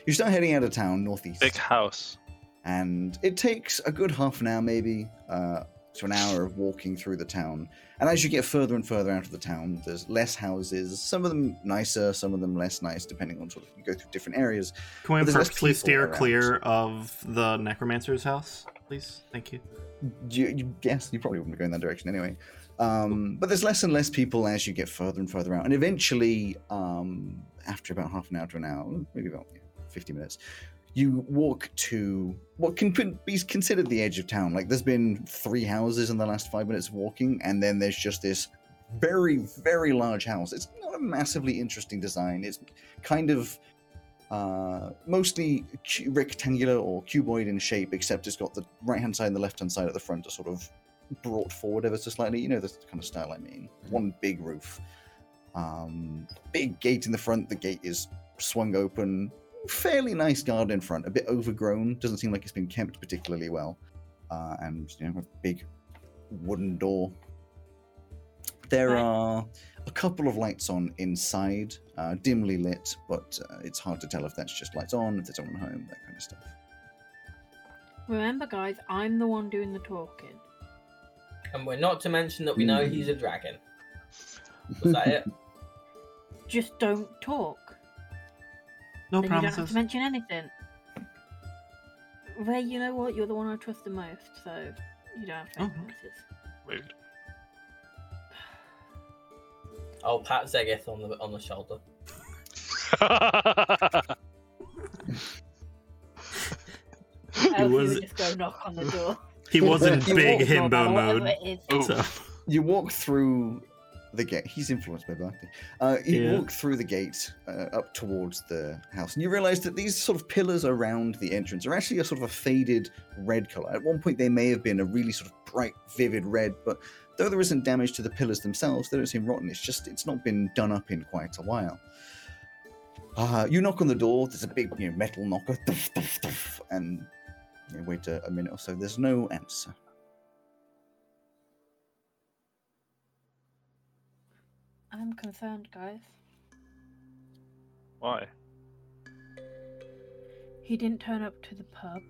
You start heading out of town northeast,
Big house.
and it takes a good half an hour, maybe uh, to an hour of walking through the town. And as you get further and further out of the town, there's less houses. Some of them nicer, some of them less nice, depending on sort of you go through different areas.
Can we
But there's less
purposely
people
steer
around.
clear of the necromancer's house, please? Thank you.
you, you, yes, you probably wouldn't go in that direction anyway. Um, but there's less and less people as you get further and further out, and eventually, um, after about half an hour to an hour, maybe about yeah, fifty minutes, you walk to what can con- be considered the edge of town. Like there's been three houses in the last five minutes of walking, and then there's just this very, very large house. It's not a massively interesting design. It's kind of uh, mostly cu- rectangular or cuboid in shape, except it's got the right hand side and the left hand side at the front are sort of brought forward ever so slightly. You know the kind of style I mean. One big roof, um, big gate in the front. The gate is swung open. Fairly nice garden in front. A bit overgrown. Doesn't seem like it's been kept particularly well. Uh, and you know a big wooden door. There
Right.
are a couple of lights on inside, uh, dimly lit, but uh, it's hard to tell if that's just lights on, if there's someone home, that kind of stuff.
Remember, guys, I'm the one doing the talking.
And we're not to mention that we know he's a dragon.
Hmm.
Was that it?
Just don't talk.
No
then you don't have
promises.
to mention anything. Ray, you know what? You're the one I trust the most, so you don't have to make
Oh.
promises.
Rude.
I'll pat Zegith on the on the shoulder.
Else you
was-
would just go knock on the door. Oh.
He was in
You
big
walked
Or
himbo
whatever
mode.
it is.
Ooh.
So,
you walk through the gate. He's influenced by Barty. Uh, you
Yeah.
walk through the gate uh, up towards the house, and you realize that these sort of pillars around the entrance are actually a sort of a faded red color. At one point, they may have been a really sort of bright, vivid red, but though there isn't damage to the pillars themselves, they don't seem rotten. It's just it's not been done up in quite a while. Uh, you knock on the door. There's a big you know, metal knocker, thuff, thuff, thuff, and you wait a, a minute or so. There's no answer.
I'm concerned, guys.
Why?
He didn't turn up to the pub.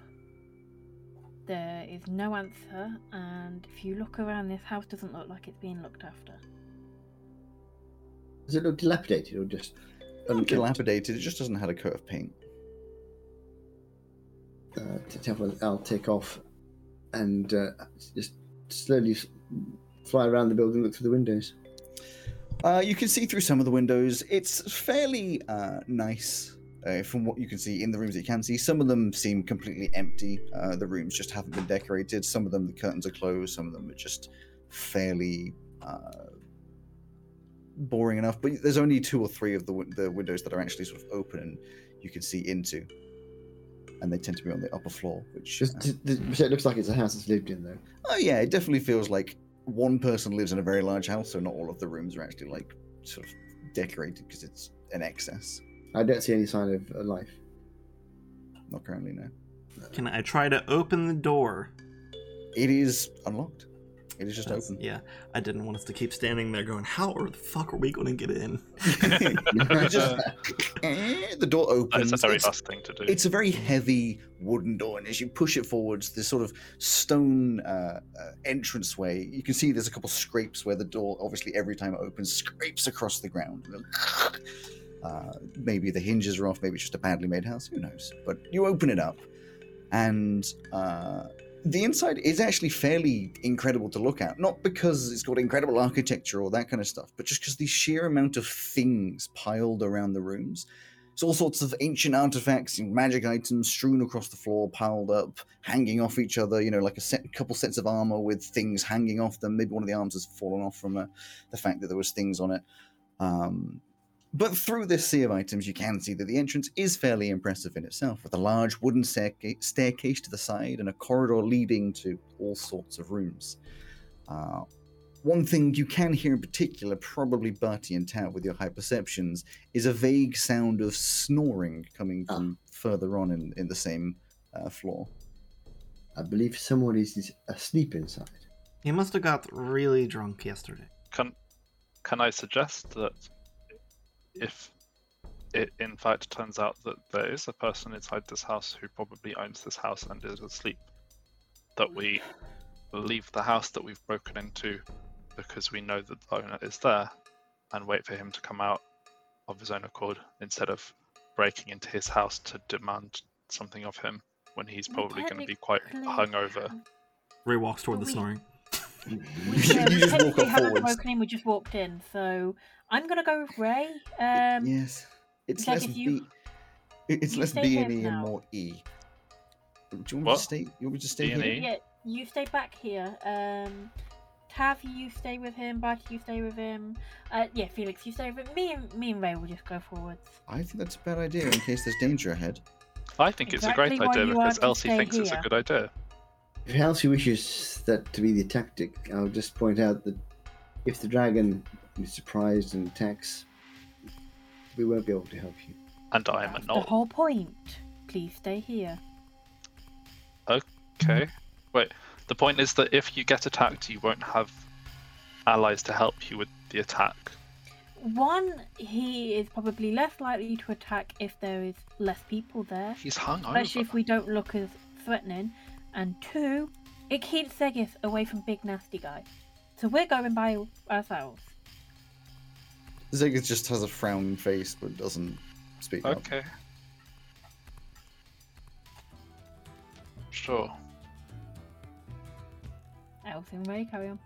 There is no answer, and if you look around, this house doesn't look like it's being looked after.
Does it look dilapidated or just
Not
unkempt?
dilapidated. It just doesn't have a coat of paint.
Uh, to tell them I'll take off and uh, just slowly s- fly around the building, look through the windows.
Uh, you can see through some of the windows. It's fairly uh, nice uh, from what you can see in the rooms that you can see. Some of them seem completely empty. Uh, the rooms just haven't been decorated. Some of them, the curtains are closed. Some of them are just fairly uh, boring enough. But there's only two or three of the, win- the windows that are actually sort of open and you can see into. And they tend to be on the upper floor, which
Just,
uh,
just- just- so it looks like it's a house that's lived in, though.
Oh yeah, it definitely feels like one person lives in a very large house, so not all of the rooms are actually like sort of decorated because it's an excess.
I don't see any sign of uh, life.
Not currently, no.
can I try to open the door?
It is unlocked. It is just
That's-
open.
Yeah, I didn't want us to keep standing there going, how or the fuck are we going to get in?
You just- eh, the door opens.
That's a very
It's-
last thing to do.
It's a very heavy wooden door, and as you push it forwards, this sort of stone uh, uh, entranceway, you can see there's a couple scrapes where the door, obviously, every time it opens, scrapes across the ground. Uh, maybe the hinges are off, maybe it's just a badly made house, who knows? But you open it up, and uh, the inside is actually fairly incredible to look at. Not because it's got incredible architecture or that kind of stuff, but just because the sheer amount of things piled around the rooms. It's all sorts of ancient artifacts and magic items strewn across the floor, piled up, hanging off each other. You know, like a set, couple sets of armor with things hanging off them. Maybe one of the arms has fallen off from uh, the fact that there was things on it. Um, but through this sea of items, you can see that the entrance is fairly impressive in itself, with a large wooden stairca- staircase to the side and a corridor leading to all sorts of rooms. Uh, one thing you can hear in particular, probably Bertie and Tat with your high perceptions, is a vague sound of snoring coming from further on in, in the same uh, floor.
I believe someone is is asleep inside.
He must have got really drunk yesterday.
Can Can I suggest that if it in fact turns out that there is a person inside this house who probably owns this house and is asleep, that we leave the house that we've broken into because we know that the owner is there and wait for him to come out of his own accord instead of breaking into his house to demand something of him when he's
We
probably going to be quite
technically
hungover.
Ray walks toward the
We-
snoring.
We, yeah,
You
we
just walk
technically
up
haven't
forwards.
broken in, we just walked in. So I'm going to go with Ray. Um,
yes, it's
Jack,
less
if you-
B. it- It's
you
less
stay
B
here
and E
for
and
now.
more E. Do you want me
What?
to stay? You want me to stay
B and
here?
E?
Yeah, you stay back here. Um, Tav, you stay with him. Barty, you stay with him. Uh, yeah, Felix, you stay with him. Me and me and Ray will just go forwards.
I think that's a bad idea in case there's danger ahead.
I think it's a
Exactly
great
why
idea
you
because
are to
Elsie
stay
thinks it's a
here.
good idea.
If Halsey wishes that to be the tactic, I'll just point out that if the dragon is surprised and attacks, we won't be able to help you.
And I am a
That's the
knob.
whole point. Please stay here.
Okay. Wait. The point is that if you get attacked, you won't have allies to help you with the attack.
One, he is probably less likely to attack if there is less people there,
He's hung over.
especially if we don't look as threatening. And two, it keeps Segis away from big nasty guy. So we're going by ourselves.
Zegas just has a frowning face but doesn't speak up.
Okay. Sure.
Else and Ray carry on.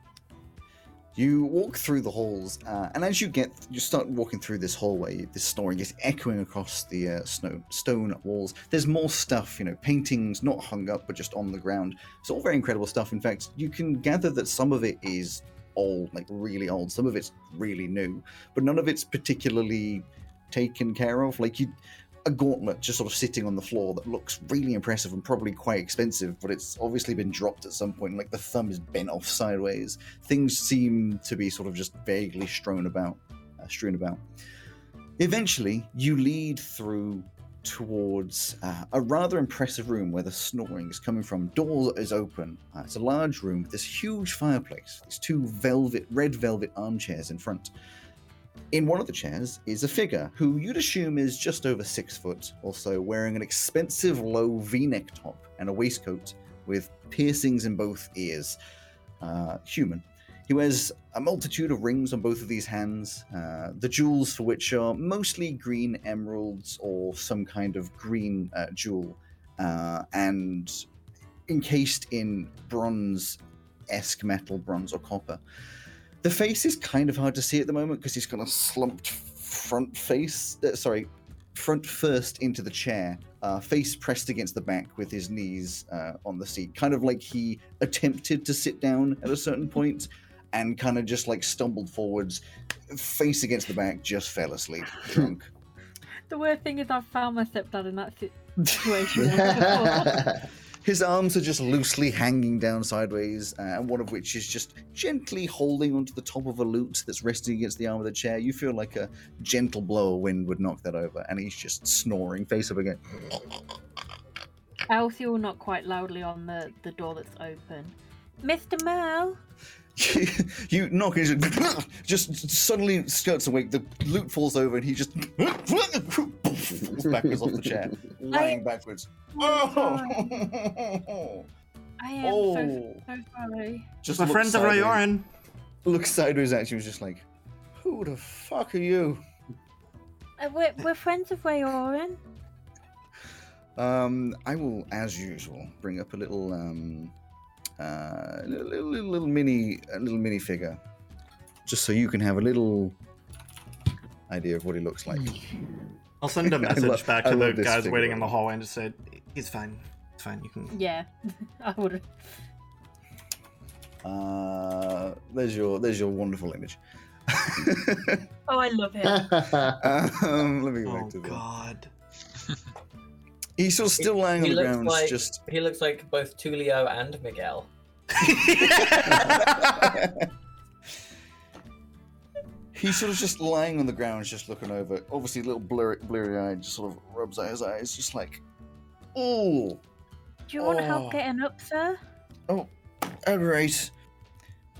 You walk through the halls, uh, and as you get, you start walking through this hallway. This snoring is echoing across the uh, snow, stone walls. There's more stuff, you know, paintings not hung up but just on the ground. It's all very incredible stuff. In fact, you can gather that some of it is old, like really old. Some of it's really new, but none of it's particularly taken care of. Like you, a gauntlet just sort of sitting on the floor that looks really impressive and probably quite expensive, but it's obviously been dropped at some point. Like the thumb is bent off sideways things seem to be sort of just vaguely strewn about uh, strewn about eventually you lead through towards uh, a rather impressive room where the snoring is coming from door is open Uh, it's a large room with this huge fireplace there's two velvet red velvet armchairs in front in one of the chairs is a figure who you'd assume is just over six foot or so wearing an expensive low v-neck top and a waistcoat with piercings in both ears uh, human he wears a multitude of rings on both of these hands, uh, the jewels for which are mostly green emeralds or some kind of green uh, jewel, uh, and encased in bronze esque metal, bronze or copper. The face is kind of hard to see at the moment because he's got a slumped front face, uh, sorry, front first into the chair, uh, face pressed against the back with his knees uh, on the seat, kind of like he attempted to sit down at a certain point and kind of just like stumbled forwards, face against the back, just fell asleep, drunk.
The worst thing is I've found my stepdad in that si- situation. before.
His arms are just loosely hanging down sideways, uh, and one of which is just gently holding onto the top of a lute that's resting against the arm of the chair. You feel like a gentle blow of wind would knock that over, and he's just snoring, face up again.
Elsie will knock quite loudly on the, the door that's open. Mr. Mel,
you knock, and he's just, just suddenly skirts awake. The lute falls over, and he just falls backwards off the chair, lying backwards. Oh,
I am so,
oh.
so sorry.
Just
My
looks
friends of
sideways-
Rayoran.
Looks sideways at you, and was just like, "Who the fuck are you?"
Uh, we're, we're friends of Ray Oren.
Um, I will, as usual, bring up a little, um, uh, little, little, little, little mini, a little mini figure, just so you can have a little idea of what he looks like.
I'll send a
I
message
love-
back
I
to the
love this
guys
figure,
waiting in
by
the
the way.
hallway and just say, "He's fine. It's fine. You can."
Yeah, I would.
Uh, there's your, there's your wonderful image.
Oh, I love him.
um, let me go
Oh
back to that.
God.
He's sort of still lying
He
on the
looks
ground,
like-
just.
He looks like both Tulio and Miguel.
He's sort of just lying on the ground, just looking over. Obviously, a little blurry, bleary eyed, just sort of rubs out his eyes, just like, "Oh,
Do you want
Oh.
help getting up, sir?
all right.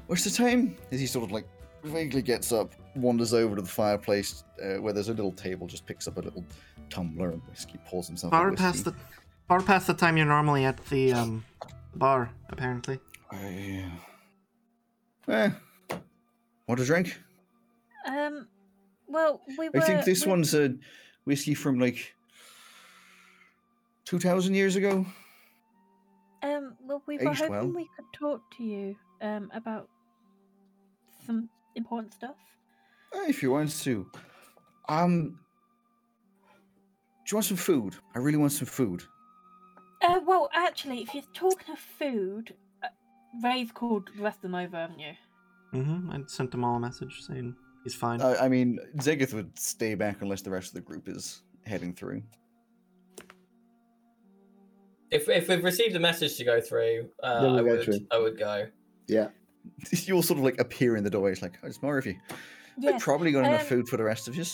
What's the time?" As he sort of like vaguely gets up, wanders over to the fireplace uh, where there's a little table, just picks up a little tumbler of whiskey, pours himself. a
Far
whiskey.
past the far past the time you're normally at the um bar, apparently.
I, uh, eh, want a drink?
Um, well, we were.
I think this
we-
one's a whiskey from like two thousand years ago.
Um, well, we were
aged
hoping
well.
we could talk to you um about some important stuff.
Eh, If you want to, um, do you want some food? I really want some food.
Uh, well, actually, if you're talking of food, uh, Ray's called the rest of them over, haven't you?
Mm-hmm. I sent them all a message saying he's fine.
I, I mean, Zegith would stay back unless the rest of the group is heading through.
If, if we've received a message to go through, uh,
Then
I,
we'll go
would,
through.
I would go.
You'll sort of like appear in the doorway. It's like, oh, it's more of you.
Yes.
I probably got
um,
enough food for the rest of you.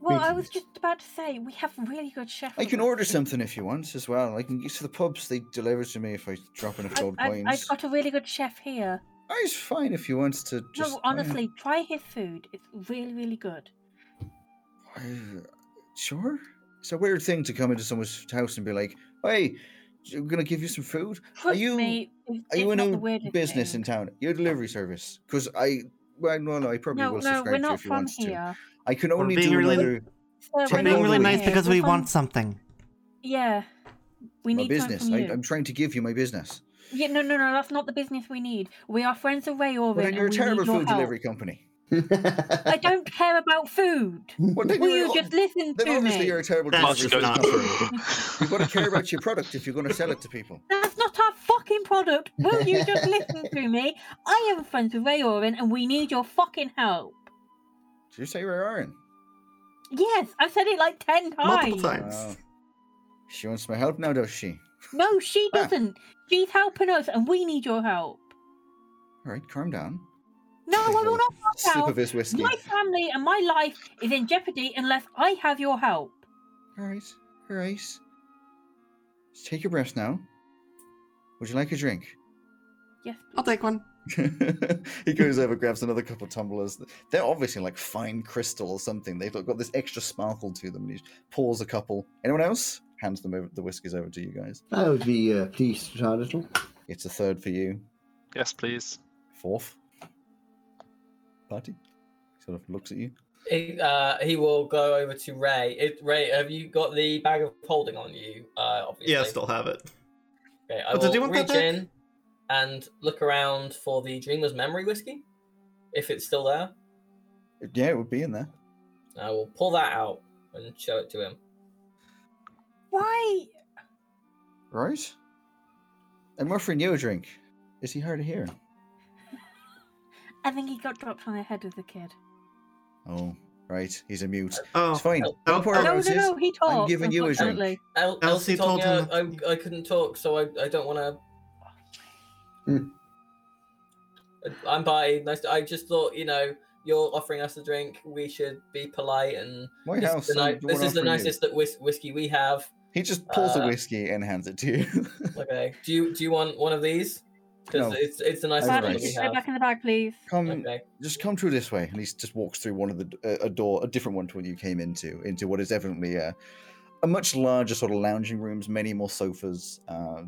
well, I
thank
was
you.
just about to say we have really good chefs.
I can order something if you want as well. I can get to the pubs. They deliver to me if I drop enough
I,
gold
I,
coins.
I've got a really good chef here.
Oh, it's fine if you want to just. uh,
no, honestly, try his food. It's really, really good.
I, I- sure. It's a weird thing to come into someone's house and be like, hey, I'm going to give you some food.
Trust
you-
me, it's,
Are you
it's
a
not the
new
weirdest
business
thing.
in town? Your delivery service? Because I. Well, no, no, I probably
No,
will
no,
subscribe
we're
to you
not
if you
from
want to.
here.
I can only
being
do
really-
another.
Sir,
We're
we're
We're
not
being
not
really
from
really-
nice
here.
because
We're
we
from-
want something.
Yeah, we
My
need
business.
something
I,
from you.
I'm trying to give you my business.
Yeah, no, no, no. That's not the business we need. We are friends of Ray Orvin.
Well, then
and
you're a
we
terrible
need your
food
help.
delivery company.
I don't care about food.
Well, then
Will
you're-
you just listen
Then
to
obviously
me?
you're a terrible
That's
delivery
Logic
just
goes
service
not
company.
through.
You've got to care about your product if you're going to sell it to people.
That's not our fucking product. Will you just listen to me? I am friends with Ray Orvin, and we need your fucking help.
Did you say we're Aaron?
Yes, I've said it like ten times.
Multiple times.
Wow. She wants my help now, does she?
No, she
Ah.
doesn't. She's helping us, and we need your help.
All right, calm down.
No, I
Take a
will not help
Sip
out.
of his whiskey.
My family and my life is in jeopardy unless I have your help.
All right, all right. Just take your breath now. Would you like a drink?
Yes.
I'll take one.
he goes over, grabs another couple of tumblers. They're obviously like fine crystal or something. They've got this extra sparkle to them. And he pours a couple. Anyone else? Hands them over, the whiskeys over to you guys.
I would be uh, pleased to try a little.
It's a third for you.
Yes, please.
Fourth. Party. Sort of looks at you.
He, uh, he will go over to Ray. It, Ray, have you got the bag of holding on you? Uh, obviously.
Yeah, I still have it.
Okay, I
Oh, did
will
you want that
reach
back?
in and look around for the Dreamer's Memory whiskey, if it's still there.
Yeah, it would be in there.
I will pull that out and show it to him.
Why?
Right? I'm offering you a drink. Is he hard of hearing?
I think he got dropped on the head as a kid.
Oh, right. He's a mute. It's
Oh,
fine.
Oh,
Don't worry
No,
about
no,
it.
no, he talked.
giving you a drink.
unfortunately.
El- Elsie,
Elsie
told,
told
me I, I, I couldn't talk, so I, I don't want to.
Hmm.
I'm by. Nice. I just thought, you know, you're offering us a drink. We should be polite and.
My
this
house.
is the,
I'm
ni- this is the
offering you.
nicest that whis- whiskey we have.
He just pulls a
Uh,
whiskey and hands it to you.
Okay. Do you do you want one of these? Because
No.
it's it's the nicest
I'm
Back,
one that
right.
we
Go
have.
back in the bag, please.
come,
Okay.
just come through this way. And he s- just walks through one of the d- uh, a- a door, a different one to what you came into, into what is definitely a, a much larger sort of lounging rooms, many more sofas, uh,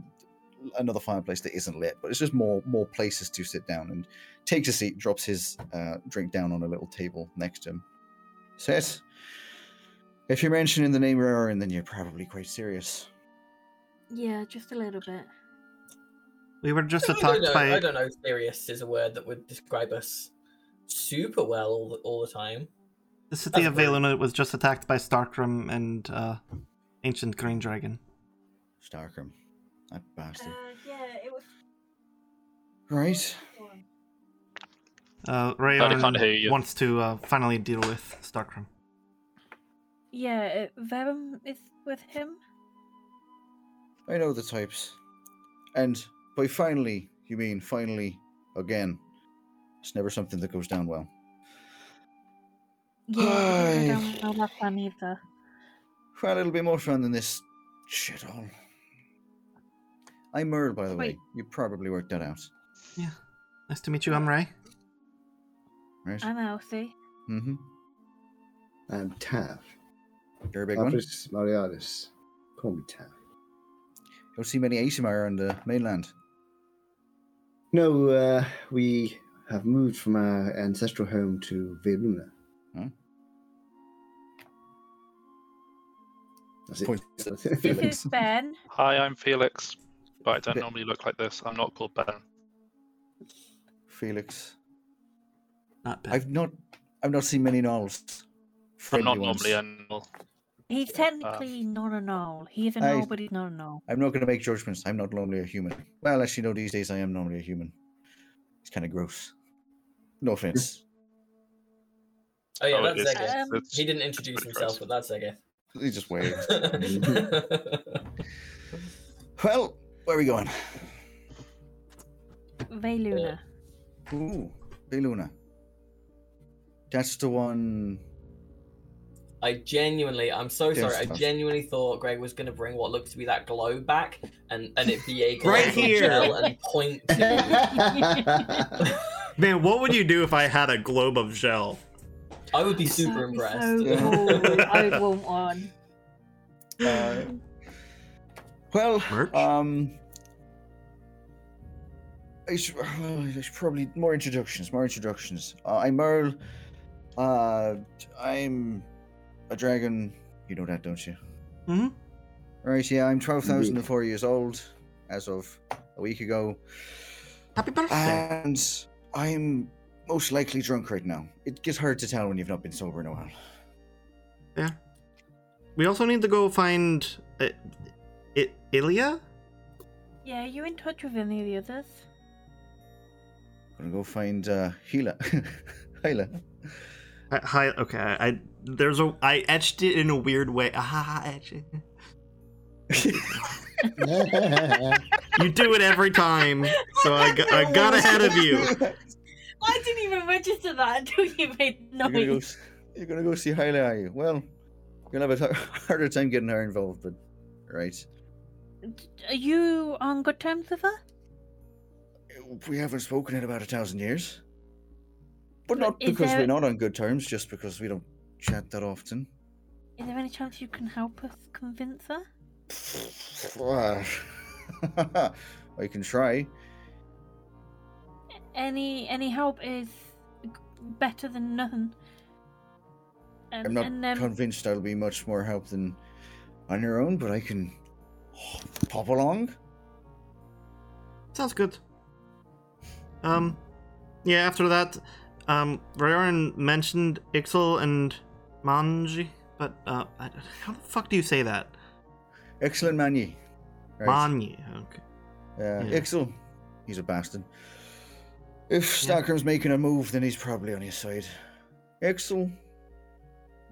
another fireplace that isn't lit, but it's just more more places to sit down. And takes a seat, drops his uh, drink down on a little table next to him. Says, "If you're mentioning the name Roran, then you're probably quite serious."
Yeah, just a little bit.
we were just
I don't,
attacked
know, I
by
don't know if serious is a word that would describe us super well all the, all the time.
the city
That's
of
weird.
Valuna was just attacked by Starkrum and uh, ancient Green Dragon.
Starkrum, that
Uh,
bastard.
yeah, it was.
Right.
Uh,
Sorry, can't hear
Rayon
you.
wants to uh, finally deal with Starkrum.
Yeah, it, Verum is with him.
I know the types. And by finally, you mean finally again. It's never something that goes down well.
Yeah, it didn't go
Aye.
down well last time either.
Well, it'll be more fun than this shithole. I'm Merle, by the way.
Wait.
You probably worked that out,
Nice to meet you, I'm Ray.
right?
Um, I'm Elsie.
Mm-hmm.
and Tav.
Very big one.
Apis Marialis. Call me Tav.
Don't see many Asimar on the mainland.
No, uh, we have moved from our ancestral home to Veruna.
Hmm.
That's it.
Point
That's it.
This is Ben.
Hi, I'm Felix, but I don't
Bit-
normally look like this. I'm not called Ben.
Felix.
Not bad.
I've not I've not seen many gnolls.
I'm not
Friendly ones.
normally uh, animal.
He's technically not a null. He's a
Hey.
null, but he's not a null.
I'm not going to make judgments. I'm not normally a human. Well, actually, no. These days, I am normally a human. It's kind of gross. No offense.
Oh yeah,
Oh, it
that's
is.
Egeth.
Um,
It's-
He didn't introduce
pretty gross.
himself, but that's Egeth.
He just waves. well, where are we going?
Veluna.
Ooh, Beluna. That's the one.
I genuinely, I'm so
Yes,
sorry. I
that's-
genuinely thought Greg was going to bring what looked to be that glow back, and and it be a glow
Right here.
and point to.
Man, what would you do if I had a globe of gel?
I would be super
That'd be
impressed.
Yeah.
So cool. I would want one.
Uh, well,
Merch?
um, I should, I should probably more introductions. More introductions. Uh, I'm Merle. Uh, I'm a dragon. You know that, don't you?
Mhm.
Right. Yeah, I'm twelve thousand and four years old, as of a week ago.
Happy birthday.
Uh, And I'm most likely drunk right now. It gets hard to tell when you've not been sober in a while.
we also need to go find uh, I- Ilya.
Yeah, you in touch with any of the others?
gonna go find uh, Hila. Hila.
Uh, hi. Okay. I, I there's a I etched it in a weird way. Ah, etch it. You do it every time, so I, got, I got ahead of you.
I didn't even register that until you made
You're gonna go.
noise.
s- You're gonna go see Hila, are you? Well, you'll have a t- harder time getting her involved, but right.
Are you on good terms with her?
We haven't spoken in about a thousand years. But
But
not
is
because
there-
we're not on good terms, just because we don't chat that often.
Is there any chance you can help us convince her?
I can try.
Any any help is g- better than nothing. Um,
I'm not
and, um,
convinced I'll be much more help than on your own, but I can pop along.
Sounds good. Um, yeah. After that, um, Ryoran mentioned Ixel and Manji, but uh, I, how the fuck do you say that?
Excellent Manny.
Manji. Okay.
Uh,
Yeah.
Ixel, he's a bastard. If Starkram's making a move, then he's probably on his side. Ixel,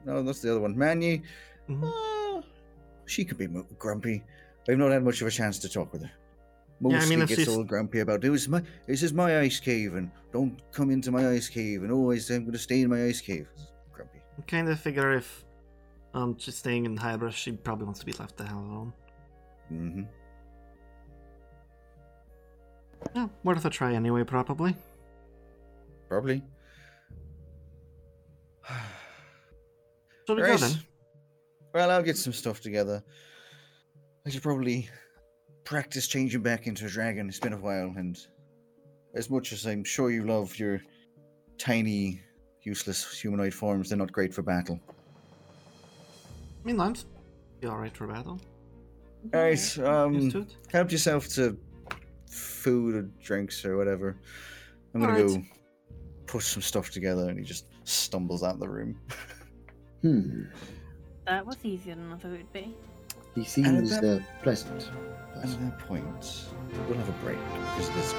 no, that's the other one. Manny,
Mhm.
uh, she could be mo- grumpy. I've not had much of a chance to talk with her.
I
Mostly
mean, if
gets
she's-
all grumpy about this is my this is my ice cave and don't come into my ice cave and always I'm going to stay in my ice cave. Grumpy.
I kind of figure if um she's staying in Hybris, she probably wants to be left the hell alone.
Mm-hmm.
Yeah, worth a try anyway, probably.
Probably.
So we go
Right.
then.
Well, I'll get some stuff together. I should probably practice changing back into a dragon. It's been a while, and as much as I'm sure you love your tiny, useless humanoid forms, they're not great for battle.
I mean, I'm s- be all right for battle.
All
yeah.
right,
Used to
um,
it.
help yourself to food or drinks or whatever. I'm gonna
Alright.
go push some stuff together, and he just stumbles out of the room.
hmm.
That was easier than I thought it would be.
He seems
about-
uh, pleasant.
At that point, we'll have a break because of this.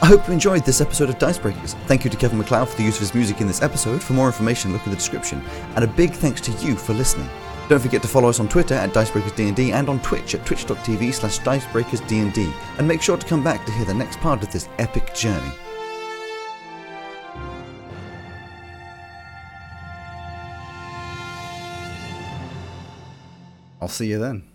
I hope you enjoyed this episode of Dicebreakers. Thank you to Kevin McLeod for the use of his music in this episode. For more information, look at the description. And a big thanks to you for listening. Don't forget to follow us on Twitter at DicebreakersDND and on Twitch at twitch.tv slash DicebreakersDND. And make sure to come back to hear the next part of this epic journey. I'll see you then.